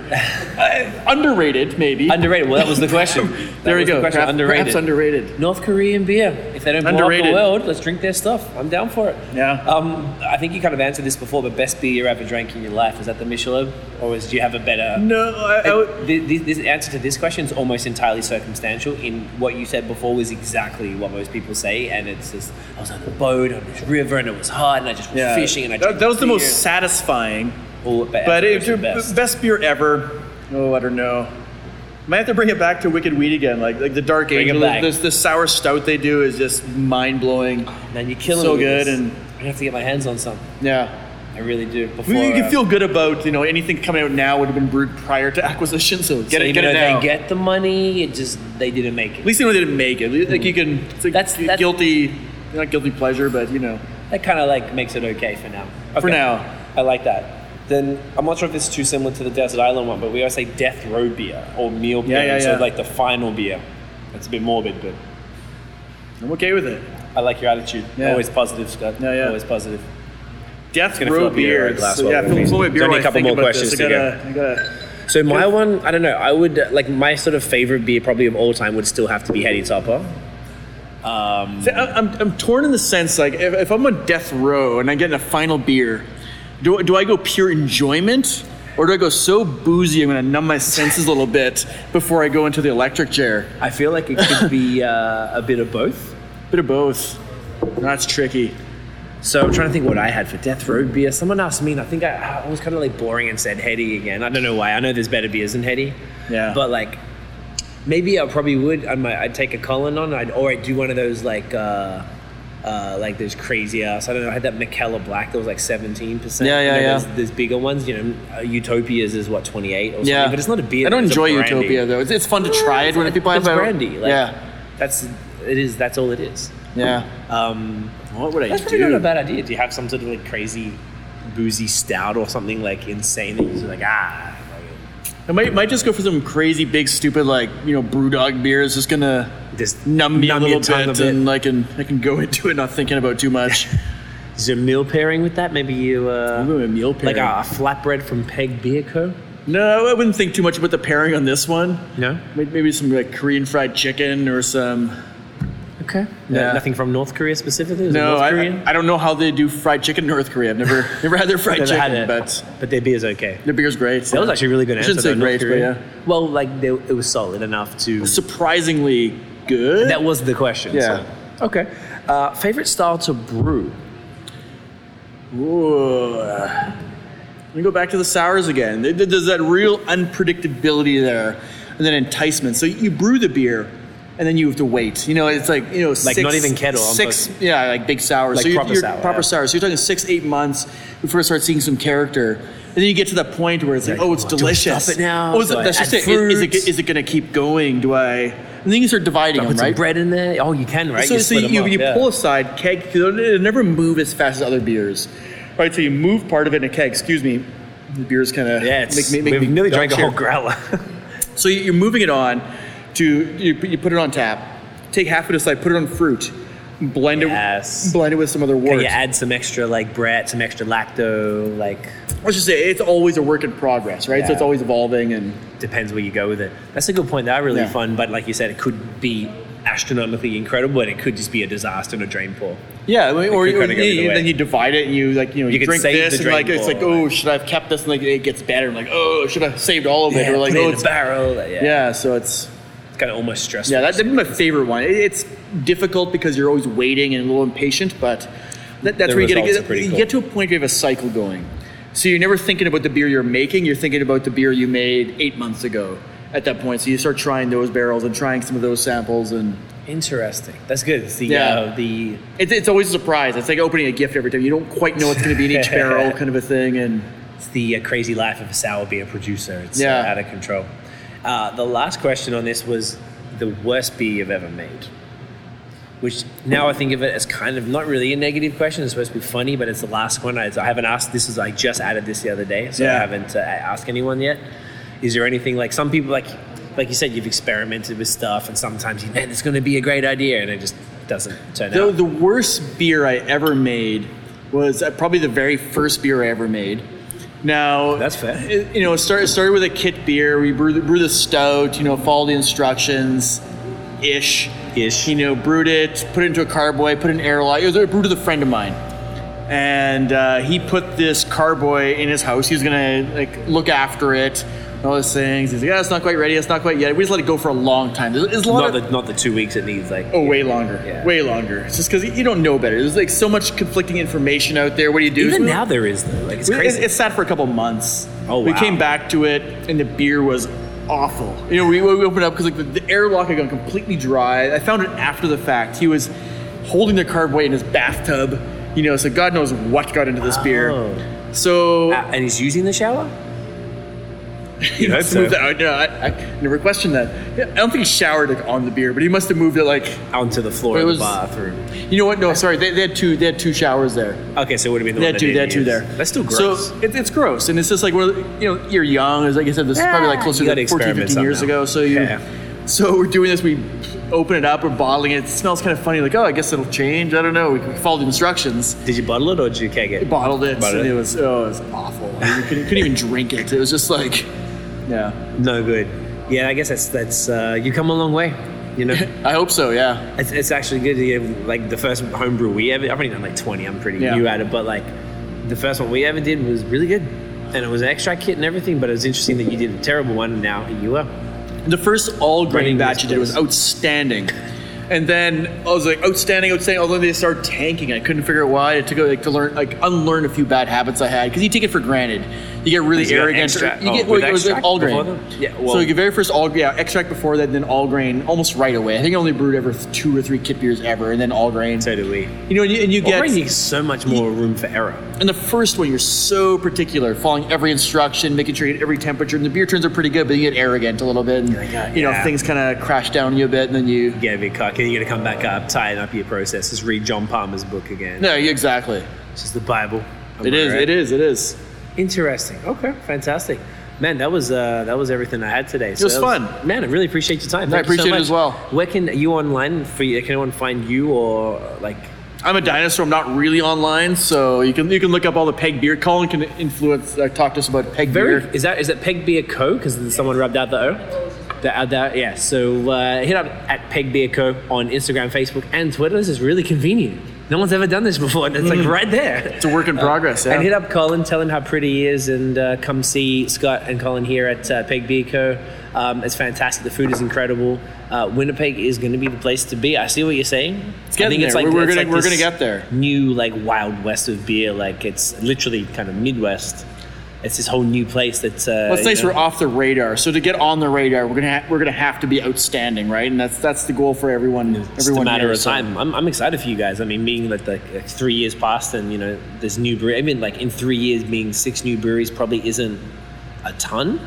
Speaker 3: uh, underrated maybe.
Speaker 5: Underrated. Well, that was the question. That
Speaker 3: There we
Speaker 5: was the
Speaker 3: go.
Speaker 5: question.
Speaker 3: Perhaps-
Speaker 5: underrated.
Speaker 3: Perhaps underrated.
Speaker 5: North Korean beer. If they don't blow up
Speaker 3: Underrated.
Speaker 5: the world, let's drink their stuff. I'm down for it.
Speaker 3: Yeah.
Speaker 5: Um, I think you kind of answered this before, but best beer you ever drank in your life is that the Michelin, or is do you have a better?
Speaker 3: No, I, I would,
Speaker 5: Th- th- This, answer to this question is almost entirely circumstantial. In what you said before was exactly what most people say, and it's just I was on a boat on this river and it was hard, and I just was
Speaker 3: yeah.
Speaker 5: fishing and I
Speaker 3: that,
Speaker 5: drank
Speaker 3: that was the
Speaker 5: beer.
Speaker 3: most satisfying.
Speaker 5: All be-
Speaker 3: But
Speaker 5: it
Speaker 3: if
Speaker 5: was
Speaker 3: your
Speaker 5: the
Speaker 3: best.
Speaker 5: best.
Speaker 3: best beer ever, oh, I don't know. Might have to bring it back to Wicked Wheat again. Like like the Dark
Speaker 5: Bring it
Speaker 3: Angel,
Speaker 5: back.
Speaker 3: the, the, the sour stout they do is just mind blowing.
Speaker 5: Man, you're killing
Speaker 3: so
Speaker 5: me with
Speaker 3: good
Speaker 5: this.
Speaker 3: and-
Speaker 5: I have to get my hands on some.
Speaker 3: Yeah.
Speaker 5: I really do.
Speaker 3: I
Speaker 5: Before
Speaker 3: mean, you
Speaker 5: uh,
Speaker 3: can feel good about you know anything coming out now would have been brewed prior to acquisition, so
Speaker 5: so
Speaker 3: get it,
Speaker 5: even
Speaker 3: get
Speaker 5: though
Speaker 3: it now.
Speaker 5: They get the money. It just they didn't make
Speaker 3: At
Speaker 5: it.
Speaker 3: least you know they didn't make it. Like you can, it's like
Speaker 5: That's- that's-
Speaker 3: guilty, not guilty pleasure, but you know.
Speaker 5: That kind of like makes it okay for now.
Speaker 3: For
Speaker 5: Okay.
Speaker 3: now.
Speaker 5: I like that. Then I'm not sure if it's too similar to the desert island one, but we always say death row beer or meal beer.
Speaker 3: Yeah, yeah,
Speaker 5: So
Speaker 3: yeah.
Speaker 5: like the final beer. That's a bit morbid, but
Speaker 3: I'm okay with it.
Speaker 5: I like your attitude.
Speaker 3: Yeah.
Speaker 5: Always positive, Scott.
Speaker 3: Yeah, yeah.
Speaker 5: Always positive.
Speaker 3: Death
Speaker 5: gonna fill
Speaker 3: Row
Speaker 5: up your, uh,
Speaker 3: beer.
Speaker 5: glass
Speaker 3: So,
Speaker 5: while
Speaker 3: yeah,
Speaker 5: we're
Speaker 3: fill
Speaker 5: leaving.
Speaker 3: fill my
Speaker 5: Do I
Speaker 3: beer.
Speaker 5: need
Speaker 3: while
Speaker 5: a
Speaker 3: I
Speaker 5: couple
Speaker 3: think
Speaker 5: more
Speaker 3: about
Speaker 5: questions
Speaker 3: this.
Speaker 5: to
Speaker 3: I
Speaker 5: go?
Speaker 3: gotta, I gotta
Speaker 5: So my one, I don't know. I would like my sort of favorite beer probably of all time would still have to be Hetty Topper. Um,
Speaker 3: See, I- I'm, I'm torn in the sense like if, if I'm on death row and I'm getting a final beer, do, do I go pure enjoyment or do I go so boozy I'm gonna numb my senses a little bit before I go into the electric chair?
Speaker 5: I feel like it could be uh, a bit of both.
Speaker 3: Bit of both. That's tricky.
Speaker 5: So I'm trying to think what I had for Death Row beer. Someone asked me, and I think I, I was kind of like boring and said Heady again. I don't know why. I know there's better beers than Heady.
Speaker 3: Yeah.
Speaker 5: But like, maybe I probably would. I might. I'd take a Cullen on. I'd or I'd do one of those like. Uh, uh, like those crazy ass. I don't know. I had that McKellar Black that was like seventeen percent.
Speaker 3: Yeah, yeah, yeah.
Speaker 5: There's, there's bigger ones. You know, uh, Utopias is what twenty eight or something.
Speaker 3: Yeah,
Speaker 5: But it's not a beer.
Speaker 3: I don't
Speaker 5: it's a
Speaker 3: enjoy
Speaker 5: brandy.
Speaker 3: Utopia though. It's, it's fun to try it when people
Speaker 5: it's
Speaker 3: have it.
Speaker 5: brandy. Like,
Speaker 3: yeah,
Speaker 5: That's it is. That's all it is.
Speaker 3: yeah.
Speaker 5: Um,
Speaker 3: What would I
Speaker 5: that's probably
Speaker 3: do?
Speaker 5: not a bad idea. Do you have some sort of like crazy boozy stout or something like insane that you're just like ah?
Speaker 3: I might, might just go for some crazy big stupid like you know brew dog beer. It's just gonna
Speaker 5: Just
Speaker 3: numb me
Speaker 5: numb
Speaker 3: a
Speaker 5: your
Speaker 3: little
Speaker 5: tongue a
Speaker 3: bit,
Speaker 5: bit.
Speaker 3: and I can I can go into it not thinking about too much.
Speaker 5: Is there a meal pairing with that? Maybe you uh,
Speaker 3: Ooh, a meal
Speaker 5: like
Speaker 3: pairing.
Speaker 5: a, a flatbread from Peg Beer Co.
Speaker 3: No, I wouldn't think too much about the pairing on this one.
Speaker 5: No.
Speaker 3: May- Maybe some like Korean fried chicken or some.
Speaker 5: Okay.
Speaker 3: Yeah.
Speaker 5: Nothing from North Korea specifically. Is it
Speaker 3: No,
Speaker 5: North
Speaker 3: I,
Speaker 5: Korean.
Speaker 3: I, I don't know how they do fried chicken in North Korea. I've never never had their fried
Speaker 5: Never
Speaker 3: chicken,
Speaker 5: had it,
Speaker 3: but
Speaker 5: but their beer's okay.
Speaker 3: their beer's great.
Speaker 5: That was actually a really good
Speaker 3: I
Speaker 5: answer.
Speaker 3: shouldn't say
Speaker 5: though, North
Speaker 3: great, but
Speaker 5: Korea.
Speaker 3: yeah,
Speaker 5: Well, like they, it was solid enough to.
Speaker 3: surprisingly good.
Speaker 5: That was the question.
Speaker 3: Yeah.
Speaker 5: so. Okay. Uh, favorite style to brew.
Speaker 3: Ooh. Let me go back to the sours again. There- There's that real unpredictability there, and then enticement. So you brew the beer, and then you have to wait. You know, it's like you know,
Speaker 5: Like
Speaker 3: six,
Speaker 5: not even kettle, I'm
Speaker 3: six, yeah, like big sours.
Speaker 5: Like
Speaker 3: so you
Speaker 5: proper
Speaker 3: you're
Speaker 5: sour,
Speaker 3: proper
Speaker 5: yeah.
Speaker 3: sours. So you're talking six, eight months before you start seeing some character. then you get to that point where it's like,
Speaker 2: Right.
Speaker 3: oh, it's
Speaker 2: Do I
Speaker 3: delicious.
Speaker 2: stop it now?
Speaker 3: Oh, is
Speaker 2: Do
Speaker 3: it,
Speaker 2: I
Speaker 3: that's
Speaker 2: add
Speaker 3: just it. Is, is it.
Speaker 2: fruits?
Speaker 3: is it going to keep going? Do I? And then you start dividing
Speaker 2: Put
Speaker 3: them,
Speaker 2: some
Speaker 3: right?
Speaker 2: bread in there. Oh, you can, right?
Speaker 3: So, so
Speaker 2: split 'em
Speaker 3: you,
Speaker 2: up,
Speaker 3: you
Speaker 2: yeah.
Speaker 3: pull aside keg, 'cause it'll it'll never move as fast as other beers, right? So you move part of it in a keg. Excuse me, the beer's kind of
Speaker 2: Yeah, it's, we've nearly drank a whole growler.
Speaker 3: So you- you're moving it on to you, you put it on tap, take half of it aside, put it on fruit, blend
Speaker 2: Yes.
Speaker 3: it, blend it with some other
Speaker 2: Can
Speaker 3: wort.
Speaker 2: you add some extra like bread, some extra lacto? Like
Speaker 3: Let's just say it's always a work in progress, right? So
Speaker 2: Yeah.
Speaker 3: it's always evolving and
Speaker 2: depends where you go with it. That's a good point. They are really
Speaker 3: Yeah.
Speaker 2: fun, but like you said, it could be astronomically incredible, and it could just be a disaster and a drain pour.
Speaker 3: yeah, I mean, or,
Speaker 2: could
Speaker 3: or
Speaker 2: kinda go
Speaker 3: you-
Speaker 2: either way.
Speaker 3: then you divide it and you like you know you,
Speaker 2: could
Speaker 3: drink
Speaker 2: save
Speaker 3: this
Speaker 2: the
Speaker 3: and like
Speaker 2: drink
Speaker 3: it's like
Speaker 2: bowl,
Speaker 3: oh should I have kept this and like it gets better and like oh should I have saved all of it or like
Speaker 2: put it
Speaker 3: oh
Speaker 2: in a
Speaker 3: it's
Speaker 2: barrel. like, yeah,
Speaker 3: yeah so it's
Speaker 2: it's kind of almost stressful.
Speaker 3: Yeah, that- that'd be my favorite one. It- It's difficult because you're always waiting and a little impatient, but that, that's
Speaker 2: The
Speaker 3: where you get,
Speaker 2: results are pretty
Speaker 3: you
Speaker 2: cool.
Speaker 3: get to a point where you have a cycle going. So you're never thinking about the beer you're making, you're thinking about the beer you made eight months ago at that point. So you start trying those barrels and trying some of those samples, and
Speaker 2: Interesting. That's good. It's the
Speaker 3: Yeah.
Speaker 2: uh, the
Speaker 3: it's, it's always a surprise. It's like opening a gift every time. You don't quite know what's going to be in each barrel, kind of a thing. And
Speaker 2: it's the uh, crazy life of a sour beer producer. It's
Speaker 3: Yeah.
Speaker 2: uh, out of control. Uh, the last question on this was the worst beer you've ever made, which now I think of it as kind of not really a negative question. It's supposed to be funny, but it's the last one. I, I haven't asked. This is I just added this the other day, so I
Speaker 3: Yeah.
Speaker 2: haven't uh, asked anyone yet. Is there anything like some people like like you said you've experimented with stuff, and sometimes you man, it's going to be a great idea, and it just doesn't turn
Speaker 3: the,
Speaker 2: out.
Speaker 3: the worst beer I ever made was uh, probably the very first beer I ever made. Now
Speaker 2: That's fair.
Speaker 3: it- you know, it started it started with a kit beer. We brewed, brewed the stout. You know, followed the instructions, ish.
Speaker 2: Ish.
Speaker 3: You know, brewed it, put it into a carboy, put it in airlock. It was brewed with a friend of mine, and uh, he put this carboy in his house. He was gonna like look after it, all those things. He's like, yeah, it's not quite ready. It's not quite yet. We just let it go for a long time. There's, there's a lot
Speaker 2: Not
Speaker 3: of,
Speaker 2: the not the two weeks it needs like
Speaker 3: Oh, way longer.
Speaker 2: Yeah.
Speaker 3: Way longer. It's just because you don't know better. There's like so much conflicting information out there. What do you do?
Speaker 2: Even
Speaker 3: We-
Speaker 2: now there is though. Like it's
Speaker 3: we-
Speaker 2: crazy.
Speaker 3: It, it sat for a couple months.
Speaker 2: Oh,
Speaker 3: We
Speaker 2: wow.
Speaker 3: came back to it, and the beer was awful. You know, we, we opened up because like the, the airlock had gone completely dry. I found it after the fact. He was holding the carboy in his bathtub. You know, so God knows what got into this
Speaker 2: Oh.
Speaker 3: beer. So
Speaker 2: Ah, and he's using the shower.
Speaker 3: he
Speaker 2: You
Speaker 3: must have moved that. out. No, I, I never questioned that. Yeah, I don't think he showered like on the beer, but he must have moved it like.
Speaker 2: onto the floor
Speaker 3: It
Speaker 2: of
Speaker 3: was-
Speaker 2: the bathroom.
Speaker 3: You know what? No, sorry. They, they had two. They had two showers there.
Speaker 2: Okay, so it would have been the one
Speaker 3: That too,
Speaker 2: they
Speaker 3: that too, there.
Speaker 2: didn't use. That's still gross.
Speaker 3: So it, it's gross, and it's just like well, you know, you're young. As like I said, this is probably like closer
Speaker 2: You
Speaker 3: to
Speaker 2: gotta
Speaker 3: 14,
Speaker 2: experiment
Speaker 3: 15 years
Speaker 2: somehow.
Speaker 3: ago. So you,
Speaker 2: Yeah.
Speaker 3: so we're doing this. We open it up, we're bottling it. It smells kind of funny. Like oh, I guess it'll change. I don't know. We, we followed the instructions.
Speaker 2: did you bottle it or did you keg it?
Speaker 3: Bottled it,
Speaker 2: Bottled
Speaker 3: and
Speaker 2: it.
Speaker 3: it was oh, it was awful. I mean, you couldn't, couldn't even drink it. It was just like, yeah.
Speaker 2: No good. Yeah, I guess that's that's uh, you come a long way. You know,
Speaker 3: I hope so. Yeah.
Speaker 2: it's, it's actually good. To have, like the first homebrew we ever, I've only done like twenty. I'm pretty
Speaker 3: Yeah.
Speaker 2: new at it, but like the first one we ever did was really good, and it was an extra kit and everything. But it was interesting that you did a terrible one, and now here you are.
Speaker 3: The first all grain
Speaker 2: Running
Speaker 3: batch I did was
Speaker 2: whispers.
Speaker 3: outstanding. And then I was like outstanding, outstanding. Although they started tanking, I couldn't figure out why. It took like to learn, like unlearn a few bad habits I had because you take it for granted. You get really
Speaker 2: You got
Speaker 3: arrogant.
Speaker 2: extract-
Speaker 3: you
Speaker 2: oh,
Speaker 3: get
Speaker 2: with
Speaker 3: it was like
Speaker 2: extract
Speaker 3: all
Speaker 2: before
Speaker 3: grain.
Speaker 2: them? Yeah,
Speaker 3: so
Speaker 2: well-
Speaker 3: your very first all yeah extract before that, then all grain almost right away. I think I only brewed ever two or three kit beers ever, and then all grain.
Speaker 2: So do we.
Speaker 3: you know, and you, and you
Speaker 2: Yeah,
Speaker 3: get
Speaker 2: Already so much more room for error.
Speaker 3: and the first one, you're so particular, following every instruction, making sure you get every temperature. And the beer turns are pretty good, but you get arrogant a little bit, and
Speaker 2: like, "Ah,
Speaker 3: you know
Speaker 2: yeah."
Speaker 3: things kind of crash down on you a bit, and then you.
Speaker 2: get a bit cocky. You're gonna come back up, tighten up your process. Just read John Palmer's book again.
Speaker 3: No, yeah, exactly.
Speaker 2: It's just the Bible.
Speaker 3: It is. It is. It is.
Speaker 2: Interesting. Okay. Fantastic. Man, that was uh, that was everything I had today. So
Speaker 3: was
Speaker 2: that
Speaker 3: fun.
Speaker 2: Man, I really appreciate your time.
Speaker 3: No, I
Speaker 2: Thank you so
Speaker 3: appreciate it
Speaker 2: much.
Speaker 3: as well.
Speaker 2: Where can you online for you, can anyone find you or like
Speaker 3: I'm a dinosaur. I'm not really online, so you can you can look up all the peg beer. Colin can influence uh, talk to us about peg
Speaker 2: very
Speaker 3: beer.
Speaker 2: is that is that Peg Beer Co? Because someone rubbed out the O. The, uh, the, yeah, so uh, hit up at Peg Beer Co on Instagram, Facebook, and Twitter. This is really convenient. No one's ever done this before. and It's
Speaker 3: Mm.
Speaker 2: like right there.
Speaker 3: It's a work in
Speaker 5: Uh,
Speaker 3: progress. Yeah.
Speaker 2: And hit up Colin, tell him how pretty he is, and uh, come see Scott and Colin here at uh, Peg Beer Co. Um, it's fantastic. The food is incredible. Uh, Winnipeg is going to be the place to be. I see what you're saying. It's
Speaker 3: getting there. We're- we're gonna- we're gonna
Speaker 2: this
Speaker 3: get there.
Speaker 2: New like wild west of beer. Like it's literally kind of Midwest.
Speaker 5: it's this whole new place that's. Uh,
Speaker 3: What's
Speaker 5: you
Speaker 3: nice,
Speaker 5: know-
Speaker 3: we're off the radar. So to get on the radar, we're gonna ha- we're gonna have to be outstanding, right? And that's that's the goal for everyone.
Speaker 5: It's just a
Speaker 3: everyone
Speaker 5: matter
Speaker 3: here,
Speaker 5: of
Speaker 3: so-
Speaker 5: time. I'm, I'm excited for you guys. I mean, being that like, like three years past, and you know, there's new brewery. I mean, like in three years, being six new breweries probably isn't a ton.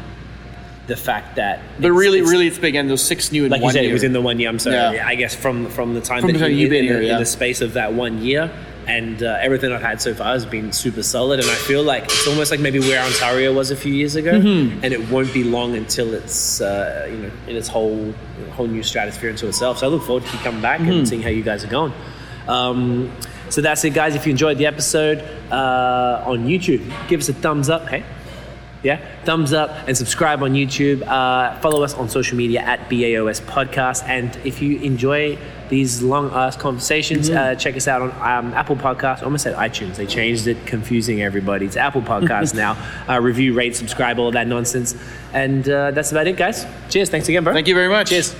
Speaker 5: The fact that
Speaker 3: But
Speaker 5: it's-
Speaker 3: really,
Speaker 5: it's-
Speaker 3: really, it's big. And those six new in
Speaker 5: like
Speaker 3: one
Speaker 5: you said,
Speaker 3: year.
Speaker 5: it was in the one year. I'm sorry.
Speaker 3: Yeah.
Speaker 5: I guess from from the time
Speaker 3: From
Speaker 5: that
Speaker 3: the time
Speaker 5: you,
Speaker 3: you've been
Speaker 5: in,
Speaker 3: here,
Speaker 5: in
Speaker 3: yeah.
Speaker 5: the space of that one year, and uh, everything I've had so far has been super solid. And I feel like it's almost like maybe where Ontario was a few years ago, and it won't be long until it's uh, you know in its whole whole new stratosphere into itself. So I look forward to you coming back and seeing how you guys are going. Um, so that's it, guys. If you enjoyed the episode uh, on YouTube, give us a thumbs up. Hey. Yeah, thumbs up and subscribe on YouTube. Uh, follow us on social media at BAOS Podcast. And if you enjoy these long ass conversations, uh, check us out on um, Apple Podcasts. I almost said iTunes. They changed it, confusing everybody. It's Apple Podcasts now. Uh, review, rate, subscribe, all that nonsense. And uh, that's about it, guys. Cheers. Thanks again, bro.
Speaker 3: Thank you very much.
Speaker 5: Cheers.